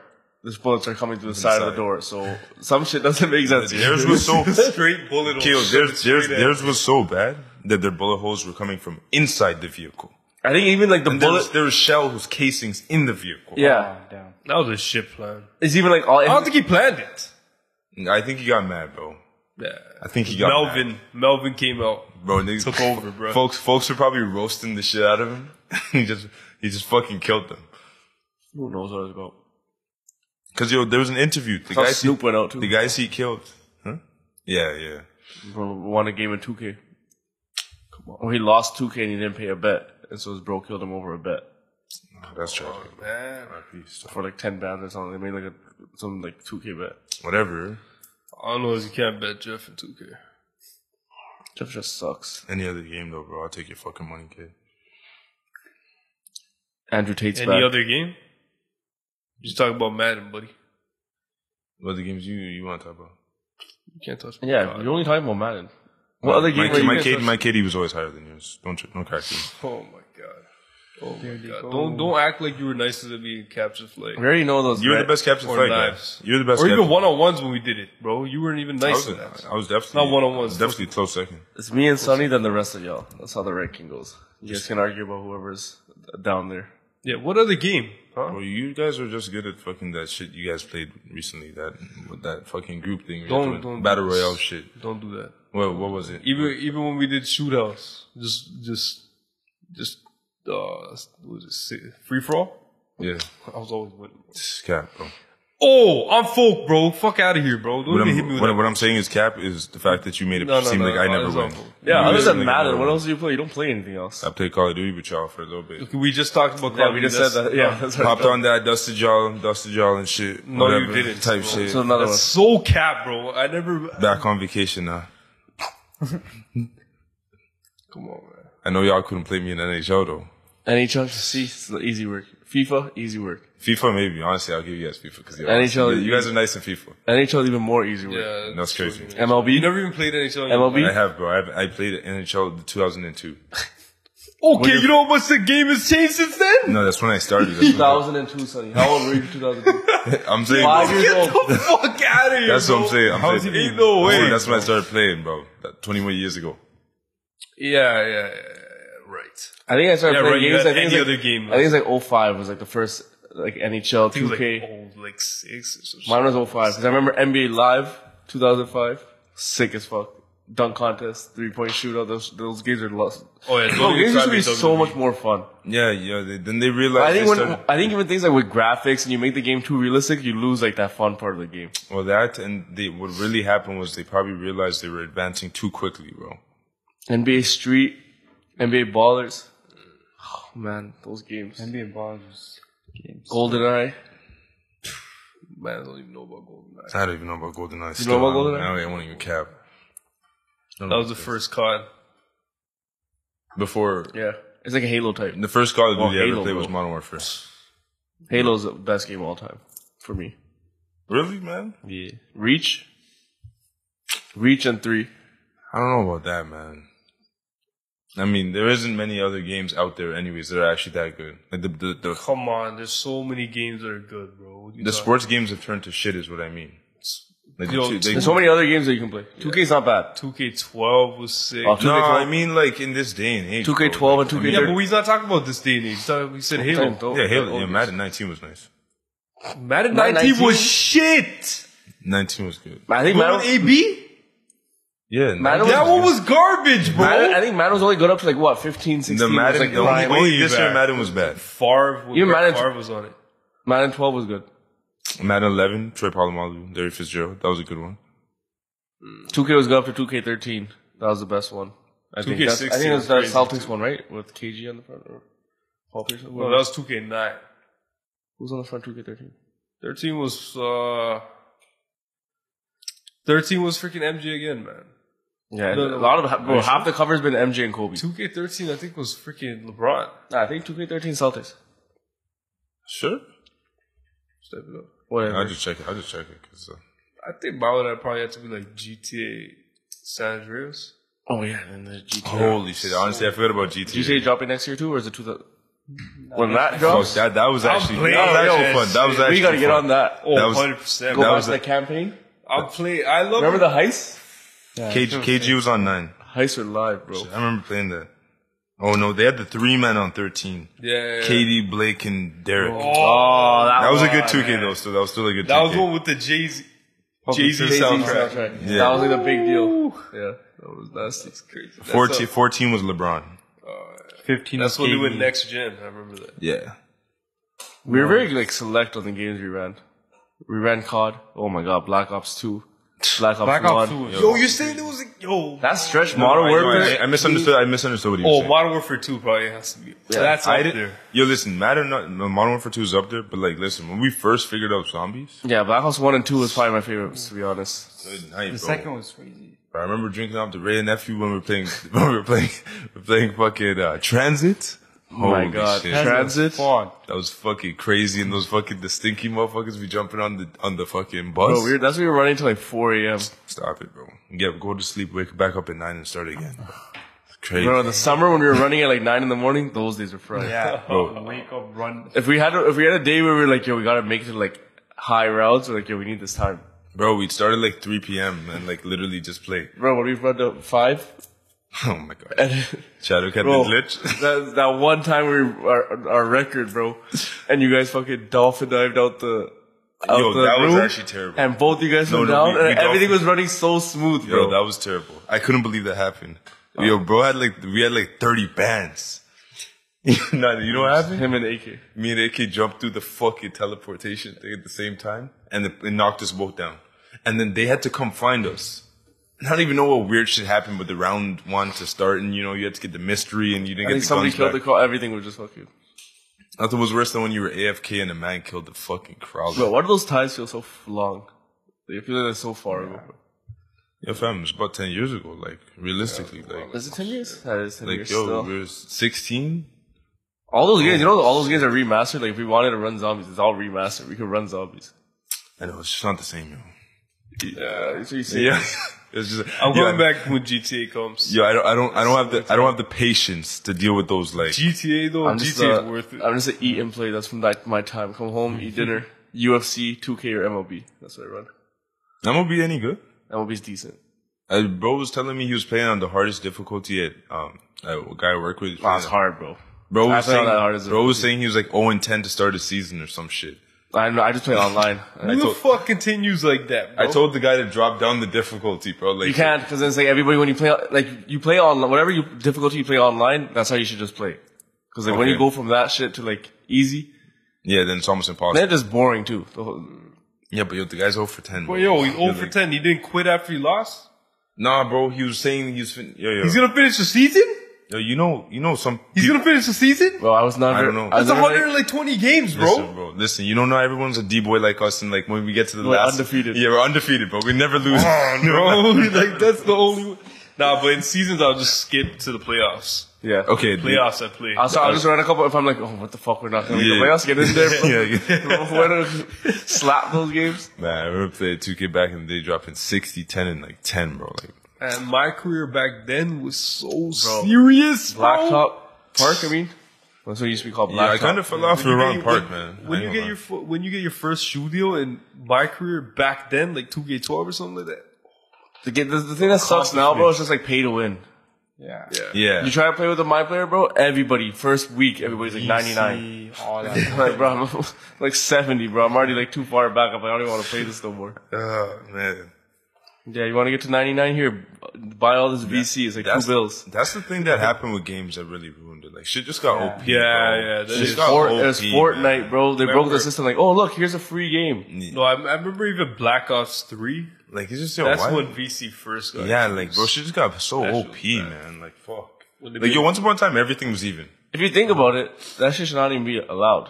Speaker 3: these bullets are coming through the side of
Speaker 1: side.
Speaker 3: the door. So some shit doesn't make sense.
Speaker 1: theirs was so
Speaker 4: Straight bullet holes.
Speaker 1: Yo, theirs, theirs, theirs was so bad that their bullet holes were coming from inside the vehicle.
Speaker 3: I think even like the
Speaker 1: There was,
Speaker 3: bullet,
Speaker 1: there was shell was casings in the vehicle.
Speaker 3: yeah,
Speaker 2: down.
Speaker 4: That was a shit plan.
Speaker 3: it's even like all.
Speaker 4: I don't think he planned it.
Speaker 1: I think he got mad, bro.
Speaker 4: Yeah.
Speaker 1: I think he got
Speaker 4: Melvin.
Speaker 1: mad.
Speaker 4: Melvin came out.
Speaker 1: bro. Niggas,
Speaker 4: Took over, bro.
Speaker 1: Folks, folks were probably roasting the shit out of him. he just, he just fucking killed them.
Speaker 3: who knows what it's about?
Speaker 1: Cause yo, there was an interview. The
Speaker 3: How
Speaker 1: guys, he,
Speaker 3: Snoop went out
Speaker 1: the
Speaker 3: too.
Speaker 1: guys he killed. Huh? Yeah, yeah.
Speaker 3: Bro won a game in 2K. Come on. Well, he lost 2K and he didn't pay a bet, and so his bro killed him over a bet
Speaker 1: That's tragic.
Speaker 4: Man.
Speaker 3: for like 10 bands or something. They made like a some like 2K bet.
Speaker 1: Whatever.
Speaker 4: All I know is you can't bet Jeff in 2K.
Speaker 3: Jeff just sucks.
Speaker 1: Any other game though, bro. I'll take your fucking money, kid.
Speaker 3: Andrew Tate's
Speaker 4: Any
Speaker 3: back.
Speaker 4: other game? Just talk about Madden, buddy.
Speaker 1: What other games you you want to talk about?
Speaker 4: You can't touch
Speaker 3: yeah,
Speaker 4: God.
Speaker 3: you're only talking about Madden. What other game?
Speaker 1: My,
Speaker 3: were you
Speaker 1: my
Speaker 3: guys
Speaker 1: kid,
Speaker 3: watching?
Speaker 1: my kid, he was always higher than yours. Don't don't crack him.
Speaker 4: Oh my god. Oh my
Speaker 2: There they
Speaker 4: God.
Speaker 2: go.
Speaker 4: Don't don't act like you were nice to be capture flag.
Speaker 3: We already know those.
Speaker 1: You were the
Speaker 3: red-
Speaker 1: best captain
Speaker 4: Or
Speaker 1: flag guy.
Speaker 4: knives.
Speaker 1: You're the best.
Speaker 4: Or even
Speaker 1: captain.
Speaker 4: one on ones when we did it, bro. You weren't even
Speaker 1: I was,
Speaker 4: nice to that.
Speaker 1: I was definitely
Speaker 4: Not one-on-ones.
Speaker 1: Definitely close second.
Speaker 3: It's me and Sonny, then the rest of y'all. That's how the ranking goes. You guys can argue about whoever's down there.
Speaker 4: Yeah. What other game? Huh?
Speaker 1: Well, you guys are just good at fucking that shit you guys played recently. That with that fucking group thing. you're
Speaker 4: Don't-
Speaker 1: doing.
Speaker 4: don't do
Speaker 1: battle
Speaker 4: this.
Speaker 1: royale shit.
Speaker 4: Don't do that.
Speaker 1: Well, what was it?
Speaker 4: Even even when we did shootouts, just just just uh, what was it si- free for all?
Speaker 1: yeah,
Speaker 4: I was always winning.
Speaker 1: it's cap, bro.
Speaker 4: Oh, I'm folk, bro. Fuck out of here, bro. Don't
Speaker 1: What
Speaker 4: even
Speaker 1: I'm,
Speaker 4: hit me with
Speaker 1: what,
Speaker 4: that.
Speaker 1: what I'm saying is cap is the fact that you made it
Speaker 4: No, no,
Speaker 1: seem
Speaker 4: no,
Speaker 1: like
Speaker 4: no,
Speaker 1: I
Speaker 4: no,
Speaker 1: never
Speaker 4: it's
Speaker 1: win.
Speaker 4: not cool.
Speaker 1: You
Speaker 3: Yeah,
Speaker 1: made
Speaker 3: it
Speaker 1: it seem
Speaker 3: doesn't
Speaker 1: like I
Speaker 3: matter.
Speaker 1: never
Speaker 3: What
Speaker 1: win.
Speaker 3: else do you play? You don't play anything else.
Speaker 1: I played Call of Duty with y'all for a little bit.
Speaker 4: We just talked about
Speaker 3: Yeah,
Speaker 4: Call
Speaker 3: we
Speaker 4: of
Speaker 3: just
Speaker 4: Duty.
Speaker 3: said that. Yeah, that's right.
Speaker 1: Popped on that, dusted y'all, dusted y'all and shit.
Speaker 4: No, you
Speaker 1: whatever
Speaker 4: didn't,
Speaker 1: Type
Speaker 4: bro.
Speaker 1: shit.
Speaker 3: So another
Speaker 4: That's so cap, bro. I never.
Speaker 1: Back on vacation now.
Speaker 4: Come on, man.
Speaker 1: I know y'all couldn't play me in NHL though.
Speaker 3: one. NHL, see, it's the easy work. FIFA, easy work.
Speaker 1: FIFA maybe. Honestly, I'll give you guys FIFA because
Speaker 3: NHL
Speaker 1: you guys are nice in FIFA.
Speaker 3: NHL even more easy work.
Speaker 4: Yeah,
Speaker 1: That's crazy.
Speaker 4: You
Speaker 3: MLB,
Speaker 4: never even played NHL. in your
Speaker 3: MLB.
Speaker 1: I have, bro. I, have, I played NHL 2002.
Speaker 4: Okay, you know how much the game has changed since then?
Speaker 1: No, that's when I started. That's when-
Speaker 3: 2002, Sonny. How old were you? 2002.
Speaker 1: I'm saying.
Speaker 3: Five
Speaker 1: bro,
Speaker 3: years
Speaker 4: Get
Speaker 3: old.
Speaker 4: the fuck out of here.
Speaker 1: That's what I'm
Speaker 4: bro.
Speaker 1: saying. I'm
Speaker 4: How's
Speaker 1: saying-
Speaker 4: he- Ain't no
Speaker 1: I'm saying
Speaker 4: way.
Speaker 1: That's when I started playing, bro. That 21 years ago.
Speaker 4: Yeah, yeah, yeah, yeah, right.
Speaker 3: I think I started
Speaker 4: Yeah,
Speaker 3: playing
Speaker 4: right, you
Speaker 3: games.
Speaker 4: had
Speaker 3: I think
Speaker 4: any
Speaker 3: it's like,
Speaker 4: other game.
Speaker 3: I think it's like 05 was like the first like NHL 2K.
Speaker 4: He was like oh old, like six or something.
Speaker 3: Mine was 05 because I remember NBA Live 2005. Sick as fuck. Dunk contest, three point shootout. Those those games are lost.
Speaker 4: oh yeah,
Speaker 3: Bro, games used to be so
Speaker 4: WWE.
Speaker 3: much more fun.
Speaker 1: Yeah, yeah. They, then they realized.
Speaker 3: I think
Speaker 1: they
Speaker 3: when
Speaker 1: started,
Speaker 3: I think even things like with graphics and you make the game too realistic, you lose like that fun part of the game.
Speaker 1: well, that and they, what really happened was they probably realized they were advancing too quickly, bro.
Speaker 3: NBA Street, NBA Ballers. Oh man, those games.
Speaker 2: NBA balls was games.
Speaker 3: GoldenEye.
Speaker 4: Man, I don't even know about GoldenEye.
Speaker 1: I don't even know about GoldenEye.
Speaker 3: You know about GoldenEye?
Speaker 1: I don't want to cap.
Speaker 4: That was the first con.
Speaker 1: Before
Speaker 3: Yeah, it's like a Halo type.
Speaker 1: the first Call of
Speaker 3: Well,
Speaker 1: Duty I ever
Speaker 3: Halo,
Speaker 1: played was
Speaker 3: bro.
Speaker 1: Modern Warfare.
Speaker 3: Halo's the best game of all time for me.
Speaker 1: Really, man?
Speaker 3: Yeah. Reach. Reach and three.
Speaker 1: I don't know about that, man. I mean, there isn't many other games out there, anyways, that are actually that good. Like the the the,
Speaker 4: Come on, there's so many games that are good, bro. What are you
Speaker 1: the
Speaker 4: talking-
Speaker 1: sports games have turned to shit, is what I mean. Like,
Speaker 4: Yo,
Speaker 1: the two-
Speaker 3: There's
Speaker 1: like-
Speaker 3: so many other games that you can play. 2K's not bad.
Speaker 4: 2K12 was sick.
Speaker 3: Oh,
Speaker 1: no,
Speaker 3: 2K12.
Speaker 1: I mean like in this day and age.
Speaker 3: 2K12
Speaker 1: bro,
Speaker 3: and
Speaker 1: I mean,
Speaker 4: yeah,
Speaker 3: 2K13.
Speaker 4: but he's not talking about this day and age. He's talking- He said Halo.
Speaker 3: Don't-
Speaker 1: yeah, Halo.
Speaker 3: don't-
Speaker 1: Yeah, Madden 19 was nice.
Speaker 4: Madden
Speaker 3: Madden
Speaker 4: 19,
Speaker 3: 19?
Speaker 4: was shit.
Speaker 1: 19 was good.
Speaker 3: I think
Speaker 4: Madden
Speaker 3: Madden,
Speaker 4: AB?
Speaker 1: Yeah,
Speaker 3: Madden
Speaker 4: That
Speaker 3: was-
Speaker 4: one was garbage, bro.
Speaker 3: Madden- I think Madden was only good up to like what 15, 16.
Speaker 1: the
Speaker 3: was,
Speaker 1: Madden.
Speaker 3: like,
Speaker 1: the only,
Speaker 3: prime.
Speaker 4: way
Speaker 1: only this year
Speaker 4: back.
Speaker 1: Madden was bad.
Speaker 4: Favre, was-
Speaker 3: You Madden-
Speaker 4: Favre was on it.
Speaker 3: Madden 12 was good.
Speaker 1: Madden 11, Troy Polamalu, Larry Fitzgerald. That was a good one.
Speaker 3: 2K was good up to 2K13. That was the best one. I think, that's, I
Speaker 4: 2K16
Speaker 3: think it was
Speaker 4: was
Speaker 3: that
Speaker 4: crazy,
Speaker 3: Celtics one, right? With KG on the front or Paul Pierce. on the
Speaker 4: Well,
Speaker 3: front.
Speaker 4: that was 2K9.
Speaker 3: Who was on the front 2K13?
Speaker 4: 13 was, uh, 13 was freaking MJ again, man.
Speaker 3: Yeah,
Speaker 4: No,
Speaker 3: and
Speaker 4: no,
Speaker 3: a lot of the, bro,
Speaker 4: Are you
Speaker 3: half the cover's been MJ and Kobe.
Speaker 4: 2K13, I think, was freaking LeBron.
Speaker 3: Nah, I think 2K13 Celtics.
Speaker 1: Sure.
Speaker 4: Step it up.
Speaker 1: I'll
Speaker 3: Whatever.
Speaker 1: just check it. I'll just check it. 'cause, uh,
Speaker 4: I think by that probably had to be like GTA San Andreas.
Speaker 3: Oh yeah, and the GTA.
Speaker 1: holy shit. Honestly, I forgot about GTA.
Speaker 3: GTA dropping next year too, or is it 2000? When
Speaker 2: next
Speaker 3: that
Speaker 1: Oh,
Speaker 3: drops,
Speaker 1: that, that was actually, that was
Speaker 4: playing
Speaker 1: actually
Speaker 4: that
Speaker 1: fun. That was actually
Speaker 3: we gotta get
Speaker 1: fun.
Speaker 3: on that.
Speaker 4: Oh,
Speaker 1: That was-
Speaker 4: 100%.
Speaker 1: that
Speaker 3: Go
Speaker 4: man.
Speaker 3: back
Speaker 1: was
Speaker 3: to
Speaker 1: the-
Speaker 3: the campaign.
Speaker 4: I'll play. I love
Speaker 3: Remember the heist?
Speaker 2: Yeah,
Speaker 1: Cage, KG was on nine.
Speaker 3: Heists are live, bro.
Speaker 1: I remember playing that. Oh no, they had the three men on thirteen.
Speaker 4: Yeah.
Speaker 1: KD, Blake, and Derek.
Speaker 4: Oh, that,
Speaker 1: that was a good
Speaker 4: one,
Speaker 1: 2K
Speaker 4: man.
Speaker 1: though. So that was still a good.
Speaker 4: That
Speaker 1: 2K.
Speaker 4: was one with the Jay Z. Jay
Speaker 3: Jay-Z
Speaker 4: Z soundtrack.
Speaker 3: soundtrack.
Speaker 1: Yeah.
Speaker 3: That was like the big deal.
Speaker 4: Ooh.
Speaker 3: Yeah, that was nasty.
Speaker 4: That's crazy. That's
Speaker 1: 14,
Speaker 4: how-
Speaker 1: 14 was LeBron.
Speaker 2: 15
Speaker 4: That's what they went
Speaker 2: KD.
Speaker 4: next gen. I remember that.
Speaker 1: Yeah.
Speaker 3: We were very like select on the games we ran. We ran COD. Oh my god, Black Ops Two, Black Ops
Speaker 2: Black Ops 2
Speaker 3: One.
Speaker 2: was
Speaker 4: Yo, you're saying there was a yo.
Speaker 3: That stretch Modern
Speaker 1: I,
Speaker 3: Warfare.
Speaker 1: I, I misunderstood. I misunderstood what you were
Speaker 4: oh,
Speaker 1: saying.
Speaker 4: Modern Warfare Two probably has to be. That's
Speaker 1: I
Speaker 4: out
Speaker 1: didn't.
Speaker 4: there.
Speaker 1: Yo, listen, Madden, not, Modern Warfare Two is up there, but like, listen, when we first figured out zombies,
Speaker 3: yeah, Black Ops One and Two was probably my favorites to be honest.
Speaker 1: good night,
Speaker 2: The
Speaker 1: bro.
Speaker 2: second was crazy.
Speaker 1: I remember drinking off the Ray and nephew when we were playing. when we were playing, we were playing fucking uh, Transit.
Speaker 3: Oh my god,
Speaker 1: shit.
Speaker 3: Transit.
Speaker 2: Fun.
Speaker 1: That was fucking crazy, and those fucking the stinky motherfuckers be jumping on the on the fucking bus.
Speaker 3: Bro, we were, that's what we were running till like 4 a.m.
Speaker 1: Stop it, bro. Yeah, go to sleep, wake back up at nine, and start again. crazy.
Speaker 3: Bro, in the summer when we were running at like nine in the morning, those days were fun.
Speaker 2: Yeah.
Speaker 1: Bro.
Speaker 2: Wake up, run.
Speaker 3: If we had a, if we had a day where we were like, yo, we gotta make it to like high routes, we're like, yo, we need this time.
Speaker 1: Bro, we started like 3 p.m. and like literally just play.
Speaker 3: Bro, when we run up five,
Speaker 1: Oh my god.
Speaker 3: and
Speaker 1: Shadow Cat
Speaker 3: Eh, bro,
Speaker 1: glitch.
Speaker 3: that that one time we our, our record, bro, and you guys fucking dolphin dived out the out
Speaker 1: Yo,
Speaker 3: the
Speaker 1: that was
Speaker 3: room,
Speaker 1: actually terrible.
Speaker 3: and both you guys
Speaker 1: No,
Speaker 3: went
Speaker 1: no,
Speaker 3: down,
Speaker 1: we- we
Speaker 3: and everything
Speaker 1: dolphin-
Speaker 3: was running so smooth, bro. Uh.
Speaker 1: Yo, that was terrible. I couldn't believe that happened. Yo, bro had like we had like 30 bands. no, you know what happened?
Speaker 3: him and AK.
Speaker 1: Me and AK jumped through the fucking teleportation thing at the same time, and it, it knocked us both down. And then they had to come find us. And I don't even know what weird shit happened, but the round one to start, and you know you had to get the mystery, and you didn't
Speaker 3: I
Speaker 1: get
Speaker 3: think
Speaker 1: the
Speaker 3: somebody
Speaker 1: guns
Speaker 3: killed the
Speaker 1: back.
Speaker 3: call. Everything was just fucking.
Speaker 1: Nothing was worse than when you were AFK and a man killed the fucking crowd.
Speaker 3: Bro, why do those ties feel so f- long? They feel like they're so far ago. Bro.
Speaker 1: Yeah, fam, it was about 10 years ago, like, realistically, like,
Speaker 3: Is it ten years? That is ten
Speaker 1: like,
Speaker 3: years
Speaker 1: yo,
Speaker 3: still.
Speaker 1: we were 16?
Speaker 3: All those games, you know, all those games are remastered. Like, if we wanted to run zombies, it's all remastered. We could run zombies.
Speaker 1: I know, it's just not the same, yo.
Speaker 3: Yeah, so you see.
Speaker 1: Yeah. it's just,
Speaker 4: I'm
Speaker 1: yo,
Speaker 4: going back when GTA comes.
Speaker 1: Yo, I don't, I don't, I don't have the, I don't have the patience to deal with those, like,
Speaker 4: GTA though,
Speaker 3: I'm
Speaker 4: GTA
Speaker 3: just,
Speaker 4: is
Speaker 3: uh,
Speaker 4: worth it.
Speaker 3: I'm just a eat and play. That's from that, my time. Come home, eat dinner, UFC, 2K, or MLB. That's what I run.
Speaker 1: I'm gonna be any good.
Speaker 3: MLB's decent.
Speaker 1: Uh, bro was telling me he was playing on the hardest difficulty at, um, a guy I work with.
Speaker 3: Wow, it's hard, bro.
Speaker 1: Bro
Speaker 3: I
Speaker 1: was
Speaker 3: play on
Speaker 1: saying,
Speaker 3: the hardest
Speaker 1: bro was saying he was like 0 and 10 to start a season or some shit.
Speaker 3: I know, I just play online. I
Speaker 4: Who the
Speaker 3: told-
Speaker 4: fuck continues like that, bro?
Speaker 1: I told the guy to drop down the difficulty, bro. Like,
Speaker 3: you can't because it's like everybody when you play like you play online whatever you difficulty you play online that's how you should just play because like when
Speaker 1: Okay.
Speaker 3: you go from that shit to like easy
Speaker 1: yeah, then it's almost impossible.
Speaker 3: they're just boring too. The whole-
Speaker 1: Yeah, but yo, the guy's 0 for 10.
Speaker 4: But yo, he's
Speaker 1: You're
Speaker 4: 0 for
Speaker 1: like-
Speaker 4: 10. He didn't quit after he lost.
Speaker 1: Nah, bro, he was saying he was, fin- yo, yo,
Speaker 4: He's gonna finish the season.
Speaker 1: yo, you know, you know some.
Speaker 4: He's
Speaker 1: peop-
Speaker 4: gonna finish the season.
Speaker 3: Bro, I was not.
Speaker 1: I don't
Speaker 3: very-
Speaker 1: know.
Speaker 3: was
Speaker 4: That's
Speaker 3: never, like-
Speaker 4: 120 games, bro.
Speaker 1: Listen, bro, listen, you don't know everyone's a D boy like us, and like when we get to the
Speaker 3: We're
Speaker 1: last,
Speaker 3: undefeated.
Speaker 1: Yeah, we're undefeated, bro. We never lose.
Speaker 4: Oh, bro. like that's the only. Nah, but in seasons I'll just skip to the playoffs.
Speaker 3: yeah.
Speaker 1: Okay, dude.
Speaker 4: Playoffs, I play.
Speaker 3: I'll, so I'll just run a couple. If I'm like, oh, what the fuck, we're not gonna make
Speaker 1: Yeah.
Speaker 3: the playoffs. Get in there, bro.
Speaker 1: yeah, yeah.
Speaker 3: We're gonna slap those games.
Speaker 1: Man, I remember playing 2K back in the day, dropping 60, 10, and like 10, bro. Like,
Speaker 4: And my career back then was so serious, bro.
Speaker 3: Blacktop Park. I mean, that's what it used to be called. Blacktop.
Speaker 1: yeah, I kind of fell off
Speaker 4: When you
Speaker 1: around
Speaker 4: get-
Speaker 1: Park,
Speaker 4: when-
Speaker 1: man. I
Speaker 4: When you
Speaker 1: ain't
Speaker 4: get
Speaker 1: gonna
Speaker 4: your fo- when you get your first shoe deal in my career back then, like 2K12 or something like that.
Speaker 3: The, ga- the, the thing that sucks now, bro, is just like pay to win.
Speaker 2: Yeah.
Speaker 1: lie. yeah,
Speaker 3: You try to play with a my player, bro. Everybody first week, everybody's like 99.
Speaker 2: See All that.
Speaker 3: like, bro, I'm like 70, bro. I'm already like too far back up. I don't even want to play this no more.
Speaker 1: Oh, man.
Speaker 3: Yeah, you want to get to 99 here? Buy all this VC. It's like two
Speaker 1: That's-
Speaker 3: bills.
Speaker 1: That's the thing that happened with games that really ruined it. Like, shit just got OP. bro.
Speaker 4: Yeah, yeah, that
Speaker 1: Shit
Speaker 4: is-
Speaker 1: just got
Speaker 3: Fort,
Speaker 1: OP,
Speaker 3: it was Fortnite,
Speaker 1: man.
Speaker 3: bro. They broke the
Speaker 4: Remember-
Speaker 3: system. Like, oh look, here's a free game.
Speaker 4: No, I, I remember even Black Ops 3.
Speaker 1: Like, it's just yo,
Speaker 4: That's
Speaker 1: why?
Speaker 4: when VC first got.
Speaker 1: yeah, like, bro, shit just got so
Speaker 4: Special,
Speaker 1: OP,
Speaker 4: man.
Speaker 1: man. Like, fuck.
Speaker 4: When they
Speaker 1: Like,
Speaker 4: did-
Speaker 1: yo, once upon a time, everything was even.
Speaker 3: If you think about it, that shit should not even be allowed.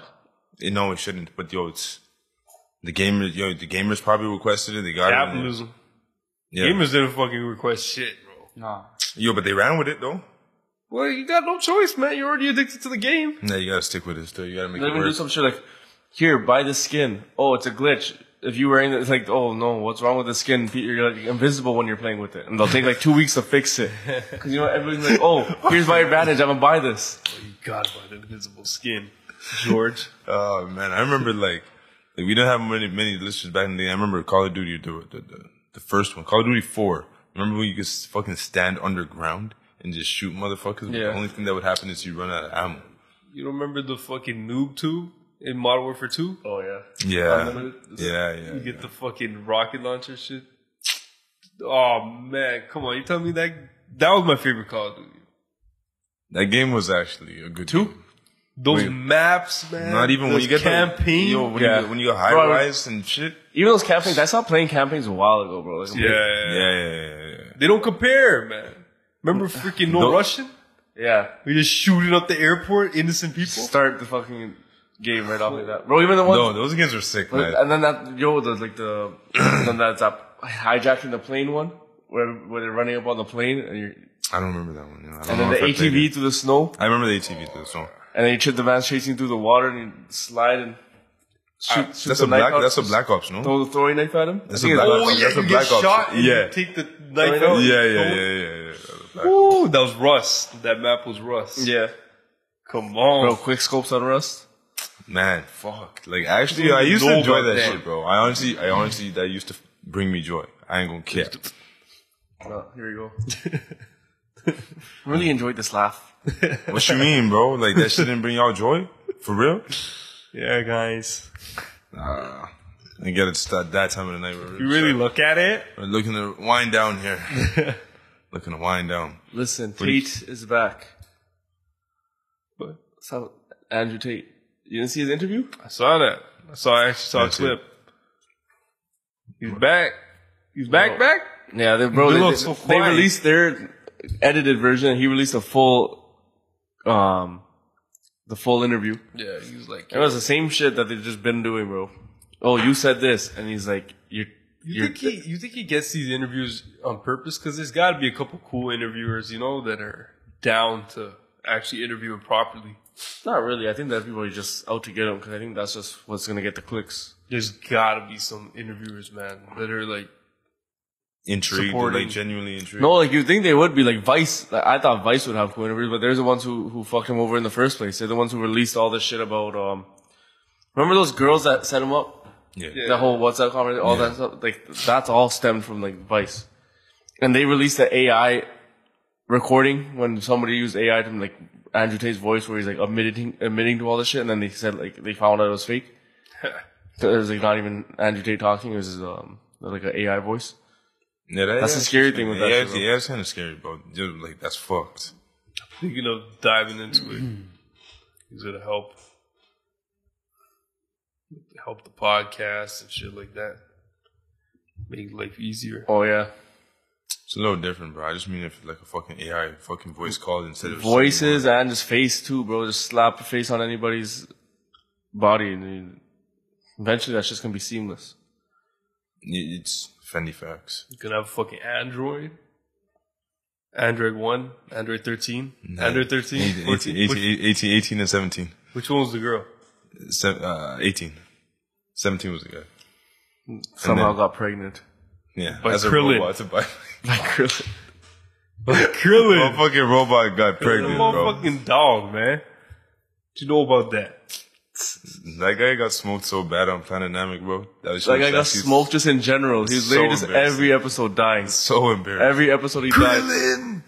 Speaker 1: Eh, No, it shouldn't. But yo, it's the gamers. Yo, the gamers probably requested it. They got it.
Speaker 4: capitalism.
Speaker 1: Yeah.
Speaker 4: Gamers didn't fucking request shit, bro.
Speaker 2: Nah.
Speaker 1: Yo, but they ran with it though.
Speaker 4: Well, you got no choice, man. You're already addicted to the game.
Speaker 1: Yeah, you gotta stick with it. Still, you gotta make
Speaker 3: They
Speaker 1: it
Speaker 3: even do
Speaker 1: work.
Speaker 3: some shit like, here, buy this skin. Oh, it's a glitch. If you wearing it, it's like, oh no, what's wrong with the skin? You're like invisible when you're playing with it, and they'll take like two weeks to fix it. Because you know everybody's like, oh, here's my advantage. I'm gonna buy this.
Speaker 4: You got to buy the invisible skin, George.
Speaker 1: Oh man, I remember like, like, we didn't have many many listeners back in the day. I remember Call of Duty, the the, the, the first one, Call of Duty Four. Remember when you could s- fucking stand underground and just shoot motherfuckers?
Speaker 3: Yeah.
Speaker 1: The only thing that would happen is you run out of ammo.
Speaker 4: you don't remember the fucking noob tube in Modern Warfare 2?
Speaker 3: Oh yeah.
Speaker 1: Yeah,
Speaker 3: Unlimited-
Speaker 1: yeah, yeah.
Speaker 4: You
Speaker 1: yeah.
Speaker 4: get the fucking rocket launcher shit. Oh man, come on! You tell me that that was my favorite Call of Duty.
Speaker 1: That game was actually a good two.
Speaker 4: Those
Speaker 1: Wait.
Speaker 4: maps, man.
Speaker 1: Not even when
Speaker 4: those
Speaker 1: you get the-
Speaker 4: campaign.
Speaker 1: yo, when
Speaker 3: Yeah.
Speaker 1: you get, when you got high
Speaker 3: Bro, I was-
Speaker 1: rise and shit.
Speaker 3: Even those campaigns, I stopped playing campaigns a while ago, bro. Like, I'm
Speaker 4: yeah,
Speaker 3: like-
Speaker 4: yeah,
Speaker 1: Yeah,
Speaker 4: yeah.
Speaker 1: yeah, yeah, yeah.
Speaker 4: they don't compare, man. Remember freaking no
Speaker 1: Don't-
Speaker 4: Russian?
Speaker 3: yeah.
Speaker 4: We just shooting up the airport, innocent people.
Speaker 3: Start the fucking game right off like that, bro. Even the ones,
Speaker 1: No, those games were sick, man.
Speaker 3: and then that yo, the like the then that's up hijacking the plane one where where they're running up on the plane and you're
Speaker 1: I don't remember that one. You know, I don't
Speaker 3: and
Speaker 1: know
Speaker 3: then the
Speaker 1: if I played
Speaker 3: ATV
Speaker 1: it.
Speaker 3: through the snow
Speaker 1: I remember the ATV though. So
Speaker 3: and then you trip the vans chasing through the water and you slide and shoot. shoot
Speaker 1: that's
Speaker 3: the
Speaker 1: a black.
Speaker 3: knife out-
Speaker 1: That's a Black Ops, no?
Speaker 3: Throw the throwing knife at him.
Speaker 1: That's
Speaker 3: I think
Speaker 1: a
Speaker 3: it's-
Speaker 1: Black Ops.
Speaker 4: Oh, yeah,
Speaker 1: That's a
Speaker 4: you
Speaker 1: Black
Speaker 4: get
Speaker 1: Ops.
Speaker 4: shot. And
Speaker 1: Yeah.
Speaker 4: you take the knife
Speaker 3: know.
Speaker 4: out.
Speaker 1: Yeah, yeah, yeah, yeah, yeah.
Speaker 4: Woo! That was rust. That map was rust.
Speaker 3: Yeah.
Speaker 4: Come on.
Speaker 3: Bro, quick scopes on Rust.
Speaker 1: Man, fuck. Like actually, I used to
Speaker 4: No,
Speaker 1: enjoy
Speaker 4: but
Speaker 1: that
Speaker 4: damn.
Speaker 1: shit, bro. I honestly, I honestly, that used to f- bring me joy. I ain't gonna care.
Speaker 3: Oh, here we go. really enjoyed this laugh.
Speaker 1: What you mean, bro? Like that shit didn't bring y'all joy? For real?
Speaker 4: Yeah, guys.
Speaker 1: And get it that, that time of the night. We're
Speaker 4: You really look at it.
Speaker 1: we're looking to wind down here. looking to wind down.
Speaker 3: Listen, Tate is back.
Speaker 4: What?
Speaker 3: So, Andrew Tate. You didn't see his interview?
Speaker 4: I saw that. I saw. I actually saw a
Speaker 1: That's
Speaker 4: clip. He's back. He's back. Back.
Speaker 3: Yeah, they, bro,
Speaker 4: They
Speaker 3: they,
Speaker 4: look
Speaker 3: they-
Speaker 4: so
Speaker 3: they
Speaker 4: quiet.
Speaker 3: released their edited version. He released a full, um, the full interview.
Speaker 4: Yeah. He was like.
Speaker 3: It was the same shit that they've just been doing, bro. Oh, you said this, and he's like, "You're,
Speaker 4: You
Speaker 3: you're."
Speaker 4: think he? You think he gets these interviews on purpose? Because there's got to be a couple cool interviewers, you know, that are down to actually interview him properly.
Speaker 3: Not really. I think that people are just out to get him because I think that's just what's gonna get the clicks.
Speaker 4: There's got to be some interviewers, man, that are like.
Speaker 1: Intrigued,
Speaker 4: Supporting.
Speaker 1: like genuinely intrigued.
Speaker 3: No, like you think they would be like Vice. Like, I thought Vice would have cool interviews, but they're the ones who who fucked him over in the first place. They're the ones who released all this shit about. um Remember those girls that set him up?
Speaker 1: yeah.
Speaker 3: The whole WhatsApp conversation, all that stuff. Like that's all stemmed from like Vice, and they released the AI recording when somebody used AI to like Andrew Tate's voice, where he's like admitting admitting to all this shit, and then they said like they found out it was fake. So it was like not even Andrew Tate talking; it was his, um like an AI voice.
Speaker 1: Yeah, that-
Speaker 3: That's the scary thing with that
Speaker 1: Yeah,
Speaker 3: shit, bro.
Speaker 1: yeah, it's kind of scary, bro. Just like that's fucked.
Speaker 4: Thinking of diving into it. He's gonna help help the podcast and shit like that. Make life easier.
Speaker 3: Oh yeah,
Speaker 1: It's a little different, bro. I just mean if like a fucking AI fucking voice called instead of
Speaker 3: voices and his face too, bro. Just slap your face on anybody's body, and then eventually that's just gonna be seamless.
Speaker 1: It's Fendi facts.
Speaker 4: You can have a fucking Android. Android 1, Android 13, Android 13,
Speaker 1: 18,
Speaker 4: 14.
Speaker 1: 18,
Speaker 4: Which,
Speaker 1: 18, 18 and 17.
Speaker 4: which one was the girl?
Speaker 1: Se- uh, 18. 17 was the guy.
Speaker 3: Somehow
Speaker 1: then-
Speaker 3: got pregnant.
Speaker 1: Yeah.
Speaker 4: By
Speaker 1: as a
Speaker 4: Krillin.
Speaker 1: robot. It's a bi-
Speaker 3: Like really.
Speaker 1: My
Speaker 4: Krillin.
Speaker 1: fucking robot got
Speaker 4: The
Speaker 1: pregnant, bro.
Speaker 4: motherfucking dog, man. What you know about that?
Speaker 1: That guy got smoked so bad on Planet Namek, bro. That was
Speaker 3: Like
Speaker 1: that's
Speaker 3: I got
Speaker 1: just
Speaker 3: smoked just in general. He was
Speaker 1: So
Speaker 3: literally just
Speaker 1: embarrassing.
Speaker 3: every episode dying.
Speaker 1: So embarrassed.
Speaker 3: Every episode he died.
Speaker 1: Krillin!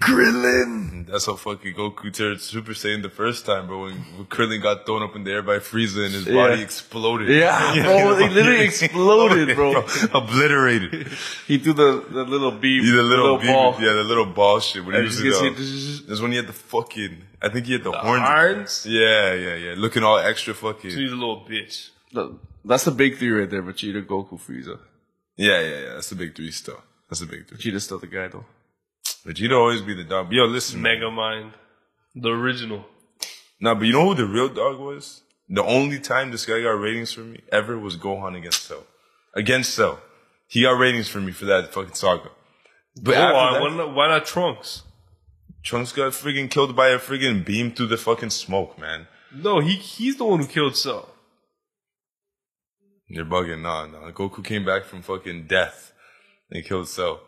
Speaker 1: Krillin! That's how fucking Goku turned Super Saiyan the first time, bro. When, when Krillin got thrown up in the air by Frieza and his body exploded.
Speaker 3: Yeah, bro, he literally
Speaker 1: Oh,
Speaker 3: exploded, bro.
Speaker 1: Obliterated.
Speaker 3: He threw the, the little beep,
Speaker 1: Yeah, the little, beam-
Speaker 3: ball.
Speaker 1: Yeah, the little ball shit. When he
Speaker 3: And
Speaker 1: was
Speaker 3: you
Speaker 1: in
Speaker 3: can see
Speaker 1: the-
Speaker 3: it-
Speaker 1: That's when he had the fucking. I think he had the, horns.
Speaker 4: Irons?
Speaker 1: Yeah, yeah, yeah. Looking all extra fucking.
Speaker 4: She's a little bitch.
Speaker 3: Look, That's the big three right there. Vegeta, Goku, Frieza.
Speaker 1: Yeah, yeah, yeah. That's the big three still. That's the big three.
Speaker 3: Vegeta's still the guy though.
Speaker 1: Vegeta always be the dog. Yo, listen, man.
Speaker 4: Mega Mind. The original.
Speaker 1: Nah, but you know who the real dog was? The only time this guy got ratings for me ever was Gohan against Cell. Against Cell. He got ratings for me for that fucking saga. But
Speaker 4: Oh,
Speaker 1: after
Speaker 4: why,
Speaker 1: that,
Speaker 4: why, not, why not Trunks?
Speaker 1: Trunks got freaking killed by a freaking beam through the fucking smoke, man.
Speaker 4: No, he he's the one who killed Cell.
Speaker 1: You're bugging. Nah, nah. Goku came back from fucking death and killed Cell.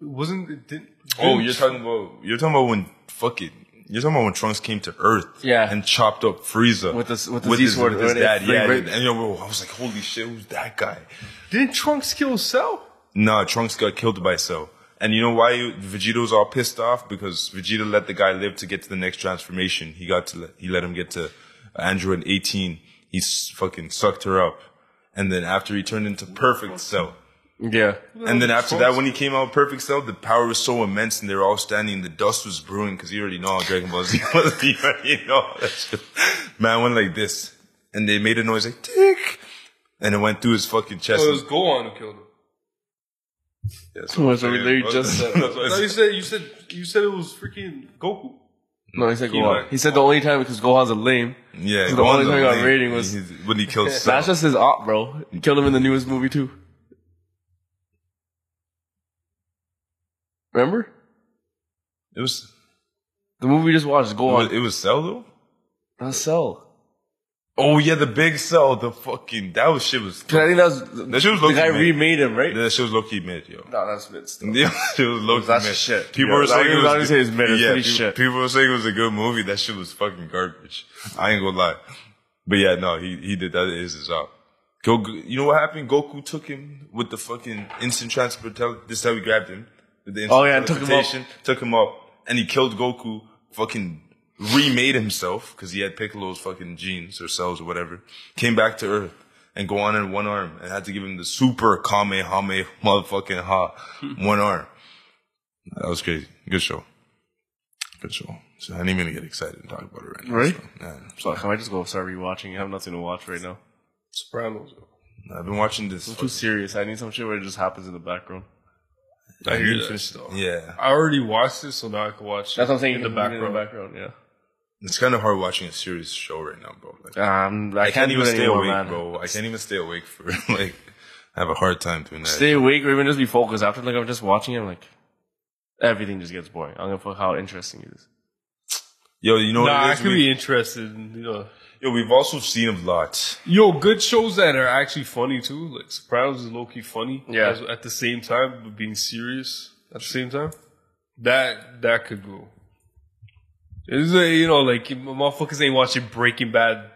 Speaker 4: Wasn't it? Didn't,
Speaker 1: Oh,
Speaker 4: didn't-
Speaker 1: you're talking about you're talking about when fuck it. You're talking about when Trunks came to Earth,
Speaker 3: Yeah.
Speaker 1: and chopped up Frieza
Speaker 3: With his- with his
Speaker 1: his,
Speaker 3: Z-sword,
Speaker 1: with his
Speaker 3: right?
Speaker 1: dad,
Speaker 3: Like,
Speaker 1: yeah.
Speaker 3: right-
Speaker 1: And, and yo, bro, I was like, holy shit, who's that guy?
Speaker 4: Didn't Trunks kill Cell?
Speaker 1: Nah, Trunks got killed by Cell, and you know why you, Vegeta was all pissed off because Vegeta let the guy live to get to the next transformation. He got to let, he let him get to Android 18. He s- fucking sucked her up, and then after he turned into perfect Cell.
Speaker 3: Yeah.
Speaker 1: And then after that, when he came out with Perfect Cell, the power was so immense, and they were all standing. The dust was brewing because you already know how Dragon Ball Z was. You already know. that shit. Man went like this, and they made a noise like tick, and it went through his fucking chest.
Speaker 4: Oh, it was Gohan who killed him.
Speaker 1: That's what I'm
Speaker 3: That's what
Speaker 1: saying,
Speaker 3: we literally
Speaker 1: bro.
Speaker 3: just said.
Speaker 1: That's what I
Speaker 4: No, you
Speaker 1: said.
Speaker 4: said you said you said it was freaking Goku.
Speaker 3: No, he said
Speaker 4: He
Speaker 3: Gohan.
Speaker 4: like-
Speaker 3: He said the only time because Gohan's a lame.
Speaker 1: Yeah,
Speaker 3: The
Speaker 1: Gohan's
Speaker 3: only thing I
Speaker 1: amazing.
Speaker 3: rating was-
Speaker 1: He's- when he killed Cell.
Speaker 3: That's just his op, bro. He killed him in the newest movie too. Remember
Speaker 1: It was
Speaker 3: the movie we just watched?
Speaker 1: it was,
Speaker 3: Gohan.
Speaker 1: it was Cell though.
Speaker 3: That's Cell.
Speaker 1: Oh yeah, the big cell, the fucking that was shit was
Speaker 3: 'Cause I think that was
Speaker 1: That shit was
Speaker 3: the
Speaker 1: low-key
Speaker 3: guy
Speaker 1: mid.
Speaker 3: remade him, right?
Speaker 1: that shit was low key mid, yo.
Speaker 3: no, that's mid still.
Speaker 1: Yeah, it was low
Speaker 3: That's
Speaker 1: mid.
Speaker 3: shit.
Speaker 1: People
Speaker 3: Yeah,
Speaker 1: were
Speaker 3: I
Speaker 1: saying
Speaker 3: was
Speaker 1: it was,
Speaker 3: about to say it's mid, it's
Speaker 1: yeah,
Speaker 3: pretty
Speaker 1: people,
Speaker 3: shit.
Speaker 1: people were saying it was a good movie. That shit was fucking garbage. I ain't gonna lie. But yeah, no, he he did that. It is his up. Go, you know what happened? Goku took him with the fucking instant transfer. Tel- this is how he grabbed him with the instant
Speaker 3: Oh, yeah, and took him up.
Speaker 1: teleportation, Took him up, and he killed Goku. Fucking remade himself because he had Piccolo's fucking genes or cells or whatever. Came back to Earth and go on in one arm and had to give him the super Kamehameha motherfucking ha one arm. That was crazy. Good show. Good show. So I didn't even get excited and talk about it right now.
Speaker 3: Right?
Speaker 1: so, yeah.
Speaker 3: Fuck, I might just go start rewatching. I have nothing to watch right now.
Speaker 4: Sopranos.
Speaker 1: I've been watching this.
Speaker 3: I'm too serious. I need some shit where it just happens in the background.
Speaker 4: I
Speaker 1: you
Speaker 4: hear that
Speaker 1: finished-
Speaker 4: stuff.
Speaker 1: Yeah.
Speaker 4: I already watched it, so now I can watch.
Speaker 3: That's
Speaker 4: it
Speaker 3: what I'm saying.
Speaker 4: in the
Speaker 3: In
Speaker 4: background.
Speaker 3: the background, yeah.
Speaker 1: It's kind of hard watching a serious show right now, bro. Like,
Speaker 3: Um,
Speaker 1: I can't even stay awake, bro. I can't even stay awake for like. I have a hard time doing that.
Speaker 3: Stay awake or even just be focused. After like I'm just watching it, I'm like everything just gets boring. I'm gonna fuck how interesting it is.
Speaker 1: Yo, you know
Speaker 4: Nah,
Speaker 1: what
Speaker 4: I
Speaker 1: it is?
Speaker 4: could
Speaker 1: We,
Speaker 4: be interested. in, You know.
Speaker 1: yo, we've also seen a lot.
Speaker 4: Yo, good shows that are actually funny too. Like Sopranos is low key funny.
Speaker 3: Yeah.
Speaker 4: as- at the same time, but being serious at the same time. That that could go. It's a, you know like motherfuckers ain't watching Breaking Bad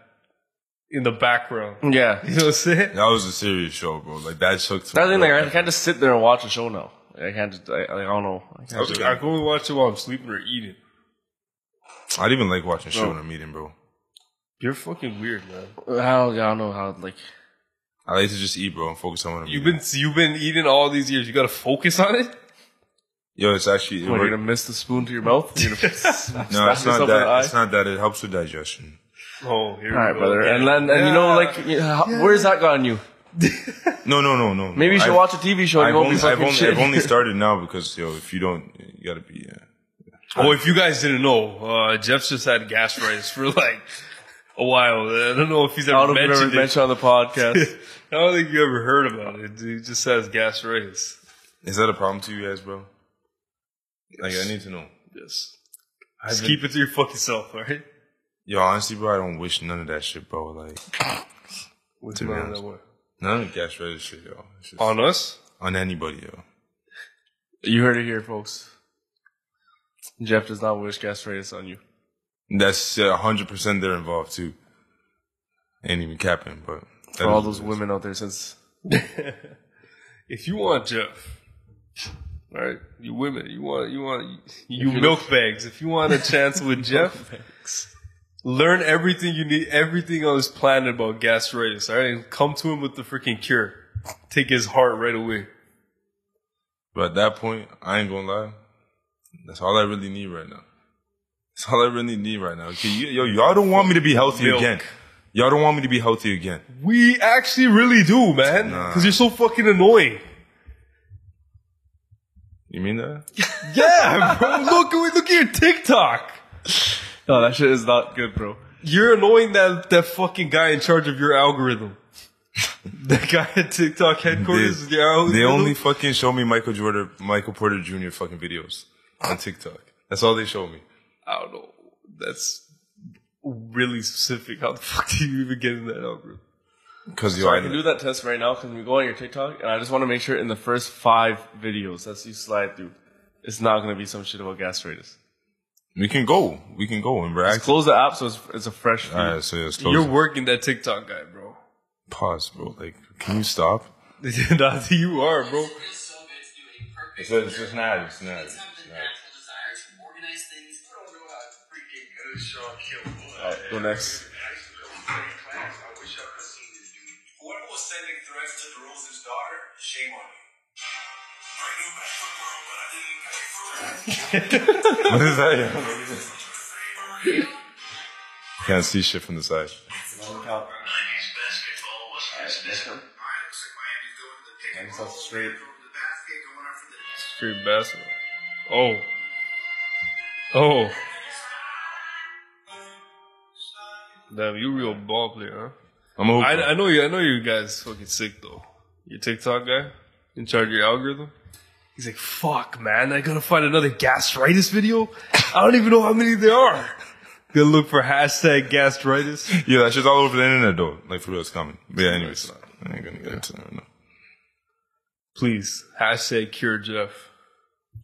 Speaker 4: in the background.
Speaker 3: Yeah.
Speaker 4: You know what I'm saying?
Speaker 1: That was a serious show, bro. Like that took.
Speaker 3: That's the thing. Like I can't just sit there and watch a show now. Like, I can't. Just, I, I don't know. I
Speaker 4: I,
Speaker 3: can't
Speaker 4: was like, I can only watch it while I'm sleeping or eating.
Speaker 1: I don't even like watching show
Speaker 3: Bro.
Speaker 1: when I'm eating, bro.
Speaker 4: You're fucking weird, man.
Speaker 3: I don't, I don't know how. Like
Speaker 1: I like to just eat, bro, and focus on what I'm
Speaker 4: You've
Speaker 1: eating.
Speaker 4: been you've been eating all these years. You got to focus on it.
Speaker 1: Yo, it's actually. It
Speaker 3: what, you're
Speaker 1: worked.
Speaker 3: gonna miss the spoon to your mouth. You're gonna smack
Speaker 1: No, it's
Speaker 3: yourself
Speaker 1: not
Speaker 3: in the eye?
Speaker 1: that. It's not that. It helps with digestion.
Speaker 4: Oh, here
Speaker 3: All right,
Speaker 4: we go.
Speaker 3: brother. And then, and you know, like, you- how- where's that gotten you?
Speaker 1: No, no, no, no.
Speaker 3: Maybe you should
Speaker 1: I've-
Speaker 3: watch a TV show. And
Speaker 1: I've
Speaker 3: you won't
Speaker 1: only,
Speaker 3: be
Speaker 1: I've,
Speaker 3: fucking
Speaker 1: only,
Speaker 3: shit.
Speaker 1: I've only started now because yo, if you don't, you gotta be. Uh,
Speaker 4: Oh, if you guys didn't know, uh, Jeff's just had gastritis for like a while. I don't know if he's
Speaker 3: I
Speaker 4: ever
Speaker 3: don't know if you've ever
Speaker 4: mentioned it.
Speaker 3: mentioned on the podcast.
Speaker 4: I don't think you ever heard about it. He just has gastritis.
Speaker 1: is that a problem to you guys, bro? Like, I need to know.
Speaker 4: Yes. Just keep it to your fucking self, all right?
Speaker 1: Yo, honestly, bro, I don't wish none of that shit, bro. Like,
Speaker 4: What's
Speaker 1: To be honest. none of the gastritis shit, yo. It's just-
Speaker 4: On us?
Speaker 1: on anybody, yo.
Speaker 3: you heard it here, folks. Jeff does not wish gastritis on you.
Speaker 1: That's uh, 100% they're involved too. Ain't even capping, but. that
Speaker 3: For all
Speaker 1: is-
Speaker 3: those women out there, since
Speaker 4: If you want Jeff, all right, you women, you want, you want, you,
Speaker 3: you
Speaker 4: milk bags. If you want a chance with Jeff, learn everything you need, everything on this planet about gastritis. All right, And come to him with the freaking cure. Take his heart right away.
Speaker 1: But at that point, I ain't gonna lie. That's all I really need right now. That's all I really need right now. Okay, you, yo, y'all don't want me to be healthy
Speaker 4: Milk.
Speaker 1: again. Y'all don't want me to be healthy again.
Speaker 4: We actually really do, man, because you're so fucking annoying.
Speaker 1: You mean that?
Speaker 4: Yeah, bro. Look, look at your TikTok.
Speaker 3: no, that shit is not good, bro.
Speaker 4: You're annoying that that fucking guy in charge of your algorithm. that guy at TikTok headquarters is your algorithm.
Speaker 1: They only fucking show me Michael Jordan, Michael Porter Jr. fucking videos on TikTok. That's all they show me.
Speaker 4: I don't know. That's really specific. How the fuck do you even get in that algorithm?
Speaker 1: Cause yo,
Speaker 3: So
Speaker 1: I,
Speaker 3: I can do that test right now because we go on your TikTok, and I just want to make sure in the first five videos that you slide through, it's not going to be some shit about gastritis.
Speaker 1: we can go, we can go, and we're
Speaker 3: Just
Speaker 1: acting.
Speaker 3: close the app so it's, it's a fresh. Feed.
Speaker 1: Alright, so yeah, let's close
Speaker 4: You're
Speaker 1: it.
Speaker 4: working that TikTok guy, bro.
Speaker 1: pause, bro. Like, can you stop?
Speaker 4: Not you are, bro.
Speaker 5: Chris Sovitz do a perfect
Speaker 1: So it's just not, it's not,
Speaker 5: It's
Speaker 1: it's
Speaker 5: not the
Speaker 1: not.
Speaker 5: natural desire to organize things.
Speaker 6: freaking good shot kill boy.
Speaker 3: Go next.
Speaker 6: I wish I could have seen this dude. Whoever was sending threats to DeRosa's daughter, shame on you. I knew best for girl, but I didn't get it for her.
Speaker 1: What is that? yo? Can't see shit from the side.
Speaker 6: 90s basketball was fascinating. Alright, looks like Miami's going to the pick and roll. Straight. From the basket, going after the
Speaker 4: Straight basketball. Oh. Oh. Damn, you real ball player, huh?
Speaker 1: I'm a
Speaker 4: I,
Speaker 1: hooper.
Speaker 4: I know you. I know you guys fucking sick though. Your TikTok guy in charge of your algorithm. He's like, "Fuck, man! I gotta find another gastritis video. I don't even know how many there are." Good look for hashtag gastritis.
Speaker 1: Yeah, that shit's all over the internet though. Like for real, it's coming. But yeah, anyways, I ain't gonna get into that. No.
Speaker 4: Please. Hashtag cure Jeff.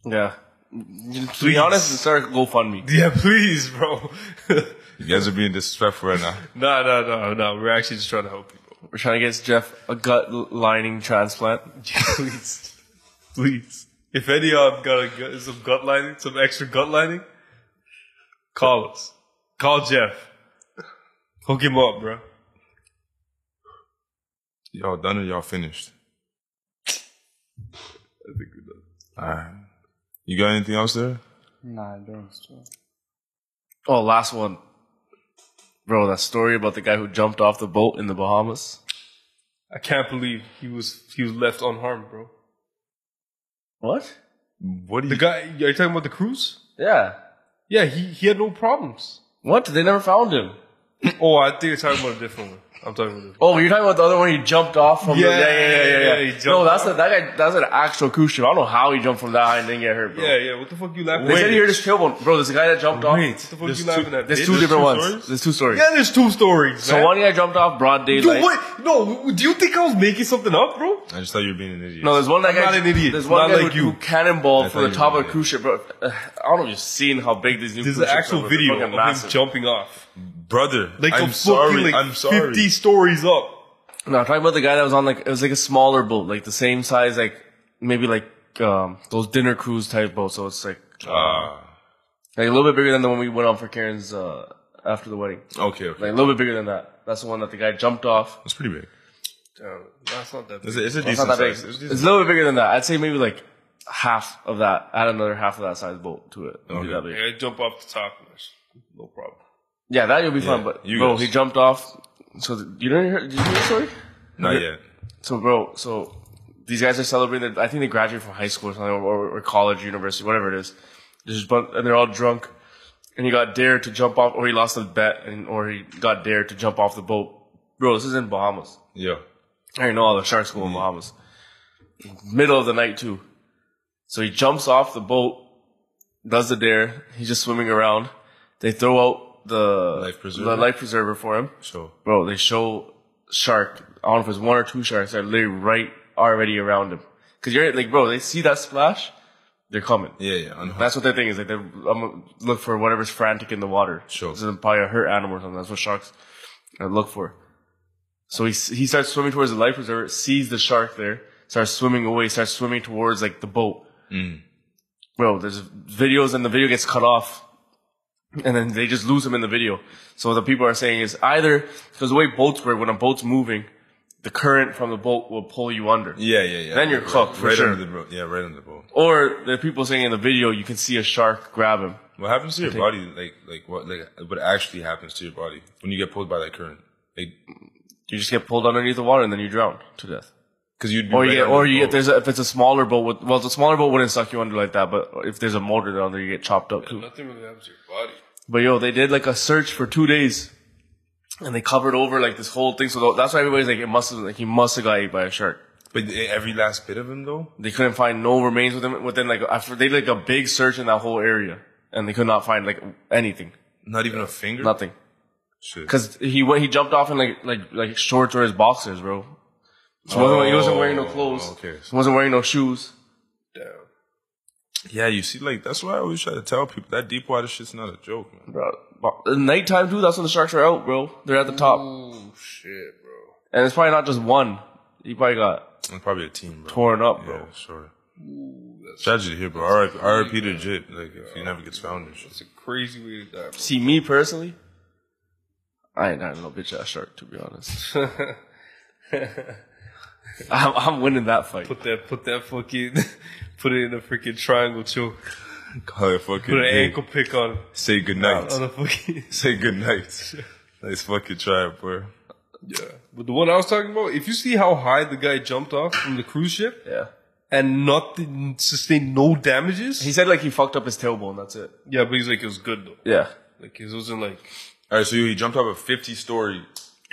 Speaker 3: Yeah. To be honest, start GoFundMe.
Speaker 4: Yeah, please, bro.
Speaker 1: You guys are being disrespectful right now.
Speaker 4: no, no, no, no. We're actually just trying to help people.
Speaker 3: We're trying to get Jeff a gut lining transplant.
Speaker 4: please. Please. If any of y'all got a gut, some gut lining, some extra gut lining, call us. Call Jeff. Hook him up, bro.
Speaker 1: Y'all done or y'all finished? I think we're done. All right. You got anything else there?
Speaker 2: Nah, I don't. Still.
Speaker 3: Oh, last one. Bro, that story about the guy who jumped off the boat in the Bahamas.
Speaker 4: I can't believe he was he was left unharmed, bro.
Speaker 3: What?
Speaker 1: What do
Speaker 4: The
Speaker 1: you?
Speaker 4: guy, are you talking about the cruise?
Speaker 3: Yeah.
Speaker 4: Yeah, he, he had no problems.
Speaker 3: What? They never found him.
Speaker 4: Oh, I think you're talking about a different one. I'm talking about a different
Speaker 3: Oh, you're talking about the other one he jumped off from the
Speaker 4: Yeah,
Speaker 3: Yeah, yeah, yeah,
Speaker 4: yeah,
Speaker 3: yeah.
Speaker 4: he
Speaker 3: yeah.
Speaker 4: jumped
Speaker 3: No, that's
Speaker 4: off.
Speaker 3: a, that guy that's an actual cruise ship. I don't know how he jumped from that high and didn't get hurt, bro.
Speaker 4: Yeah, yeah. What the fuck you laughing
Speaker 3: They
Speaker 4: at?
Speaker 3: said he heard his tailbone. Bro, there's a guy that jumped off.
Speaker 4: What the fuck you laughing at?
Speaker 3: There's
Speaker 4: bitch?
Speaker 3: two different ones.
Speaker 4: stories?
Speaker 3: There's two stories.
Speaker 4: Yeah, there's two stories.
Speaker 3: So
Speaker 4: man.
Speaker 3: one guy jumped off broad
Speaker 4: Dude,
Speaker 3: daylight.
Speaker 4: what? No, w- do you think I was making something up, bro?
Speaker 1: I just thought you were being an idiot.
Speaker 3: No, there's one that
Speaker 4: I'm
Speaker 3: guy.
Speaker 4: not an idiot.
Speaker 3: There's one
Speaker 4: Not
Speaker 3: guy
Speaker 4: like
Speaker 3: who,
Speaker 4: you.
Speaker 3: who cannonball
Speaker 1: I
Speaker 3: from the
Speaker 1: thought you
Speaker 3: top
Speaker 1: were
Speaker 3: of a
Speaker 1: an
Speaker 3: cruise ship, bro. Uh, I don't know if you've seen how big these new.
Speaker 4: There's
Speaker 3: cruise
Speaker 4: an
Speaker 3: ships
Speaker 4: actual
Speaker 3: are, but they're
Speaker 4: video
Speaker 3: fucking
Speaker 4: of him
Speaker 3: massive.
Speaker 4: jumping off.
Speaker 1: brother.
Speaker 4: Like a
Speaker 1: I'm
Speaker 4: fucking
Speaker 1: sorry.
Speaker 4: like
Speaker 1: I'm sorry.
Speaker 4: 50 stories up.
Speaker 3: No, I'm talking about the guy that was on like it was like a smaller boat, like the same size, like maybe like um those dinner cruise type boats. So it's like
Speaker 4: Oh,
Speaker 1: Ah,
Speaker 3: like a little bit bigger than the one we went on for Karen's uh after the wedding.
Speaker 1: okay, okay.
Speaker 3: Like a little bit bigger than that. That's the one that the guy jumped off.
Speaker 1: That's pretty big.
Speaker 4: Damn, that's not that
Speaker 1: It's
Speaker 4: big.
Speaker 1: a, it's a
Speaker 3: It's
Speaker 1: decent
Speaker 3: not that big.
Speaker 1: size. It's
Speaker 3: It's
Speaker 1: decent.
Speaker 3: a little bit bigger than that. I'd say maybe like half of that. Add another half of that size boat to it. It'd be
Speaker 1: Okay.
Speaker 3: that big.
Speaker 4: Yeah, I jump off the top. and that's- No problem.
Speaker 3: Yeah, that would be fun.
Speaker 1: Yeah,
Speaker 3: But
Speaker 1: you
Speaker 3: bro,
Speaker 1: guys.
Speaker 3: he jumped off. So th- you didn't hear? Did you hear the story?
Speaker 1: Not yet.
Speaker 3: So bro, so these guys are celebrating. I think they graduated from high school or something, or, or college, university, whatever it is. There's a bunch, and they're all drunk. And he got dared to jump off, or he lost a bet, and or he got dared to jump off the boat. Bro, this is in Bahamas.
Speaker 1: Yeah.
Speaker 3: I already know all the sharks
Speaker 1: Mm-hmm.
Speaker 3: go in Bahamas. Middle of the night too. So he jumps off the boat, does the dare. He's just swimming around. They throw out the
Speaker 1: Life preserver?
Speaker 3: the life preserver for him.
Speaker 1: So
Speaker 3: Bro, they show shark. I don't know if it's one or two sharks that are literally right already around him. Cause you're like, bro, they see that splash, they're coming.
Speaker 1: yeah, yeah. I know.
Speaker 3: That's what their thing is. Like, they I'm gonna look for whatever's frantic in the water.
Speaker 1: Sure.
Speaker 3: This is probably a hurt animal or something. That's what sharks uh, look for. So he s- he starts swimming towards the life preserver, sees the shark there, starts swimming away, starts swimming towards like the boat.
Speaker 1: Mm.
Speaker 3: Bro, there's videos and the video gets cut off, and then they just lose him in the video. So what the people are saying is either because the way boats work, when a boat's moving, the current from the boat will pull you under.
Speaker 1: yeah, yeah, yeah.
Speaker 3: Then you're cooked,
Speaker 1: Right,
Speaker 3: for
Speaker 1: right
Speaker 3: sure.
Speaker 1: under the boat. Yeah, right under the boat.
Speaker 3: Or the people saying in the video, you can see a shark grab him.
Speaker 1: What happens to your body? Like, like what? Like what actually happens to your body when you get pulled by that current? Like,
Speaker 3: You just get pulled underneath the water and then you drown to death.
Speaker 1: because you'd be
Speaker 3: Or
Speaker 1: right
Speaker 3: you get,
Speaker 1: under
Speaker 3: or
Speaker 1: the
Speaker 3: you get,
Speaker 1: boat.
Speaker 3: there's a, if it's a smaller boat with, well, the smaller boat wouldn't suck you under like that, but if there's a motor down there, you get chopped up too.
Speaker 4: Nothing really happens to your body.
Speaker 3: But yo, they did like a search for two days and they covered over like this whole thing. So tho- that's why everybody's like, it must have, like, he must have got ate by a shark.
Speaker 1: But e, every last bit of him though.
Speaker 3: They couldn't find no remains within, within like, after they did like a big search in that whole area and they could not find like anything,
Speaker 1: Not even a finger.
Speaker 3: nothing.
Speaker 1: Shit.
Speaker 3: Cause he went, he jumped off in like, like, like shorts or his boxers, bro. So he wasn't- he wasn't wearing no
Speaker 1: Oh,
Speaker 3: clothes.
Speaker 1: okay.
Speaker 3: He wasn't wearing no shoes.
Speaker 1: Yeah, you see, like that's why I always try to tell people that deep water shit's not a joke, man.
Speaker 3: Bro, at nighttime too. That's when the sharks are out, bro. They're at the top,
Speaker 4: Oh, shit, bro.
Speaker 3: and it's probably not just one. He probably got
Speaker 1: It's probably a team, bro.
Speaker 3: torn up, bro.
Speaker 1: yeah, sure. Tragedy here, bro. R.I.P. R.I.P. to Jit. Like, if he never gets found and shit.
Speaker 4: It's a crazy way to die, bro.
Speaker 3: See me personally, I ain't not no bitch ass shark to be honest. I'm, I'm winning that fight.
Speaker 4: Put that, put that fucking, put it in a freaking triangle choke.
Speaker 1: Call it fucking
Speaker 4: Put an
Speaker 1: day.
Speaker 4: ankle pick on,
Speaker 1: Say goodnight.
Speaker 4: on a fucking.
Speaker 1: Say goodnight. Nice fucking try, bro.
Speaker 4: Yeah. But the one I was talking about, if you see how high the guy jumped off from the cruise ship
Speaker 3: Yeah,
Speaker 4: and nothing sustained no damages.
Speaker 3: he said like he fucked up his tailbone. That's it.
Speaker 4: yeah, but he's like, it was good though.
Speaker 3: Yeah,
Speaker 4: Like, it wasn't like,
Speaker 1: All right, so he jumped off a 50 story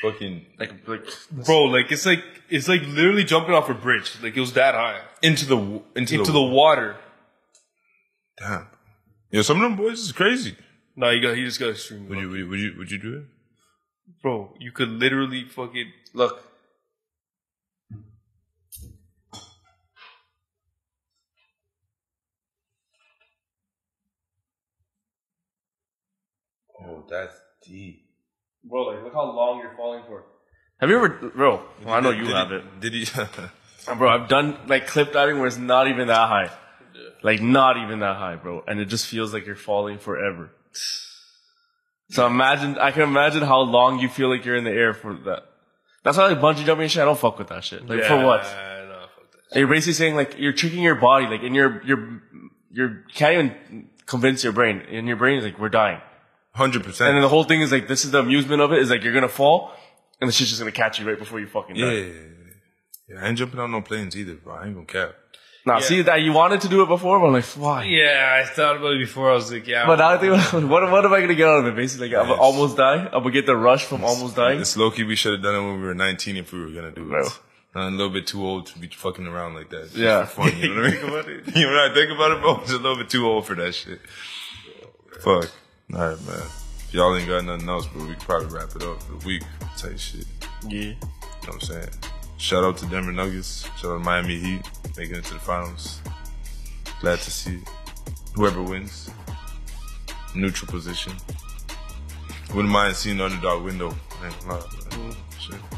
Speaker 1: fucking
Speaker 3: like like
Speaker 4: bro, like, it's like, it's like literally jumping off a bridge. Like, it was that high.
Speaker 1: into the w- into,
Speaker 4: Into the water.
Speaker 1: damn. Yo, some of them boys is crazy.
Speaker 4: No, you got you just gotta stream.
Speaker 1: Would
Speaker 4: it.
Speaker 1: you, would you, would you, would you do it?
Speaker 4: bro, you could literally fucking look.
Speaker 1: Oh, that's deep.
Speaker 4: Bro, like look how long you're falling for.
Speaker 3: Have you ever, bro? Well, I know you
Speaker 1: did
Speaker 3: have
Speaker 1: he,
Speaker 3: it,
Speaker 1: Did he?
Speaker 3: bro. I've done like clip diving where it's not even that high, like not even that high, bro, and it just feels like you're falling forever. So imagine, I can imagine how long you feel like you're in the air for that. That's why like bungee jumping and shit. I don't fuck with that shit. Like for what?
Speaker 4: Nah, fuck that.
Speaker 3: You're basically saying like you're tricking your body, like in your your your can't even convince your brain, and your brain is like we're dying.
Speaker 1: 100%.
Speaker 3: And then the whole thing is like this is the amusement of it is like you're gonna fall, and the shit's just gonna catch you right before you fucking die.
Speaker 1: yeah, yeah, yeah, yeah. Yeah, I ain't jumping on no planes either, bro. I ain't gonna cap.
Speaker 3: Now see that you wanted to do it before, but I'm like why?
Speaker 4: Yeah, I thought about it before. I was like, yeah,
Speaker 3: But now I think what what am I gonna get out of it? Basically, like I'm
Speaker 1: Yes.
Speaker 3: almost die. I'm gonna get the rush from almost dying.
Speaker 1: It's low key, we should have done it when we were 19 if we were gonna do
Speaker 3: Bro.
Speaker 1: it. I'm a little bit too old to be fucking around like that. It's just
Speaker 3: Yeah.
Speaker 1: for fun, you know what I mean? you know what I think about it, bro? I'm just a little bit too old for that shit. Fuck. Alright, man. If y'all ain't got nothing else, bro, we could probably wrap it up for the week type shit.
Speaker 3: Yeah.
Speaker 1: You know what I'm saying? Shout out to Denver Nuggets. Shout out to Miami Heat making it to the finals. Glad to see whoever wins.
Speaker 3: Mm.
Speaker 1: Neutral position. Wouldn't mind seeing the underdog window. I ain't gonna lie, man. Shit.